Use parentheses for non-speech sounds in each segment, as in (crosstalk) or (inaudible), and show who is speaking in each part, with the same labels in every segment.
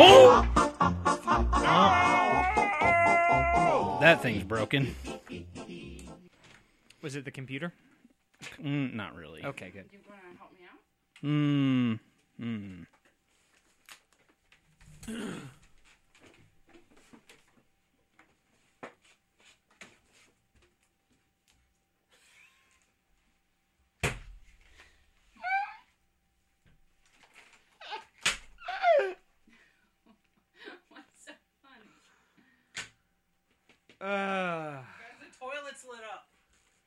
Speaker 1: Oh! That thing's broken.
Speaker 2: Was it the computer?
Speaker 1: Mm, not really.
Speaker 2: Okay, good.
Speaker 3: You want to help me out?
Speaker 1: Mm, mm.
Speaker 3: What's so funny?
Speaker 2: Uh,
Speaker 3: Guys, the toilet's lit up.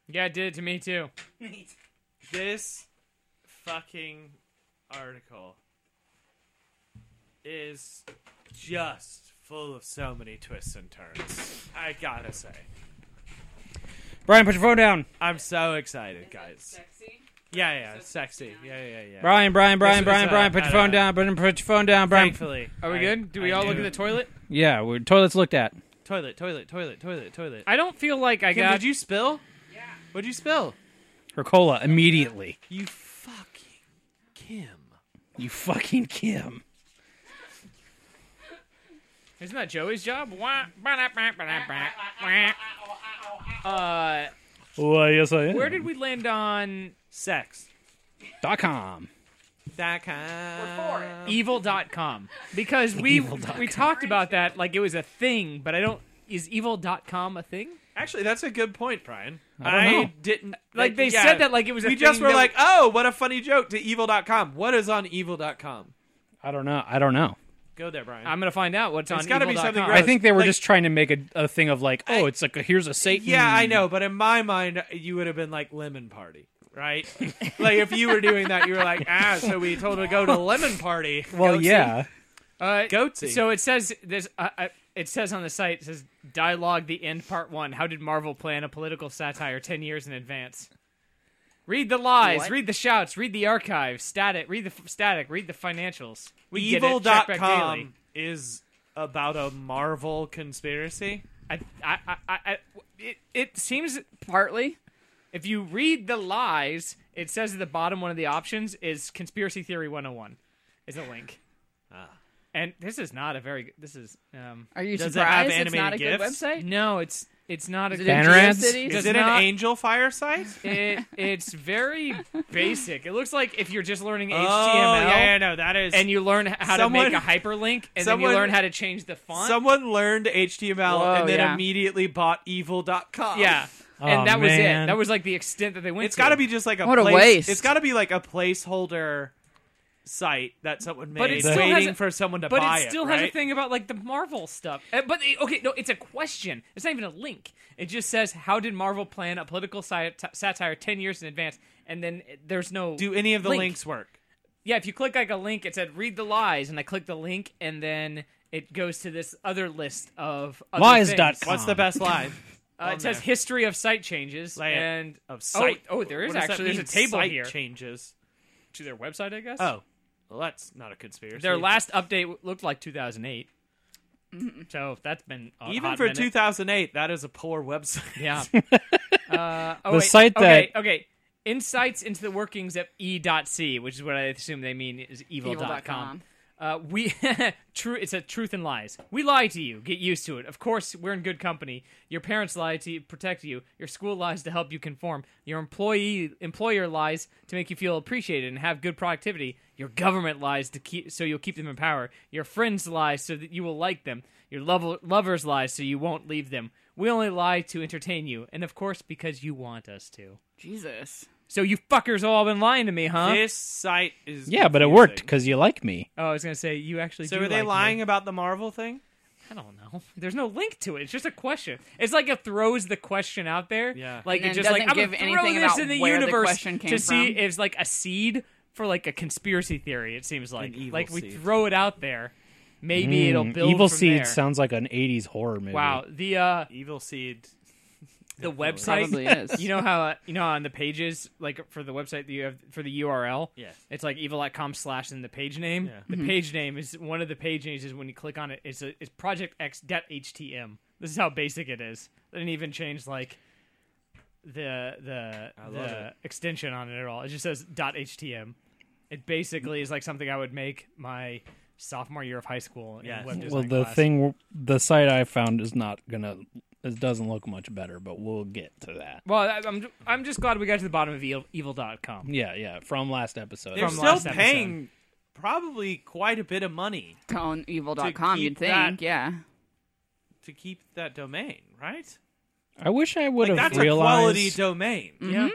Speaker 2: yeah, it did it to
Speaker 3: (laughs)
Speaker 2: me too.
Speaker 3: Neat.
Speaker 4: This fucking article is just full of so many twists and turns. I gotta say.
Speaker 1: Brian, put your phone down.
Speaker 4: I'm so excited, guys.
Speaker 3: Sexy.
Speaker 4: Yeah, yeah, it's sexy. Yeah, yeah, yeah.
Speaker 1: Brian, Brian, Brian,
Speaker 4: It's-
Speaker 1: Brian,
Speaker 4: it's, uh,
Speaker 1: Brian, put your
Speaker 4: I don't
Speaker 1: phone
Speaker 4: know.
Speaker 1: down. Put, put your phone down, Brian.
Speaker 4: Thankfully.
Speaker 2: Are we
Speaker 4: I-
Speaker 2: good? Do we
Speaker 4: I
Speaker 2: all look
Speaker 4: knew.
Speaker 2: at the toilet?
Speaker 1: Yeah, we're, toilet's looked at.
Speaker 4: Toilet, toilet, toilet, toilet, toilet.
Speaker 2: I don't feel like I
Speaker 4: Kim,
Speaker 2: got.
Speaker 4: did you spill?
Speaker 3: Yeah.
Speaker 4: What'd you spill?
Speaker 1: Her cola immediately.
Speaker 4: You fucking Kim.
Speaker 1: You fucking Kim.
Speaker 2: Isn't that Joey's job? Wah, bah, bah, bah, bah, bah, bah, bah. Uh,
Speaker 1: Well, yes, I am.
Speaker 2: where did we land on
Speaker 4: Sex.
Speaker 1: Dot com.
Speaker 4: That
Speaker 3: for it.
Speaker 2: evil.com? Because we we
Speaker 1: Evil.com.
Speaker 2: talked about that like it was a thing, but I don't. Is evil.com a thing?
Speaker 4: Actually, that's a good point, Brian.
Speaker 1: I don't know.
Speaker 4: didn't
Speaker 2: Like they
Speaker 4: yeah.
Speaker 2: said that like it was a
Speaker 4: we
Speaker 2: thing
Speaker 4: just were
Speaker 2: that-
Speaker 4: like, "Oh, what a funny joke to evil.com." What is on evil.com?
Speaker 1: I don't know. I don't know.
Speaker 4: Go there, Brian.
Speaker 2: I'm gonna find out what's on.
Speaker 4: It's gotta be
Speaker 2: evil.com.
Speaker 4: something
Speaker 1: I
Speaker 4: gross.
Speaker 1: think they were
Speaker 4: Like-
Speaker 1: just trying to make a, a thing of like, oh, it's like a, here's a Satan.
Speaker 4: yeah, I know, but in my mind, you would have been like Lemon Party,
Speaker 2: (laughs)
Speaker 4: right? like if you were doing that, you were like, "Ah, so we told her to go to Lemon
Speaker 2: (laughs)
Speaker 4: Party."
Speaker 1: Well,
Speaker 4: Go see-
Speaker 1: yeah.
Speaker 2: Uh,
Speaker 4: Goatsy.
Speaker 2: So it says there's. Uh, uh, it says on the site it says dialogue the end part one. How did Marvel plan a political satire ten years in advance? Read the lies,
Speaker 3: What?
Speaker 2: read the shouts, read the archives, static, read the f- static, read the financials. We get it, check back daily.
Speaker 4: evil.com is about a Marvel conspiracy.
Speaker 2: I, I, I, I, I- it, it seems partly. If you read the lies, it says at the bottom one of the options is conspiracy theory 101 is a link. And this is not a very good. This is um
Speaker 5: Ah. Are you
Speaker 4: Does it have
Speaker 5: surprised it's not a
Speaker 4: animated
Speaker 5: good
Speaker 4: gifs?
Speaker 5: website?
Speaker 2: no, it's it's not a
Speaker 5: Is it
Speaker 2: good-
Speaker 5: in
Speaker 1: Banner ads?
Speaker 5: GeoCities?
Speaker 2: Does
Speaker 4: Is it
Speaker 2: not-
Speaker 4: an angel fire site?
Speaker 2: it, it's very basic. It looks like if you're just learning HTML
Speaker 4: Oh, yeah, yeah, no, that is.
Speaker 2: and you learn how to
Speaker 4: Someone-
Speaker 2: make a hyperlink and then
Speaker 4: someone-
Speaker 2: you learn how to change the font.
Speaker 4: Someone learned HTML
Speaker 5: Whoa,
Speaker 4: and then
Speaker 5: yeah.
Speaker 4: immediately bought evil.com.
Speaker 2: yeah.
Speaker 1: Aw,
Speaker 2: and that was it.
Speaker 1: man.
Speaker 2: That was like the extent that they went
Speaker 4: Oh, It's
Speaker 2: to.
Speaker 4: got to be just like a
Speaker 5: What a
Speaker 4: place-
Speaker 5: waste.
Speaker 4: It's got to be like a placeholder site that someone made
Speaker 2: But it still has
Speaker 4: waiting
Speaker 2: a-
Speaker 4: for someone to
Speaker 2: But
Speaker 4: buy
Speaker 2: it still has
Speaker 4: right?
Speaker 2: a thing about like the Marvel stuff. Uh, but it- okay, no, it's a question. It's not even a link. It just says how did Marvel plan a political sat- satire ten years in advance? And then uh, there's no
Speaker 4: Do any of the
Speaker 2: link.
Speaker 4: links work?
Speaker 2: Yeah, if you click like a link, it said read the lies, and I click the link, and then it goes to this other list of other
Speaker 1: Lies
Speaker 2: things.
Speaker 1: dot com.
Speaker 4: What's the best line? Oh,
Speaker 2: Uh,
Speaker 4: on
Speaker 2: it says
Speaker 4: there?
Speaker 2: history of site changes
Speaker 4: Lay it.
Speaker 2: and
Speaker 4: of site.
Speaker 2: Oh, oh, there
Speaker 4: What does
Speaker 2: is
Speaker 4: that
Speaker 2: actually- there's
Speaker 4: mean,
Speaker 2: a table
Speaker 4: site
Speaker 2: here.
Speaker 4: Changes.
Speaker 2: to their website, I guess.
Speaker 4: Oh, well, that's not a conspiracy.
Speaker 2: their last update w- looked like 2008. So that's been a
Speaker 4: Even
Speaker 2: hot
Speaker 4: for
Speaker 2: minute.
Speaker 4: 2008, that is a poor website. (laughs)
Speaker 2: Yeah. uh, oh,
Speaker 1: The
Speaker 2: wait.
Speaker 1: site
Speaker 2: okay,
Speaker 1: that-
Speaker 2: okay. Insights into the workings of E.C, which is what I assume they mean is evil dot com.
Speaker 5: Evil.com.
Speaker 2: Uh, we (laughs) true. It's a truth and lies. We lie to you. Get used to it. Of course, we're in good company. Your parents lie to you, protect you. Your school lies to help you conform. Your employee employer lies to make you feel appreciated and have good productivity. Your government lies to keep so you'll keep them in power. Your friends lie so that you will like them. Your lover, lovers lie so you won't leave them. We only lie to entertain you, and of course because you want us to.
Speaker 5: Jesus.
Speaker 2: So you fuckers all been lying to me, huh?
Speaker 4: This site is.
Speaker 1: Yeah, but it
Speaker 4: confusing.
Speaker 1: worked because you like me.
Speaker 2: oh, I was gonna say you actually.
Speaker 4: So
Speaker 2: do
Speaker 4: are they
Speaker 2: like me.
Speaker 4: lying about the Marvel thing?
Speaker 2: I don't know. (laughs) There's no link to it. It's just a question. It's like it throws the question out there.
Speaker 4: Yeah.
Speaker 2: Like
Speaker 5: And
Speaker 2: it
Speaker 5: then
Speaker 2: just like I'm gonna
Speaker 5: doesn't give
Speaker 2: throw
Speaker 5: anything
Speaker 2: this
Speaker 5: about
Speaker 2: in the
Speaker 5: where the
Speaker 2: universe
Speaker 5: question
Speaker 2: to
Speaker 5: came
Speaker 2: see
Speaker 5: from.
Speaker 2: if it's like a seed for like a conspiracy theory. It seems like
Speaker 4: An evil
Speaker 2: like we
Speaker 4: seed.
Speaker 2: throw it out there. Maybe it'll
Speaker 1: Mm,
Speaker 2: build.
Speaker 1: Evil
Speaker 2: from
Speaker 1: Seed
Speaker 2: there.
Speaker 1: sounds like an 80s horror movie.
Speaker 2: Wow. The uh
Speaker 4: Evil Seed.
Speaker 2: the website. (laughs)
Speaker 5: Probably is.
Speaker 2: You know how uh, you know how on the pages like for the website that you have for the URL.
Speaker 4: Yes.
Speaker 2: It's like evil.com slash and the page name.
Speaker 4: Yeah.
Speaker 1: Mm-hmm.
Speaker 2: The page name is one of the page names is when you click on it, it's, a, it's projectx.htm. This is how basic it is. They didn't even change like the the
Speaker 4: I love
Speaker 2: the
Speaker 4: it.
Speaker 2: extension on it at all. It just says .htm. It basically is like something I would make my sophomore year of high school in
Speaker 4: Yes.
Speaker 2: web
Speaker 4: Well,
Speaker 1: well,
Speaker 2: design
Speaker 1: the
Speaker 2: class.
Speaker 1: thing, the site I found is not gonna, it doesn't look much better, but we'll get to that.
Speaker 2: Well, I- I'm ju- I'm just glad we got to the bottom of evil, evil.com.
Speaker 1: Yeah, yeah. From last episode,
Speaker 4: They're
Speaker 2: From
Speaker 4: still
Speaker 2: last episode.
Speaker 4: paying probably quite a bit of money
Speaker 5: on
Speaker 4: To
Speaker 5: evil.com,
Speaker 4: keep
Speaker 5: you'd think,
Speaker 4: that-
Speaker 5: yeah.
Speaker 4: to keep that domain, right?
Speaker 1: I wish I would
Speaker 4: Like
Speaker 1: have
Speaker 4: that's a
Speaker 1: realized. Mm-hmm.
Speaker 4: quality domain.
Speaker 2: Yeah.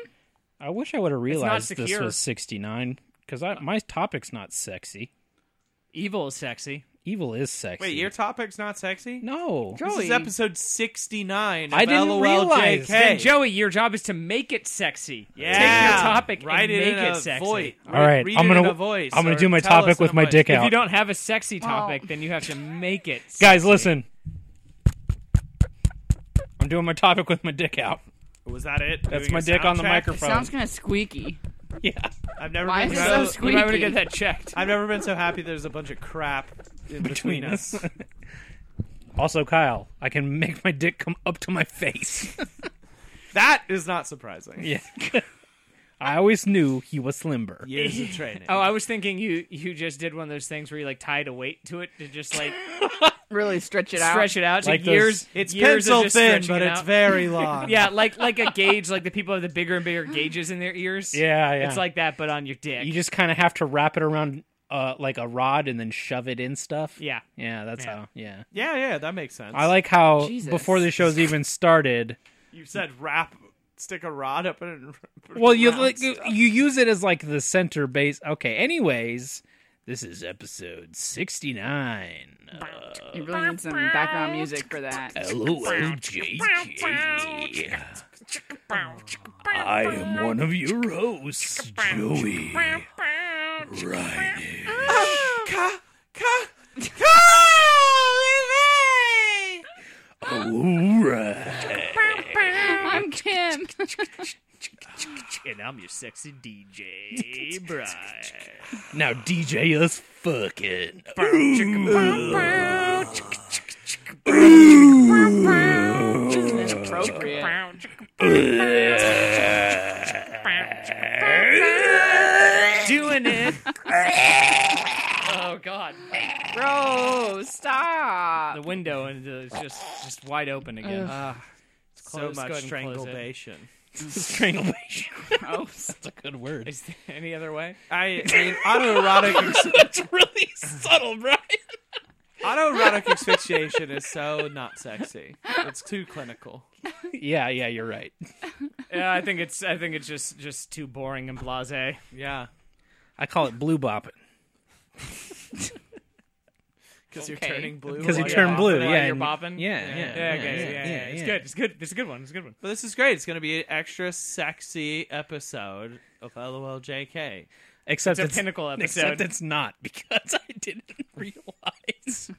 Speaker 1: I wish I would have
Speaker 2: not
Speaker 1: realized this
Speaker 2: secure.
Speaker 1: was sixty nine because my topic's not sexy.
Speaker 2: Evil is sexy.
Speaker 1: Evil is sexy.
Speaker 4: Wait, your topic's not sexy?
Speaker 1: no.
Speaker 5: Joey.
Speaker 4: This is episode 69 of
Speaker 1: I didn't
Speaker 4: LOL
Speaker 1: realize.
Speaker 4: JK.
Speaker 2: Then Joey, your job is to make it sexy. Take
Speaker 4: Yeah.
Speaker 2: your topic
Speaker 4: Write
Speaker 2: and
Speaker 4: it
Speaker 2: make
Speaker 4: in
Speaker 2: it
Speaker 4: a
Speaker 2: sexy.
Speaker 4: void.
Speaker 1: All right,
Speaker 4: Read
Speaker 1: I'm
Speaker 4: it in
Speaker 1: gonna
Speaker 4: a voice
Speaker 1: I'm gonna
Speaker 4: or
Speaker 1: do my
Speaker 4: tell us
Speaker 1: topic
Speaker 4: in a
Speaker 1: with my
Speaker 4: voice.
Speaker 1: dick
Speaker 2: If
Speaker 1: out.
Speaker 2: you don't have a sexy topic,
Speaker 5: Well-
Speaker 2: then you have to make it. Sexy.
Speaker 1: (laughs) Guys, listen. I'm doing my topic with my dick out. (laughs)
Speaker 4: Was that it?
Speaker 1: That's
Speaker 4: Doing
Speaker 1: my
Speaker 4: a
Speaker 1: dick on the
Speaker 4: sound check?
Speaker 1: microphone.
Speaker 5: Sounds kind of squeaky.
Speaker 1: Yeah.
Speaker 4: I've never
Speaker 5: Why
Speaker 4: been
Speaker 5: is it
Speaker 4: so,
Speaker 5: so
Speaker 2: You might want to
Speaker 5: Squeaky.
Speaker 2: get that checked.
Speaker 4: I've never been so happy there's a bunch of crap in between,
Speaker 1: between us. also, Kyle, I can make my dick come up to my face. (laughs)
Speaker 4: That is not surprising.
Speaker 1: yeah. I always knew he was slimmer.
Speaker 4: Years of training.
Speaker 2: Oh, I was thinking you you just did one of those things where you like tied a weight to it to just like
Speaker 5: Really stretch it out.
Speaker 2: stretch it out. So
Speaker 1: Like those-
Speaker 2: years,
Speaker 4: it's
Speaker 2: years
Speaker 4: pencil
Speaker 2: of just
Speaker 4: thin,
Speaker 2: stretching
Speaker 4: but
Speaker 2: it
Speaker 4: it's
Speaker 2: out. (laughs)
Speaker 4: very long.
Speaker 2: yeah, like like a gauge, like the people have the bigger and bigger gauges in their ears.
Speaker 1: Yeah, yeah.
Speaker 2: it's like that, but on your dick.
Speaker 1: you just kind of have to wrap it around uh, like a rod and then shove it in
Speaker 4: (laughs)
Speaker 1: stuff.
Speaker 2: yeah,
Speaker 1: Yeah, that's
Speaker 2: Yeah.
Speaker 1: how. Yeah.
Speaker 4: yeah, yeah, that makes sense.
Speaker 1: I like how
Speaker 5: Jesus.
Speaker 1: before the show's even
Speaker 2: (laughs)
Speaker 1: started,
Speaker 4: you said wrap, stick a rod up in it. and (laughs) wrap it
Speaker 1: well, you
Speaker 4: around.
Speaker 1: like you, you use it as like the center base. Okay, anyways, this is episode 69. of
Speaker 5: You really need some background music for
Speaker 1: (laughs)
Speaker 5: that.
Speaker 1: LOLJK. I am one of your hosts, Joey. Ryan.
Speaker 4: Ca- ca- ca-
Speaker 1: All right.
Speaker 5: I'm Kim.
Speaker 2: and I'm your sexy DJ, Brian.
Speaker 1: Now DJ us fucking. (laughs)
Speaker 5: (laughs) Isn't it appropriate?
Speaker 4: (laughs)
Speaker 2: Doing it. oh God,
Speaker 5: Bro,
Speaker 2: the
Speaker 5: stop.
Speaker 2: window and it's just just wide open again.
Speaker 4: so
Speaker 2: Close, go
Speaker 4: much
Speaker 2: ahead and close it.
Speaker 4: strangulation.
Speaker 2: (laughs)
Speaker 1: Strangulation.
Speaker 5: Gross.
Speaker 1: Oh, That's a good word.
Speaker 2: Is there any other way?
Speaker 4: I mean, autoerotic, ex-
Speaker 2: (laughs)
Speaker 1: That's really subtle, Brian.
Speaker 4: (laughs) autoerotic asphyxiation is so not sexy. It's too clinical.
Speaker 1: Yeah, yeah, you're right.
Speaker 2: Yeah, I think it's I think it's just just too boring and blasé.
Speaker 4: Yeah,
Speaker 1: I call it blue bopping.
Speaker 4: because
Speaker 5: Okay.
Speaker 4: you're turning blue.
Speaker 1: 'Cause you
Speaker 4: while
Speaker 1: turn
Speaker 4: you're
Speaker 1: blue,
Speaker 4: bopping.
Speaker 2: While
Speaker 1: yeah,
Speaker 2: you're
Speaker 1: and-
Speaker 2: bopping.
Speaker 1: Yeah, yeah,
Speaker 2: Yeah, okay, yeah, yeah, It's good. It's good. It's a good one. It's a good one.
Speaker 4: But this is great. It's going to be an extra sexy episode of LOLJK.
Speaker 1: Except
Speaker 2: It's a
Speaker 1: it's,
Speaker 2: pinnacle
Speaker 1: (laughs) Except
Speaker 2: episode.
Speaker 1: it's not (laughs) because I
Speaker 2: (laughs)
Speaker 1: didn't realize.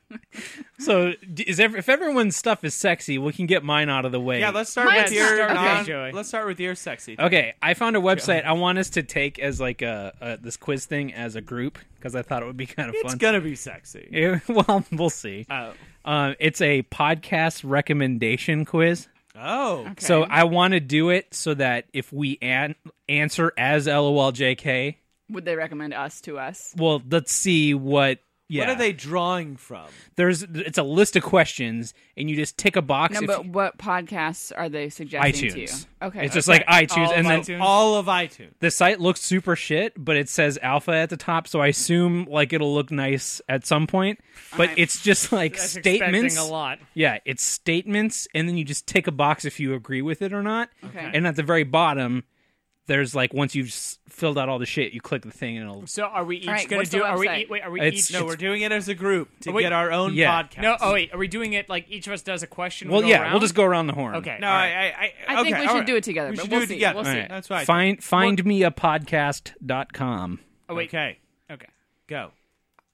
Speaker 1: so, d- is ev- if everyone's stuff is sexy, we can get mine out of the way.
Speaker 4: Yeah, let's start
Speaker 5: Mine's
Speaker 4: with your
Speaker 2: not-
Speaker 4: non-
Speaker 2: Okay, Joey.
Speaker 4: Let's start with your sexy.
Speaker 1: Okay, I found a website I want us to take as like a, a this quiz thing as a group because I thought it would be kind of
Speaker 4: It's
Speaker 1: fun.
Speaker 4: gonna be sexy.
Speaker 1: Yeah, (laughs) well, we'll see.
Speaker 4: Oh,
Speaker 1: Um, it's a podcast recommendation quiz.
Speaker 4: oh,
Speaker 5: Okay.
Speaker 1: So I want to do it so that if we an- answer as LOLJK,
Speaker 5: Would they recommend us to us?
Speaker 1: well, let's see what. Yeah,
Speaker 4: what are they drawing from?
Speaker 1: there's it's a list of questions, and you just tick a box.
Speaker 5: No,
Speaker 1: if
Speaker 5: but
Speaker 1: you-
Speaker 5: what podcasts are they suggesting to you?
Speaker 1: iTunes.
Speaker 5: Okay.
Speaker 1: It's just like iTunes,
Speaker 2: All
Speaker 1: and then
Speaker 2: iTunes.
Speaker 4: All of iTunes.
Speaker 1: the site looks super shit, but it says alpha at the top, so I assume like it'll look nice at some point. But
Speaker 5: I'm-
Speaker 1: it's just like
Speaker 2: That's
Speaker 1: statements.
Speaker 2: expecting a lot.
Speaker 1: Yeah, it's statements, and then you just tick a box if you agree with it or not.
Speaker 5: Okay.
Speaker 1: And at the very bottom, there's like once you've s- filled out all the shit, you click the thing, and it'll.
Speaker 2: So are we each
Speaker 5: right,
Speaker 2: gonna
Speaker 5: what's the
Speaker 2: do? Are we?
Speaker 5: website?
Speaker 2: e- Wait, are we
Speaker 1: It's-
Speaker 2: each?
Speaker 4: No, we're doing it as a group to
Speaker 2: Oh, wait.
Speaker 4: get our own
Speaker 1: Yeah.
Speaker 4: podcast.
Speaker 2: no. Oh wait, are we doing it like each of us does a question?
Speaker 1: Well,
Speaker 2: we go
Speaker 1: yeah,
Speaker 2: around?
Speaker 1: we'll just go around the horn.
Speaker 2: Okay.
Speaker 4: no.
Speaker 2: all right.
Speaker 4: I, I,
Speaker 5: I think we should do it together,
Speaker 4: We
Speaker 5: but
Speaker 4: should
Speaker 5: we'll
Speaker 4: do it
Speaker 5: see.
Speaker 4: together.
Speaker 5: We'll
Speaker 1: All
Speaker 5: see.
Speaker 1: right.
Speaker 4: That's right.
Speaker 1: Find find me a podcast.com.
Speaker 2: Oh wait.
Speaker 4: Okay,
Speaker 2: Okay.
Speaker 4: go.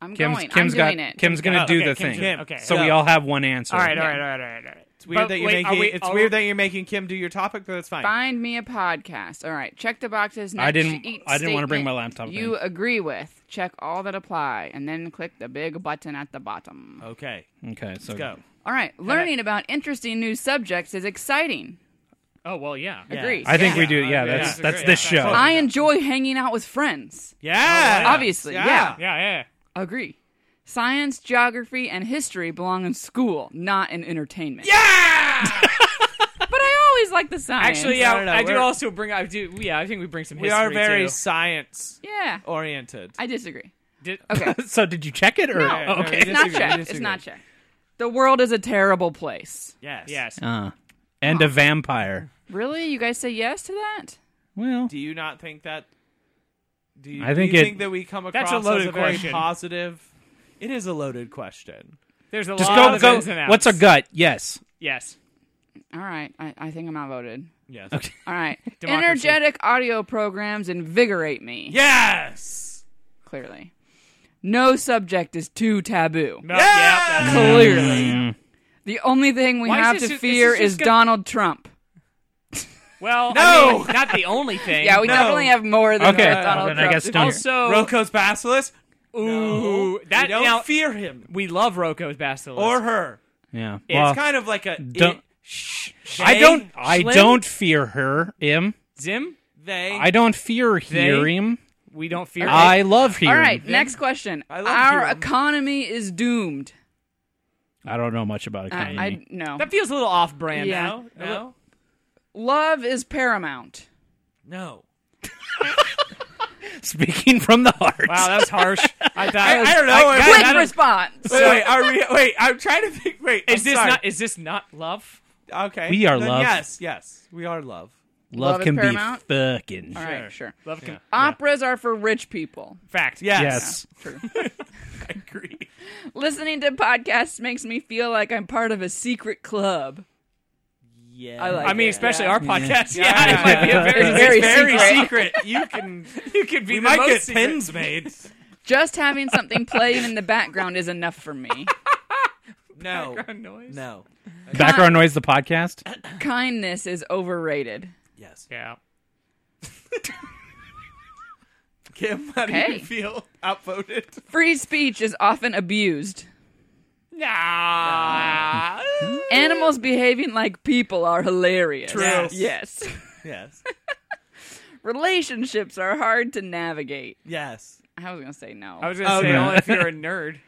Speaker 5: I'm
Speaker 1: Kim's
Speaker 5: going.
Speaker 1: Kim's
Speaker 5: I'm
Speaker 1: got
Speaker 5: doing it.
Speaker 1: Kim's gonna
Speaker 2: Oh,
Speaker 1: do
Speaker 2: okay,
Speaker 1: the
Speaker 2: Kim's
Speaker 1: thing.
Speaker 2: doing- okay.
Speaker 1: So we
Speaker 4: Yeah.
Speaker 1: all have one answer.
Speaker 2: All right. All right. All right. All right. All right.
Speaker 4: It's weird
Speaker 2: but,
Speaker 4: that you're
Speaker 2: wait, are
Speaker 4: making.
Speaker 2: we
Speaker 4: it's
Speaker 2: all-
Speaker 4: weird that you're making Kim do your topic, but it's fine.
Speaker 5: Find me a podcast. All right, check the boxes. Next
Speaker 1: I didn't-
Speaker 5: each
Speaker 1: I didn't wanna bring my
Speaker 5: statement
Speaker 1: laptop
Speaker 5: You
Speaker 1: in.
Speaker 5: agree with. Check all that apply, and then click the big button at the bottom.
Speaker 4: Okay,
Speaker 1: Okay. So
Speaker 4: go.
Speaker 2: Hmm.
Speaker 5: All right, learning about interesting new subjects is exciting.
Speaker 2: Oh well, yeah.
Speaker 4: Yeah.
Speaker 5: Agreed.
Speaker 1: I think
Speaker 5: yeah.
Speaker 1: we do. Yeah,
Speaker 2: Yeah.
Speaker 1: that's
Speaker 2: Yeah.
Speaker 1: that's this
Speaker 2: Yeah.
Speaker 1: show.
Speaker 5: I enjoy hanging out with friends.
Speaker 4: Yeah.
Speaker 5: Obviously, yeah.
Speaker 2: Yeah, yeah.
Speaker 5: Agree. Science, geography, and history belong in school, not in entertainment.
Speaker 4: Yeah.
Speaker 5: But I always like the science.
Speaker 2: Actually,
Speaker 4: I
Speaker 2: yeah,
Speaker 4: don't know,
Speaker 2: I do
Speaker 4: we're-
Speaker 2: also bring. I do. Yeah, I think we bring some
Speaker 4: We
Speaker 2: history.
Speaker 4: are very
Speaker 2: too.
Speaker 4: science
Speaker 5: Yeah.
Speaker 1: Oh.
Speaker 4: oriented.
Speaker 5: I disagree.
Speaker 2: Did-
Speaker 1: (laughs)
Speaker 5: Okay.
Speaker 1: so did you check it or (laughs)
Speaker 5: No.
Speaker 1: Oh, okay?
Speaker 5: It's not checked. It's not checked. The world is a terrible place.
Speaker 4: Yes.
Speaker 2: yes.
Speaker 1: Uh, and a vampire.
Speaker 5: Really? You guys say yes to that?
Speaker 1: Well,
Speaker 4: Do you not think that? Do you,
Speaker 1: I
Speaker 4: do
Speaker 1: think
Speaker 4: you
Speaker 1: it-
Speaker 4: think that we come across
Speaker 2: That's a loaded
Speaker 4: as a very
Speaker 2: question.
Speaker 4: positive? It is a loaded question.
Speaker 2: There's a
Speaker 1: just
Speaker 2: lot
Speaker 1: go
Speaker 2: of ins and
Speaker 1: go.
Speaker 2: outs.
Speaker 1: What's a gut? Yes.
Speaker 2: Yes.
Speaker 5: All right. I, I think I'm outvoted.
Speaker 4: Yes.
Speaker 5: All right.
Speaker 2: (laughs) Democracy.
Speaker 5: Energetic audio programs invigorate me.
Speaker 4: Yes.
Speaker 5: Clearly. No subject is too taboo.
Speaker 2: No,
Speaker 4: Yeah!
Speaker 1: Mm.
Speaker 2: yeah, that's-
Speaker 5: Clearly. The only thing we
Speaker 2: Why is
Speaker 5: have
Speaker 2: this
Speaker 5: to
Speaker 2: ju- is
Speaker 5: fear
Speaker 2: this just
Speaker 5: is
Speaker 2: gonna-
Speaker 5: Donald Trump.
Speaker 2: well, I
Speaker 4: No!
Speaker 2: mean, not the only thing.
Speaker 5: Yeah, we
Speaker 4: No.
Speaker 5: definitely have more than uh,
Speaker 1: Okay,
Speaker 5: Donald
Speaker 1: then I
Speaker 5: Trump. Oh,
Speaker 1: guess
Speaker 5: to fear.
Speaker 1: don't-
Speaker 4: (laughs)
Speaker 2: also
Speaker 4: Roko's basilisk.
Speaker 2: Oh. Ooh, that
Speaker 4: we don't
Speaker 2: now
Speaker 4: fear him
Speaker 2: we love Rocco's basilisk.
Speaker 4: or her.
Speaker 1: Yeah.
Speaker 4: It's kind of like a
Speaker 1: don't-
Speaker 4: it, sh-
Speaker 1: I
Speaker 4: they-
Speaker 1: don't. I
Speaker 2: Schling?
Speaker 1: don't fear her. Him.
Speaker 2: Zim,
Speaker 4: they.
Speaker 1: I don't fear
Speaker 2: They-
Speaker 1: hear him.
Speaker 2: we don't fear.
Speaker 1: I love hearing.
Speaker 5: All right, next question.
Speaker 4: I love
Speaker 5: Our
Speaker 4: you.
Speaker 5: economy is doomed.
Speaker 1: I don't know much about
Speaker 5: I,
Speaker 1: economy.
Speaker 5: Uh, I no.
Speaker 2: that feels a little off-brand.
Speaker 5: Yeah.
Speaker 2: No, no.
Speaker 5: Love is paramount.
Speaker 4: no.
Speaker 1: (laughs) Speaking from the heart.
Speaker 2: Wow, that
Speaker 4: (laughs)
Speaker 2: was harsh. I thought.
Speaker 4: I, I don't know.
Speaker 2: I-
Speaker 4: I-
Speaker 2: guys,
Speaker 5: Quick
Speaker 4: I don't-
Speaker 5: response.
Speaker 4: wait, wait, are we?
Speaker 2: (laughs)
Speaker 4: Wait, I'm trying to think. Wait,
Speaker 2: is
Speaker 4: I'm
Speaker 2: this
Speaker 4: sorry.
Speaker 2: not? Is this not love?
Speaker 4: okay?
Speaker 1: We are
Speaker 4: then
Speaker 1: love.
Speaker 4: Yes, yes, we are love.
Speaker 1: Love
Speaker 5: Love is
Speaker 1: can be
Speaker 5: paramount?
Speaker 1: fucking.
Speaker 5: All right, sure.
Speaker 2: Love can
Speaker 5: Operas are for rich people.
Speaker 2: fact.
Speaker 4: Yes,
Speaker 1: Yes.
Speaker 5: True.
Speaker 4: I agree.
Speaker 5: Listening to podcasts makes me feel like I'm part of a secret club.
Speaker 4: Yeah,
Speaker 5: I like
Speaker 2: I mean,
Speaker 5: Yeah.
Speaker 2: especially our podcast. Yeah,
Speaker 4: Yeah,
Speaker 2: it might be a
Speaker 1: yeah.
Speaker 2: very,
Speaker 5: It's very
Speaker 2: secret.
Speaker 4: You (laughs) can.
Speaker 2: you could
Speaker 4: we
Speaker 2: be the
Speaker 4: might
Speaker 2: most
Speaker 4: get
Speaker 2: secret.
Speaker 4: pins (laughs) made.
Speaker 5: Just having something playing in the background is enough for me.
Speaker 4: (laughs) No,
Speaker 2: Background noise.
Speaker 4: no.
Speaker 1: Background noise. The podcast.
Speaker 5: Kindness is overrated.
Speaker 4: Yes,
Speaker 2: Yeah.
Speaker 4: Kim, how do
Speaker 5: Okay.
Speaker 4: you feel outvoted?
Speaker 5: Free speech is often abused.
Speaker 2: Nah.
Speaker 5: Animals behaving like people are hilarious.
Speaker 4: True.
Speaker 5: Yes. Yes. (laughs)
Speaker 4: Yes,
Speaker 5: Relationships are hard to navigate.
Speaker 4: yes.
Speaker 5: I was going to say no.
Speaker 2: I was gonna
Speaker 4: Oh,
Speaker 2: say
Speaker 1: no.
Speaker 2: only if you're a nerd.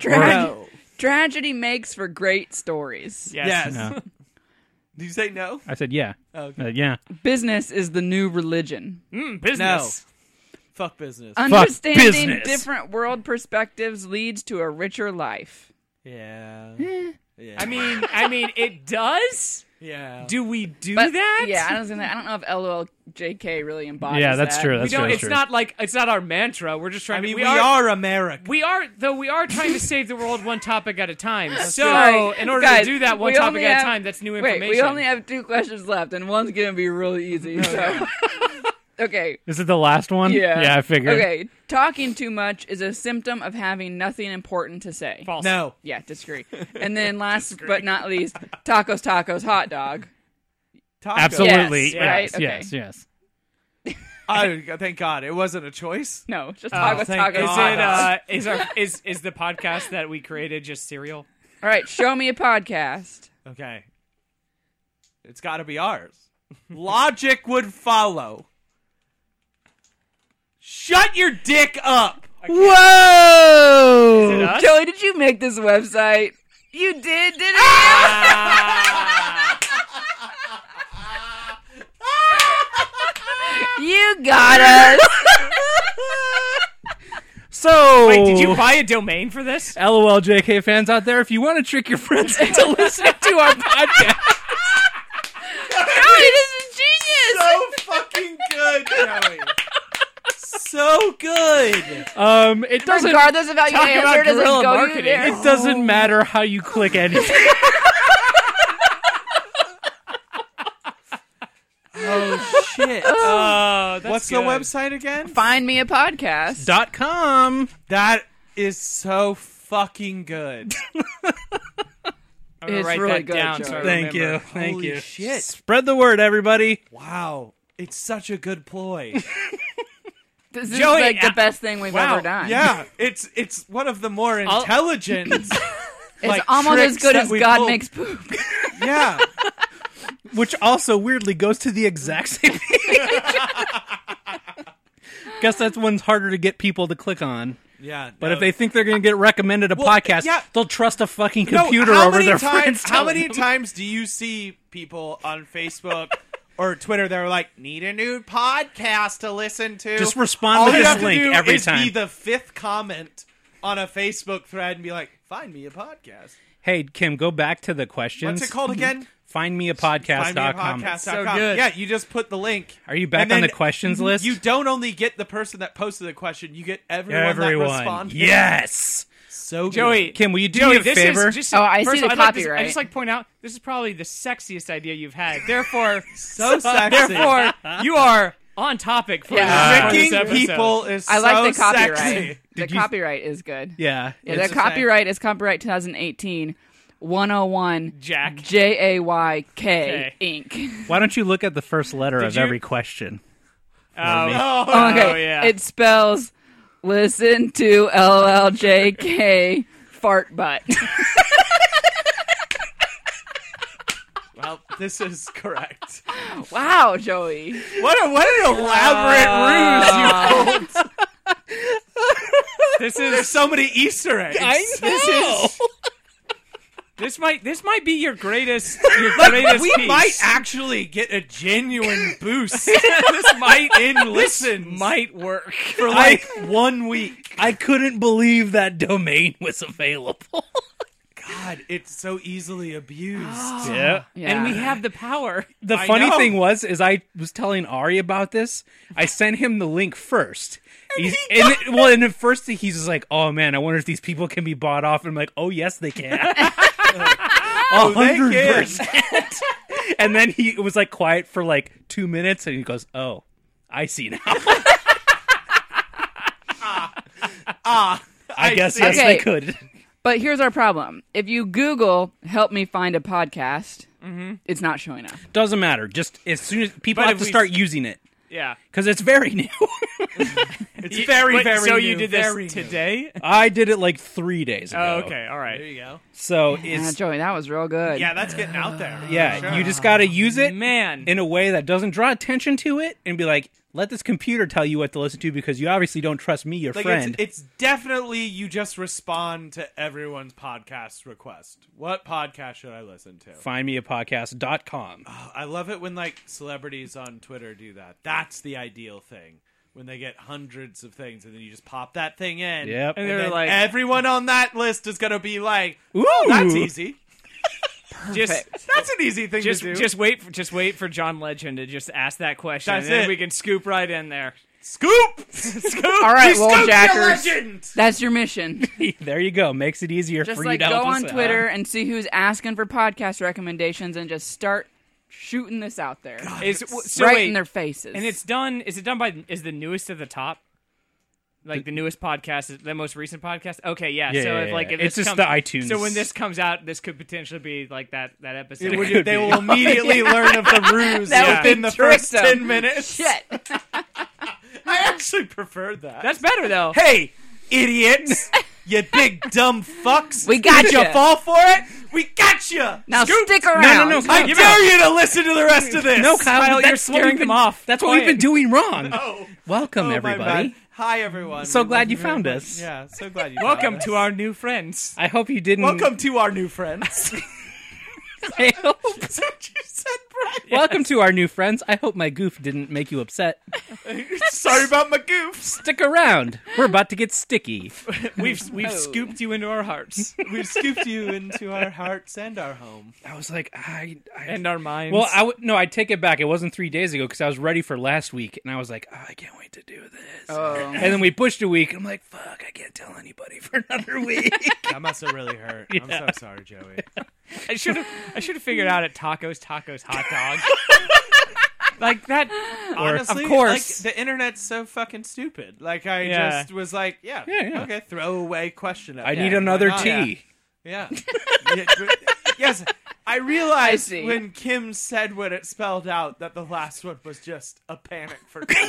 Speaker 5: Tra-
Speaker 4: No.
Speaker 5: Tragedy makes for great stories.
Speaker 2: Yes.
Speaker 4: Yes. (laughs)
Speaker 1: No.
Speaker 4: Do you say no?
Speaker 1: I said
Speaker 5: (laughs)
Speaker 1: yeah.
Speaker 4: Okay.
Speaker 1: Uh, yeah.
Speaker 5: Business is the new religion.
Speaker 2: Mm, business.
Speaker 4: Fuck business.
Speaker 5: Understanding
Speaker 1: business.
Speaker 5: different world perspectives leads to a richer life.
Speaker 4: yeah. yeah.
Speaker 2: I mean, I mean, it does.
Speaker 4: yeah.
Speaker 2: Do we do
Speaker 5: But-
Speaker 2: that?
Speaker 5: Yeah, I was gonna. I don't know if LLJK really embodies.
Speaker 1: Yeah, that's
Speaker 5: that.
Speaker 1: true.
Speaker 2: we
Speaker 1: That's
Speaker 2: don't.
Speaker 1: very
Speaker 2: it's
Speaker 1: true.
Speaker 2: not like it's not our mantra. We're just trying.
Speaker 4: I
Speaker 2: to,
Speaker 4: mean,
Speaker 2: we, are,
Speaker 4: America.
Speaker 2: We are though. We are trying to save the world one topic at a
Speaker 5: (laughs)
Speaker 2: time. so,
Speaker 5: Right.
Speaker 2: in order
Speaker 5: Guys,
Speaker 2: to do that one
Speaker 5: we
Speaker 2: topic
Speaker 5: only
Speaker 2: at a
Speaker 5: have-
Speaker 2: time, that's new
Speaker 5: Wait,
Speaker 2: information.
Speaker 5: we only have two questions left, and one's gonna be really easy. So, (laughs) okay,
Speaker 1: Is it the last one?
Speaker 5: yeah,
Speaker 1: Yeah, I figured.
Speaker 5: Okay, talking too much is a symptom of having nothing important to say.
Speaker 2: False.
Speaker 4: No.
Speaker 5: Yeah, disagree. And then last but not least, tacos, tacos, hot dog.
Speaker 4: Tacos.
Speaker 1: Absolutely.
Speaker 5: Yes, right?
Speaker 1: Yes.
Speaker 5: Okay.
Speaker 1: Yes. Yes.
Speaker 4: I, thank God it wasn't a choice.
Speaker 5: No, just tacos,
Speaker 4: thank
Speaker 5: tacos,
Speaker 2: Is
Speaker 4: God.
Speaker 2: it?
Speaker 5: hot dog.
Speaker 2: Uh, is
Speaker 5: (laughs)
Speaker 2: our is is the podcast that we created just cereal?
Speaker 5: All right, show me a podcast.
Speaker 4: Okay. It's got to be ours. Logic would follow. Shut your dick up.
Speaker 1: Whoa!
Speaker 2: (laughs) Us?
Speaker 5: Joey, did you make this website? You did, didn't you? (laughs) you got us.
Speaker 1: So,
Speaker 2: Wait, did
Speaker 5: (laughs)
Speaker 2: you buy a domain for this?
Speaker 1: LOL JK fans out there, if you want to trick your friends
Speaker 5: (laughs)
Speaker 1: into listening to our podcast,
Speaker 5: Joey, this is genius.
Speaker 4: So fucking good, Joey. So good.
Speaker 1: um, it doesn't
Speaker 5: Regardless of how you
Speaker 2: Talk about
Speaker 5: answer, it doesn't
Speaker 2: guerrilla
Speaker 5: go
Speaker 2: marketing.
Speaker 5: you there. Oh.
Speaker 1: it doesn't matter how you click
Speaker 5: (laughs)
Speaker 1: anything.
Speaker 4: Oh shit.
Speaker 2: Oh, that's
Speaker 4: What's
Speaker 2: good.
Speaker 4: the website again?
Speaker 5: Find me a podcast.
Speaker 1: dot com.
Speaker 4: That is so fucking good.
Speaker 2: I'm gonna
Speaker 5: It's
Speaker 2: write
Speaker 5: really
Speaker 2: that
Speaker 5: good,
Speaker 2: down.
Speaker 5: Joey.
Speaker 2: So I
Speaker 1: Thank
Speaker 2: remember.
Speaker 1: you, thank
Speaker 4: Holy
Speaker 1: you.
Speaker 4: shit.
Speaker 1: Spread the word, everybody.
Speaker 4: Wow. It's such a good ploy. (laughs)
Speaker 5: This is
Speaker 2: Joey,
Speaker 5: like the
Speaker 2: I-
Speaker 5: best thing we've
Speaker 2: wow,
Speaker 5: ever done.
Speaker 4: Yeah, it's it's one of the more intelligent. (laughs)
Speaker 5: It's almost as
Speaker 4: tricks
Speaker 5: good
Speaker 4: that
Speaker 5: as
Speaker 4: we
Speaker 5: God
Speaker 4: pulled.
Speaker 5: makes poop.
Speaker 4: Yeah,
Speaker 1: which also weirdly goes to the exact
Speaker 4: (laughs)
Speaker 1: same page. Guess that's one's harder to get people to click on.
Speaker 4: Yeah,
Speaker 1: But if they think they're going to get recommended a podcast,
Speaker 4: yeah.
Speaker 1: they'll trust a fucking computer
Speaker 4: how
Speaker 1: over
Speaker 4: many
Speaker 1: their
Speaker 4: times,
Speaker 1: friends.
Speaker 4: How
Speaker 1: telling
Speaker 4: many
Speaker 1: them.
Speaker 4: times do you see people on Facebook (laughs) or Twitter that are like, "Need a new podcast to listen to"?
Speaker 1: Just respond
Speaker 4: All
Speaker 1: with
Speaker 4: you
Speaker 1: this
Speaker 4: have to
Speaker 1: link
Speaker 4: do
Speaker 1: every
Speaker 4: is Be
Speaker 1: time.
Speaker 4: the fifth comment on a Facebook thread and be like, "Find me a podcast."
Speaker 1: Hey, Kim, go back to the questions.
Speaker 4: What's it called again?
Speaker 1: Find me a
Speaker 4: Find me a
Speaker 1: podcast.com.
Speaker 4: podcast.com.
Speaker 2: So good.
Speaker 4: Yeah, you just put the link.
Speaker 1: Are you back
Speaker 4: And
Speaker 1: on
Speaker 4: then
Speaker 1: the questions list?
Speaker 4: You don't only get the person that posted the question; you get everyone, that
Speaker 1: Everyone.
Speaker 4: responded.
Speaker 1: Yes.
Speaker 4: so good.
Speaker 2: Joey,
Speaker 1: Kim, will you do
Speaker 2: Joey,
Speaker 1: me a
Speaker 2: this
Speaker 1: favor?
Speaker 2: Is just,
Speaker 5: Oh, I see
Speaker 2: first of
Speaker 5: the
Speaker 2: all, I'd like to-
Speaker 5: copyright.
Speaker 2: I just like to point out this is probably the sexiest idea you've had.
Speaker 5: (laughs)
Speaker 2: Therefore,
Speaker 4: so sexy.
Speaker 2: (laughs) therefore, you are on topic for this- for
Speaker 5: Yeah.
Speaker 2: this
Speaker 4: Tricking
Speaker 2: episode.
Speaker 4: people is
Speaker 5: I like
Speaker 4: so
Speaker 5: the copyright.
Speaker 4: sexy.
Speaker 5: The
Speaker 1: you-
Speaker 5: copyright is good.
Speaker 1: Yeah.
Speaker 5: Yeah,
Speaker 4: It's
Speaker 5: the
Speaker 4: the same.
Speaker 5: copyright is copyright 2018 101
Speaker 2: Jack.
Speaker 5: J A Y K Inc.
Speaker 1: Why don't you look at the first letter of
Speaker 2: you-
Speaker 1: every question?
Speaker 2: Um,
Speaker 5: Oh, (laughs) okay.
Speaker 2: Oh, yeah.
Speaker 5: It spells listen to LLJK fart butt.
Speaker 4: Well, this is
Speaker 2: (laughs)
Speaker 4: correct.
Speaker 5: wow, Joey.
Speaker 4: What a what an elaborate ruse!
Speaker 5: Uh,
Speaker 4: You,
Speaker 2: this is
Speaker 4: there's so many Easter eggs.
Speaker 1: know.
Speaker 2: (laughs) this might this might be your greatest your greatest
Speaker 4: we
Speaker 2: piece.
Speaker 4: might actually get a
Speaker 2: (laughs)
Speaker 4: genuine boost
Speaker 2: this might
Speaker 4: in listens
Speaker 2: might work.
Speaker 4: for like one week.
Speaker 1: I couldn't believe that domain was available.
Speaker 4: God, it's so easily abused.
Speaker 2: (gasps)
Speaker 1: yeah.
Speaker 5: Yeah.
Speaker 2: And we have the
Speaker 1: (laughs)
Speaker 2: power.
Speaker 1: The
Speaker 4: I
Speaker 1: funny
Speaker 4: know.
Speaker 1: thing was, is I was telling Ari about this. I sent him the link first. He's, and it- well, and at first he's just like, "Oh man, I wonder if these people can be bought off." And I'm like, "Oh yes, they can." (laughs) A
Speaker 4: they
Speaker 1: hundred
Speaker 4: can.
Speaker 1: percent. (laughs) And then he was like quiet for like two minutes, and he goes, "Oh, I see now."
Speaker 4: Ah,
Speaker 1: I, guess
Speaker 4: see.
Speaker 1: yes,
Speaker 5: Okay.
Speaker 1: they could. (laughs)
Speaker 5: But here's our problem. If you Google help me find a podcast, it's not showing up.
Speaker 1: Doesn't matter. Just as soon as people
Speaker 2: But
Speaker 1: have
Speaker 2: if
Speaker 1: to
Speaker 2: we-
Speaker 1: start using it
Speaker 2: Yeah.
Speaker 1: because it's very (laughs) new.
Speaker 4: it's very
Speaker 2: Wait,
Speaker 4: very.
Speaker 2: So
Speaker 4: new,
Speaker 2: you did this
Speaker 4: very new.
Speaker 2: today?
Speaker 1: I did it like three days ago.
Speaker 2: Oh, okay. All
Speaker 4: There
Speaker 2: right.
Speaker 4: you go.
Speaker 1: So
Speaker 5: Yeah,
Speaker 1: it's
Speaker 5: Ah, Joey, that was real good.
Speaker 4: Yeah, that's getting out
Speaker 2: (sighs)
Speaker 4: there.
Speaker 1: Yeah, you just got to use it
Speaker 2: Man.
Speaker 1: in a way that doesn't draw attention to it and be like, let this computer tell you what to listen to because you obviously don't trust me, your
Speaker 4: Like
Speaker 1: friend.
Speaker 4: It's, it's definitely you just respond to everyone's podcast request. What podcast should I listen to?
Speaker 1: Find me a podcast.com.
Speaker 4: I love it when like celebrities on Twitter do that. That's the ideal thing. When they get hundreds of things and then you just pop that thing in.
Speaker 1: Yep.
Speaker 4: And,
Speaker 2: And they're
Speaker 4: then
Speaker 2: like-
Speaker 4: everyone on that list is gonna be like,
Speaker 1: Ooh,
Speaker 4: That's easy.
Speaker 2: Just
Speaker 4: That's an easy thing
Speaker 2: just
Speaker 4: to do.
Speaker 2: just wait for just wait for John Legend to just ask that question
Speaker 4: That's
Speaker 2: and then
Speaker 4: it.
Speaker 2: we can scoop right in there.
Speaker 4: scoop (laughs) scoop
Speaker 5: All right,
Speaker 4: We
Speaker 5: well,
Speaker 4: scooped your
Speaker 5: Jackers.
Speaker 4: legend!
Speaker 5: That's your mission.
Speaker 1: (laughs) there you go. Makes it easier
Speaker 5: Just
Speaker 1: for
Speaker 5: like
Speaker 1: you to
Speaker 5: go
Speaker 1: help
Speaker 5: on
Speaker 1: us
Speaker 5: Twitter
Speaker 1: out.
Speaker 5: and see who's asking for podcast recommendations and just start shooting this out there.
Speaker 2: Is so
Speaker 5: right
Speaker 2: wait,
Speaker 5: in their faces.
Speaker 2: and it's done is it done by is the newest at the top? Like the newest podcast, is the most recent podcast. Okay, yeah.
Speaker 1: Yeah,
Speaker 2: so
Speaker 1: yeah,
Speaker 2: if
Speaker 1: yeah,
Speaker 2: like if
Speaker 1: yeah. It's
Speaker 2: this
Speaker 1: just
Speaker 2: comes-
Speaker 1: the iTunes.
Speaker 2: So when this comes out, this could potentially be like that that episode.
Speaker 1: would-
Speaker 4: They will
Speaker 1: (laughs)
Speaker 4: immediately learn of the ruse
Speaker 5: (laughs) That would be
Speaker 4: within the first
Speaker 5: tricksum.
Speaker 4: ten minutes.
Speaker 5: (laughs) shit.
Speaker 4: I actually preferred that.
Speaker 2: That's better though.
Speaker 4: Hey, idiots! you big dumb fucks!
Speaker 5: We got
Speaker 4: Did
Speaker 5: ya.
Speaker 4: you fall for it? We got you!
Speaker 5: Now stick around.
Speaker 1: no,
Speaker 4: I
Speaker 1: Kyle,
Speaker 4: dare you to listen to the rest of this.
Speaker 1: No, Kyle,
Speaker 2: Kyle,
Speaker 1: that's
Speaker 2: you're
Speaker 1: what
Speaker 2: scaring
Speaker 1: we've been-
Speaker 2: them off.
Speaker 1: That's what we've been
Speaker 2: Quiet.
Speaker 1: doing wrong.
Speaker 4: (laughs) Oh,
Speaker 1: Welcome,
Speaker 4: my
Speaker 1: everybody.
Speaker 4: bad. Hi, everyone.
Speaker 1: So
Speaker 4: We love
Speaker 1: glad you
Speaker 4: very
Speaker 1: found
Speaker 4: much.
Speaker 1: us.
Speaker 4: Yeah, so glad you.
Speaker 2: Welcome
Speaker 4: found
Speaker 2: to
Speaker 4: us.
Speaker 2: our new friends.
Speaker 1: I hope you didn't. (laughs)
Speaker 4: Welcome to our new friends. (laughs)
Speaker 1: I hope-
Speaker 4: That's what you said, Brian.
Speaker 1: Welcome to our new friends. I hope my goof didn't make you upset.
Speaker 4: Sorry about my goofs.
Speaker 1: Stick around. We're about to get sticky.
Speaker 2: We've we've
Speaker 5: Oh.
Speaker 2: scooped you into
Speaker 4: (laughs)
Speaker 2: our hearts
Speaker 4: We've scooped you into our hearts and our home.
Speaker 1: I was like, I, I
Speaker 2: and our minds.
Speaker 1: Well, I would no, I take it back. It wasn't three days ago because I was ready for last week, and I was like, oh, I can't wait to do this. (laughs)
Speaker 5: Oh.
Speaker 1: And then we pushed a week. and I'm like, fuck, I can't tell anybody for another (laughs) week.
Speaker 4: That must have really hurt. I'm so sorry, Joey.
Speaker 2: I should have I should have figured out at tacos, tacos, hot
Speaker 4: (laughs)
Speaker 2: dog. like that.
Speaker 4: Honestly,
Speaker 2: Of course.
Speaker 4: like, the internet's so fucking stupid. Like I
Speaker 2: Yeah.
Speaker 4: just was like, yeah,
Speaker 1: Yeah, yeah.
Speaker 4: okay, throwaway question. up
Speaker 1: I
Speaker 4: there.
Speaker 1: need
Speaker 4: Why
Speaker 1: another
Speaker 4: not?
Speaker 1: tea.
Speaker 4: Yeah. Yeah, but- yes, I realized
Speaker 5: see.
Speaker 4: when Kim said what it spelled out that the last one was just a panic (laughs) for Kim.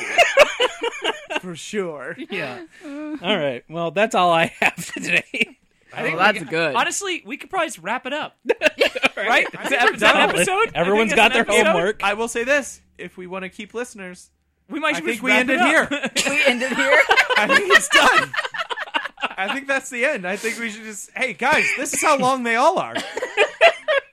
Speaker 4: for sure.
Speaker 1: (laughs) Yeah. all right. Well, that's all I have today.
Speaker 2: I think we
Speaker 5: Oh, that's
Speaker 2: could-
Speaker 5: good.
Speaker 2: Honestly, we could probably just wrap
Speaker 4: (laughs)
Speaker 2: it up, right? Is that, is that
Speaker 4: done.
Speaker 2: an episode?
Speaker 1: Everyone's got their
Speaker 2: episode?
Speaker 1: homework.
Speaker 4: I will say this: if we want to keep listeners,
Speaker 2: We might.
Speaker 4: I
Speaker 2: just
Speaker 4: think we
Speaker 2: wrap
Speaker 4: ended
Speaker 2: it
Speaker 4: here.
Speaker 2: up.
Speaker 5: we ended here.
Speaker 4: I think it's done. I think that's the end. I think we should just. Hey guys, this is how
Speaker 2: (laughs)
Speaker 4: long they all are.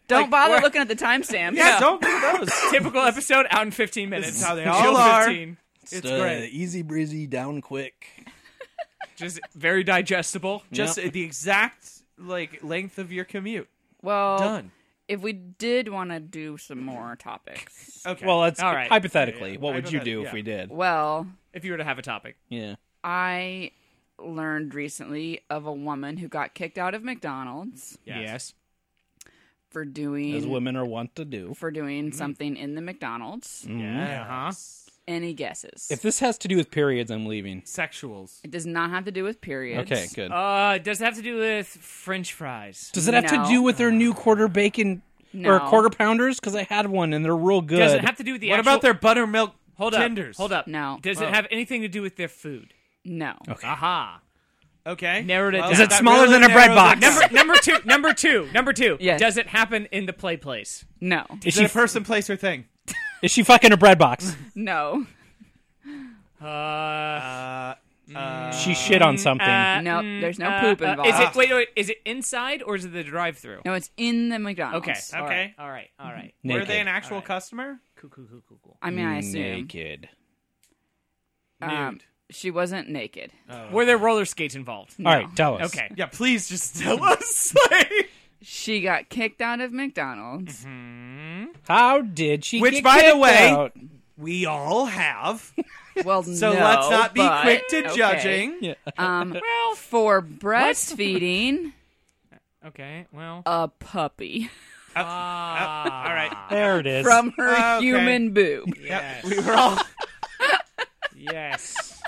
Speaker 5: Don't
Speaker 4: Like,
Speaker 5: bother
Speaker 4: we're-
Speaker 5: looking at the timestamps.
Speaker 4: Yeah,
Speaker 2: Yeah.
Speaker 4: don't do those.
Speaker 2: (laughs) Typical episode out in 15 minutes.
Speaker 4: is how they
Speaker 2: Show
Speaker 4: all are.
Speaker 2: 15.
Speaker 4: It's great.
Speaker 1: Easy breezy, down quick.
Speaker 2: Just very digestible.
Speaker 4: Just the exact like length of your commute.
Speaker 5: Well,
Speaker 4: Done.
Speaker 5: if we did want to do some more topics,
Speaker 4: Okay.
Speaker 1: Well, that's
Speaker 2: All right.
Speaker 1: hypothetically.
Speaker 4: Yeah, yeah.
Speaker 1: What would you do
Speaker 4: Hypothet-
Speaker 1: if we did?
Speaker 5: well,
Speaker 2: If you were to have a topic,
Speaker 1: Yeah.
Speaker 5: I learned recently of a woman who got kicked out of McDonald's
Speaker 4: Yes.
Speaker 5: for doing
Speaker 1: As women are wont to do.
Speaker 5: for doing
Speaker 1: Mm-hmm.
Speaker 5: something in the McDonald's.
Speaker 2: Uh-huh.
Speaker 5: Any guesses?
Speaker 1: Mm. If this has to do with periods, I'm leaving.
Speaker 4: Sexuals.
Speaker 5: it does not have to do with periods.
Speaker 1: Okay,
Speaker 4: Mm-hmm.
Speaker 1: good.
Speaker 2: Uh, does it have to do with French fries?
Speaker 1: Does it have
Speaker 5: no.
Speaker 1: to do with their new quarter bacon or
Speaker 5: No.
Speaker 1: quarter pounders? Because I had one and they're real good.
Speaker 2: Does it have to do with the
Speaker 4: What
Speaker 2: actual...
Speaker 4: about their buttermilk
Speaker 2: Hold up.
Speaker 4: tenders?
Speaker 2: Hold up.
Speaker 5: No.
Speaker 2: Does it have anything to do with their food?
Speaker 5: No.
Speaker 1: Oh.
Speaker 2: Aha.
Speaker 4: Okay.
Speaker 2: Narrowed it
Speaker 4: Well,
Speaker 2: down.
Speaker 1: Is it
Speaker 4: that
Speaker 1: smaller
Speaker 4: really
Speaker 1: than a bread
Speaker 4: narrows it
Speaker 1: box?
Speaker 4: down.
Speaker 2: Number number two. Number two. Number two.
Speaker 5: Yes.
Speaker 2: Does it happen in the play place?
Speaker 5: No.
Speaker 1: is
Speaker 4: Is it
Speaker 1: she
Speaker 4: a person, place, or thing?
Speaker 1: is she fucking a bread box?
Speaker 5: No.
Speaker 2: Uh.
Speaker 4: Uh, uh,
Speaker 1: she shit on something.
Speaker 2: uh,
Speaker 5: No,
Speaker 2: mm,
Speaker 5: there's no
Speaker 2: uh,
Speaker 5: poop
Speaker 2: uh,
Speaker 5: involved.
Speaker 2: Is it wait wait? Is it inside or is it the drive-through?
Speaker 5: No, it's in the McDonald's.
Speaker 2: Okay.
Speaker 4: Okay.
Speaker 2: All right. All right. All (laughs) right.
Speaker 1: Naked.
Speaker 4: were they an actual
Speaker 2: All right.
Speaker 4: customer?
Speaker 2: Cool. Cool. Cool. Cool. Cool.
Speaker 5: I mean, I assume
Speaker 1: naked?
Speaker 5: um,
Speaker 4: Nude.
Speaker 5: she wasn't naked.
Speaker 2: Uh, Were there roller skates involved?
Speaker 1: All right, tell us.
Speaker 2: Okay.
Speaker 4: Yeah, please just tell
Speaker 2: (laughs)
Speaker 4: us. like,
Speaker 5: She got kicked out of McDonald's.
Speaker 1: How did she?
Speaker 4: Which,
Speaker 1: get
Speaker 4: by the
Speaker 1: kicked
Speaker 4: way-
Speaker 1: out?
Speaker 4: we all
Speaker 2: (laughs)
Speaker 4: have.
Speaker 5: Well,
Speaker 4: Mm-hmm. So
Speaker 5: no,
Speaker 4: let's not be
Speaker 5: but-
Speaker 4: quick to
Speaker 5: okay.
Speaker 4: judging.
Speaker 5: Um,
Speaker 4: (laughs)
Speaker 5: for breastfeeding
Speaker 2: Okay. Well.
Speaker 4: (laughs)
Speaker 5: a puppy
Speaker 2: ah.
Speaker 4: All right.
Speaker 1: there it is.
Speaker 5: from her
Speaker 4: Okay.
Speaker 5: human boob.
Speaker 4: Yep,
Speaker 2: Yes.
Speaker 4: we were all.
Speaker 2: (laughs) yes.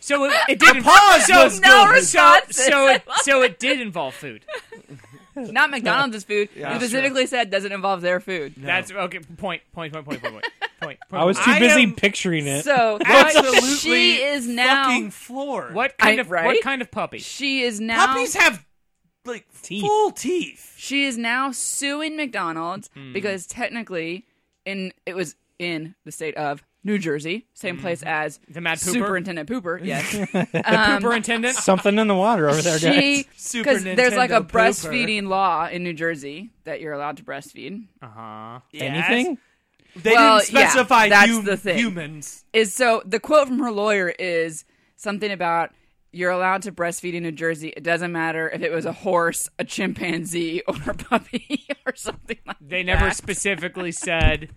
Speaker 2: So it, it did pause. So,
Speaker 5: was no good.
Speaker 2: so,
Speaker 5: responses.
Speaker 2: so it so it did involve food.
Speaker 4: (laughs)
Speaker 5: Not McDonald's food.
Speaker 4: Yeah,
Speaker 5: it specifically said doesn't involve their food.
Speaker 2: That's okay. Point. Point. Point. Point. Point. Point. Point.
Speaker 1: I was too
Speaker 4: I
Speaker 1: busy
Speaker 4: am-
Speaker 1: picturing it.
Speaker 5: So
Speaker 4: (laughs) Absolutely
Speaker 5: she is now
Speaker 4: fucking floored.
Speaker 2: What kind
Speaker 5: I-
Speaker 2: of
Speaker 5: right?
Speaker 2: what kind of puppy?
Speaker 5: she is now
Speaker 4: puppies have like
Speaker 1: Teeth.
Speaker 4: full teeth?
Speaker 5: she is now suing McDonald's
Speaker 2: Hmm.
Speaker 5: because technically in it was in the state of New Jersey, same place as
Speaker 2: Hmm. The Mad Pooper? (laughs)
Speaker 5: Superintendent Pooper. Yes. Um,
Speaker 2: Superintendent.
Speaker 1: Something in the water over there,
Speaker 5: (laughs) she
Speaker 1: guys.
Speaker 4: Super
Speaker 5: because there's like a
Speaker 4: Nintendo pooper.
Speaker 5: breastfeeding law in New Jersey that you're allowed to breastfeed.
Speaker 2: Uh huh.
Speaker 1: Anything?
Speaker 4: They
Speaker 5: Well,
Speaker 4: didn't
Speaker 5: yeah,
Speaker 4: specify
Speaker 5: that's
Speaker 4: hum-
Speaker 5: the thing.
Speaker 4: humans.
Speaker 5: Is so the quote from her lawyer is something about you're allowed to breastfeed in New Jersey. It doesn't matter if it was a horse, a chimpanzee, or a puppy (laughs) or something like that.
Speaker 2: They never specifically said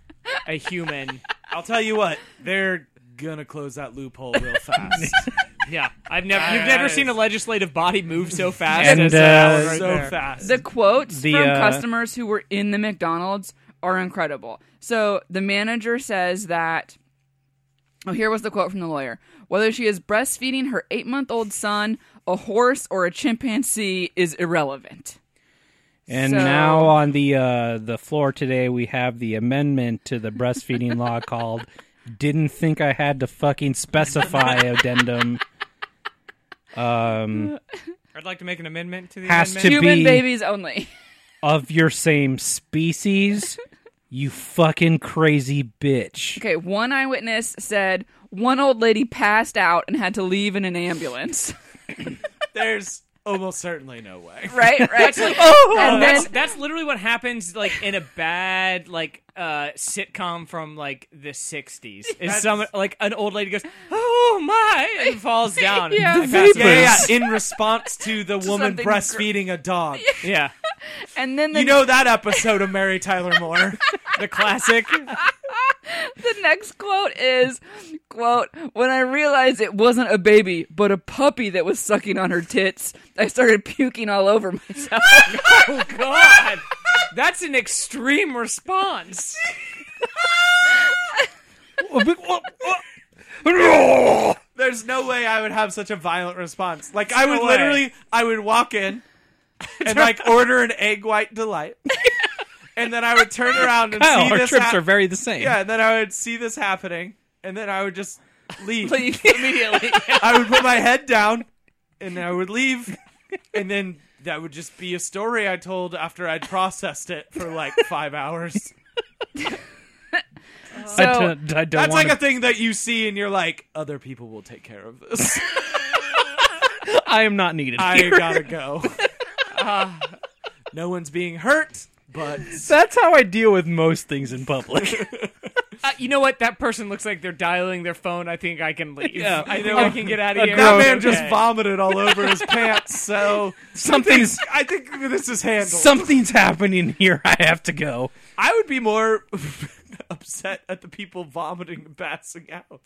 Speaker 2: a human.
Speaker 4: I'll tell you what, they're gonna close that loophole real fast.
Speaker 2: Yeah, I've never.
Speaker 4: That
Speaker 2: You've never
Speaker 4: is-
Speaker 2: seen a legislative body move so fast.
Speaker 1: And,
Speaker 2: as
Speaker 1: uh,
Speaker 2: that one right
Speaker 4: so
Speaker 2: there.
Speaker 4: fast.
Speaker 5: the quotes
Speaker 1: The,
Speaker 5: from
Speaker 1: uh,
Speaker 5: customers who were in the McDonald's are incredible. So the manager says that. Oh, here was the quote from the lawyer. Whether she is breastfeeding her eight month old son, a horse, or a chimpanzee is irrelevant.
Speaker 1: And
Speaker 5: So-
Speaker 1: now on the uh, the floor today, we have the amendment to the breastfeeding law called "Didn't think I had to fucking specify addendum." Um,
Speaker 2: I'd like to make an amendment to the
Speaker 1: Has to
Speaker 2: amendment.
Speaker 5: Human
Speaker 1: be-
Speaker 5: babies only. (laughs)
Speaker 1: of your same species, you fucking crazy bitch.
Speaker 5: Okay, one eyewitness said one old lady passed out and had to leave in an ambulance. (laughs)
Speaker 4: There's almost certainly no way.
Speaker 5: right, right. oh,
Speaker 2: Oh,
Speaker 5: and then
Speaker 2: that's, that's literally what happens, like in a bad like uh sitcom from like the '60s. Is some like an old lady goes, "Oh my!" and falls
Speaker 5: (laughs)
Speaker 2: down.
Speaker 5: Yeah. The
Speaker 2: Passed
Speaker 4: Yeah, yeah,
Speaker 1: Vapors.
Speaker 4: yeah, in response to the woman
Speaker 5: something gr-
Speaker 4: breastfeeding a dog.
Speaker 2: out. yeah.
Speaker 5: and then the,
Speaker 4: You know that episode of Mary Tyler Moore, the classic.
Speaker 5: the next quote is quote when I realized it wasn't a baby but a puppy that was sucking on her tits, I started puking all over (laughs) myself.
Speaker 2: Oh God, that's an extreme (laughs) response.
Speaker 4: uh,
Speaker 1: (laughs)
Speaker 4: There's no way I would have such a violent response. Like I would
Speaker 2: no way.
Speaker 4: literally, I would walk
Speaker 1: (laughs)
Speaker 4: in and like order an egg white delight, and then I would turn around and
Speaker 1: Wow,
Speaker 4: see
Speaker 1: our
Speaker 4: this.
Speaker 1: trips
Speaker 4: hap-
Speaker 1: are very the same.
Speaker 4: yeah, and then I would see this happening, and then I would just leave.
Speaker 5: Immediately.
Speaker 1: (laughs)
Speaker 4: I would put my head down, and I would leave, and then that would just be a story I told after I'd processed it for like five hours.
Speaker 1: (laughs) I
Speaker 5: So-
Speaker 1: don't, I don't
Speaker 4: That's
Speaker 1: want
Speaker 4: like a thing that you see and you're like, other people will take care of this.
Speaker 1: I am not needed
Speaker 4: I
Speaker 1: (laughs) here.
Speaker 4: gotta (laughs) go. Ah, no one's being hurt, but
Speaker 1: That's how I deal with most things
Speaker 4: (laughs)
Speaker 1: in public.
Speaker 2: Uh, you know what? That person looks like they're dialing their phone. I think I can leave.
Speaker 1: Yeah.
Speaker 2: I
Speaker 1: You
Speaker 2: think
Speaker 1: know,
Speaker 2: I can get out of
Speaker 1: a
Speaker 2: here.
Speaker 4: that
Speaker 1: grown-
Speaker 4: man
Speaker 2: Okay.
Speaker 4: just vomited all over (laughs) his pants. So (laughs)
Speaker 1: Something's
Speaker 4: I think this is handled.
Speaker 1: something's happening here. I have to go.
Speaker 4: I would be more (laughs) upset at the people vomiting and passing out.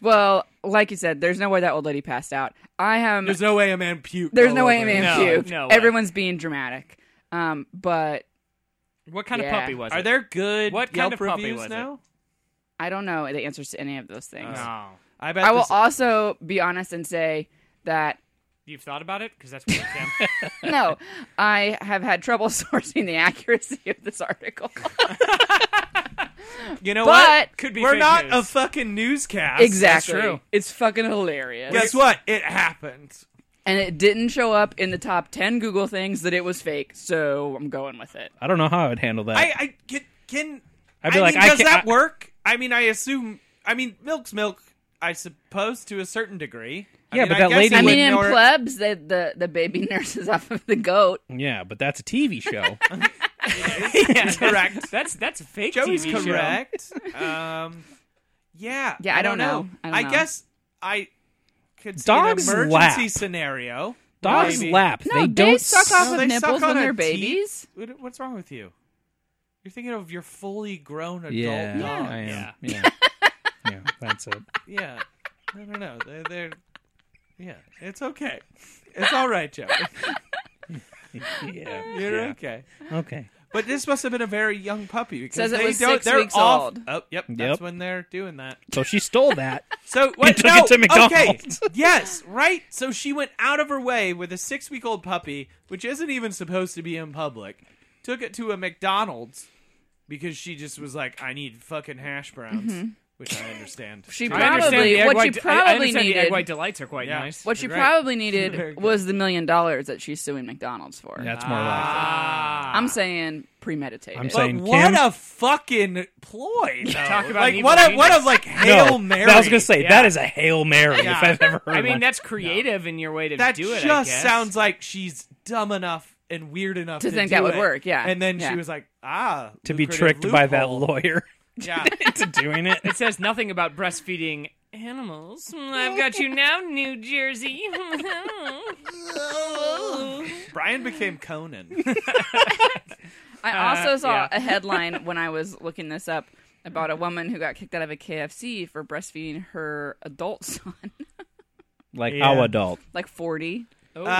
Speaker 5: Well, like you said, there's no way that old lady passed out. I am.
Speaker 4: There's no way a man puked.
Speaker 5: There's
Speaker 4: all
Speaker 5: no way a
Speaker 4: over
Speaker 5: man
Speaker 4: him.
Speaker 2: No,
Speaker 5: puked.
Speaker 2: no way.
Speaker 5: Everyone's being dramatic. Um, but
Speaker 2: What kind
Speaker 5: Yeah.
Speaker 2: of puppy was it?
Speaker 4: Are there good
Speaker 2: What kind
Speaker 4: Yelp
Speaker 2: of puppy
Speaker 4: reviews
Speaker 2: was it?
Speaker 4: now?
Speaker 5: I don't know the answers to any of those things.
Speaker 2: No.
Speaker 4: I bet.
Speaker 5: I will
Speaker 4: Uh, this-
Speaker 5: also be honest and say that
Speaker 2: You've thought about it? Because that's weird, (laughs) Tim.
Speaker 5: no, I have had trouble (laughs) sourcing the accuracy of this article.
Speaker 4: you know
Speaker 5: but-
Speaker 4: what?
Speaker 2: Could be
Speaker 4: We're
Speaker 2: fake
Speaker 4: not
Speaker 2: news.
Speaker 4: a fucking newscast.
Speaker 5: exactly.
Speaker 2: true.
Speaker 5: It's fucking hilarious.
Speaker 4: Guess what? It happened.
Speaker 5: And it didn't show up in the top 10 Google things that it was fake, so I'm going with it.
Speaker 1: I don't know how I would handle that.
Speaker 4: I, I can. can
Speaker 1: I'd be like,
Speaker 4: mean,
Speaker 1: I
Speaker 4: does
Speaker 1: can't-
Speaker 4: that
Speaker 1: I-
Speaker 4: work? I mean, I assume. I mean, milk's milk. I suppose to a certain degree. I
Speaker 1: Yeah,
Speaker 4: mean,
Speaker 1: but
Speaker 4: I
Speaker 1: that
Speaker 4: guess
Speaker 1: lady
Speaker 4: it
Speaker 5: I
Speaker 1: would
Speaker 5: mean, in
Speaker 4: ignore-
Speaker 5: plebs, the, the, the baby (laughs) nurses off of the goat.
Speaker 1: yeah, but that's a TV
Speaker 4: (laughs)
Speaker 1: show.
Speaker 2: yeah,
Speaker 5: (laughs)
Speaker 4: correct.
Speaker 2: (laughs) That's that's a fake
Speaker 4: Joey's
Speaker 2: TV
Speaker 1: (laughs)
Speaker 2: show.
Speaker 4: correct. um, yeah.
Speaker 5: Yeah, I don't know. I don't know.
Speaker 4: guess I could see
Speaker 1: Dogs
Speaker 4: an emergency
Speaker 1: lap.
Speaker 4: scenario.
Speaker 1: Dogs
Speaker 4: Maybe.
Speaker 1: lap.
Speaker 5: No,
Speaker 1: they,
Speaker 5: they
Speaker 1: don't
Speaker 5: suck
Speaker 1: s-
Speaker 5: off
Speaker 4: No,
Speaker 5: of
Speaker 4: they
Speaker 5: nipples
Speaker 4: suck on
Speaker 5: when
Speaker 4: a
Speaker 5: they're
Speaker 4: teat.
Speaker 5: babies.
Speaker 4: What- What's wrong with you? You're thinking of your fully grown adult
Speaker 1: Yeah,
Speaker 4: dog.
Speaker 1: I
Speaker 2: Yeah.
Speaker 1: am. Yeah. yeah, that's
Speaker 4: (laughs)
Speaker 1: it.
Speaker 4: Yeah. No, no, no. They're, they're. Yeah. It's okay. It's all right,
Speaker 1: (laughs)
Speaker 4: Joe.
Speaker 1: Yeah,
Speaker 4: You're
Speaker 1: yeah.
Speaker 4: okay.
Speaker 1: Okay.
Speaker 4: But this must have been a very young puppy because
Speaker 5: Says it
Speaker 4: they
Speaker 5: was
Speaker 4: don't,
Speaker 5: six
Speaker 4: they're
Speaker 5: weeks
Speaker 4: off.
Speaker 5: old.
Speaker 4: Oh, yep,
Speaker 1: Yep.
Speaker 4: That's when they're doing that.
Speaker 1: So she stole that.
Speaker 4: So what?
Speaker 1: took
Speaker 4: no,
Speaker 1: it to
Speaker 4: Okay.
Speaker 1: McDonald's. (laughs)
Speaker 4: yes, right. So she went out of her way with a six-week-old puppy, which isn't even supposed to be in public, took it to a McDonald's because she just was like, "I need fucking hash browns," which I understand.
Speaker 5: Mm-hmm. She
Speaker 2: I understand
Speaker 5: Probably.
Speaker 2: the egg
Speaker 5: What
Speaker 2: white,
Speaker 5: you
Speaker 2: I- I
Speaker 5: probably
Speaker 2: understand the egg
Speaker 5: needed-
Speaker 2: white delights are quite
Speaker 4: Yeah.
Speaker 2: nice.
Speaker 5: What she
Speaker 4: Right. (laughs)
Speaker 5: probably
Speaker 4: Very
Speaker 5: needed
Speaker 4: good.
Speaker 5: was the million dollars that she's suing McDonald's for.
Speaker 1: That's more like
Speaker 4: Ah.
Speaker 5: I'm saying premeditated.
Speaker 1: I'm
Speaker 4: But
Speaker 1: saying
Speaker 4: what
Speaker 1: Kim-
Speaker 4: a fucking ploy! though.
Speaker 2: Talk about
Speaker 4: like
Speaker 2: an
Speaker 4: what
Speaker 2: evil
Speaker 4: a what a
Speaker 2: genius.
Speaker 4: like
Speaker 1: no,
Speaker 4: hail mary.
Speaker 1: I was gonna say
Speaker 2: yeah.
Speaker 1: that is a hail mary
Speaker 4: Yeah.
Speaker 1: if I've ever heard.
Speaker 2: I mean,
Speaker 1: one.
Speaker 2: that's creative in your way to
Speaker 4: that
Speaker 2: do it. I
Speaker 4: just
Speaker 2: guess.
Speaker 4: sounds like she's dumb enough and weird enough
Speaker 5: To
Speaker 4: to,
Speaker 5: think
Speaker 4: do
Speaker 5: that would
Speaker 4: it.
Speaker 5: work, yeah.
Speaker 4: And then
Speaker 5: Yeah.
Speaker 4: she was like, ah,
Speaker 1: to be
Speaker 4: lucrative
Speaker 1: tricked by that
Speaker 4: loophole.
Speaker 1: lawyer (laughs)
Speaker 5: (laughs)
Speaker 4: Yeah. (laughs)
Speaker 1: into doing it.
Speaker 2: It says nothing about breastfeeding animals. Hmm, I've
Speaker 4: (laughs)
Speaker 2: got you now, New Jersey. (laughs)
Speaker 4: Brian became
Speaker 5: (laughs)
Speaker 4: Conan.
Speaker 5: I
Speaker 4: Uh,
Speaker 5: also saw
Speaker 2: yeah.
Speaker 4: (laughs)
Speaker 5: a headline when I was looking this up about a woman who got kicked out of a KFC for breastfeeding her adult (laughs) son,
Speaker 1: Like
Speaker 4: Yeah.
Speaker 1: our adult.
Speaker 5: like 40.
Speaker 2: oh,
Speaker 4: Uh,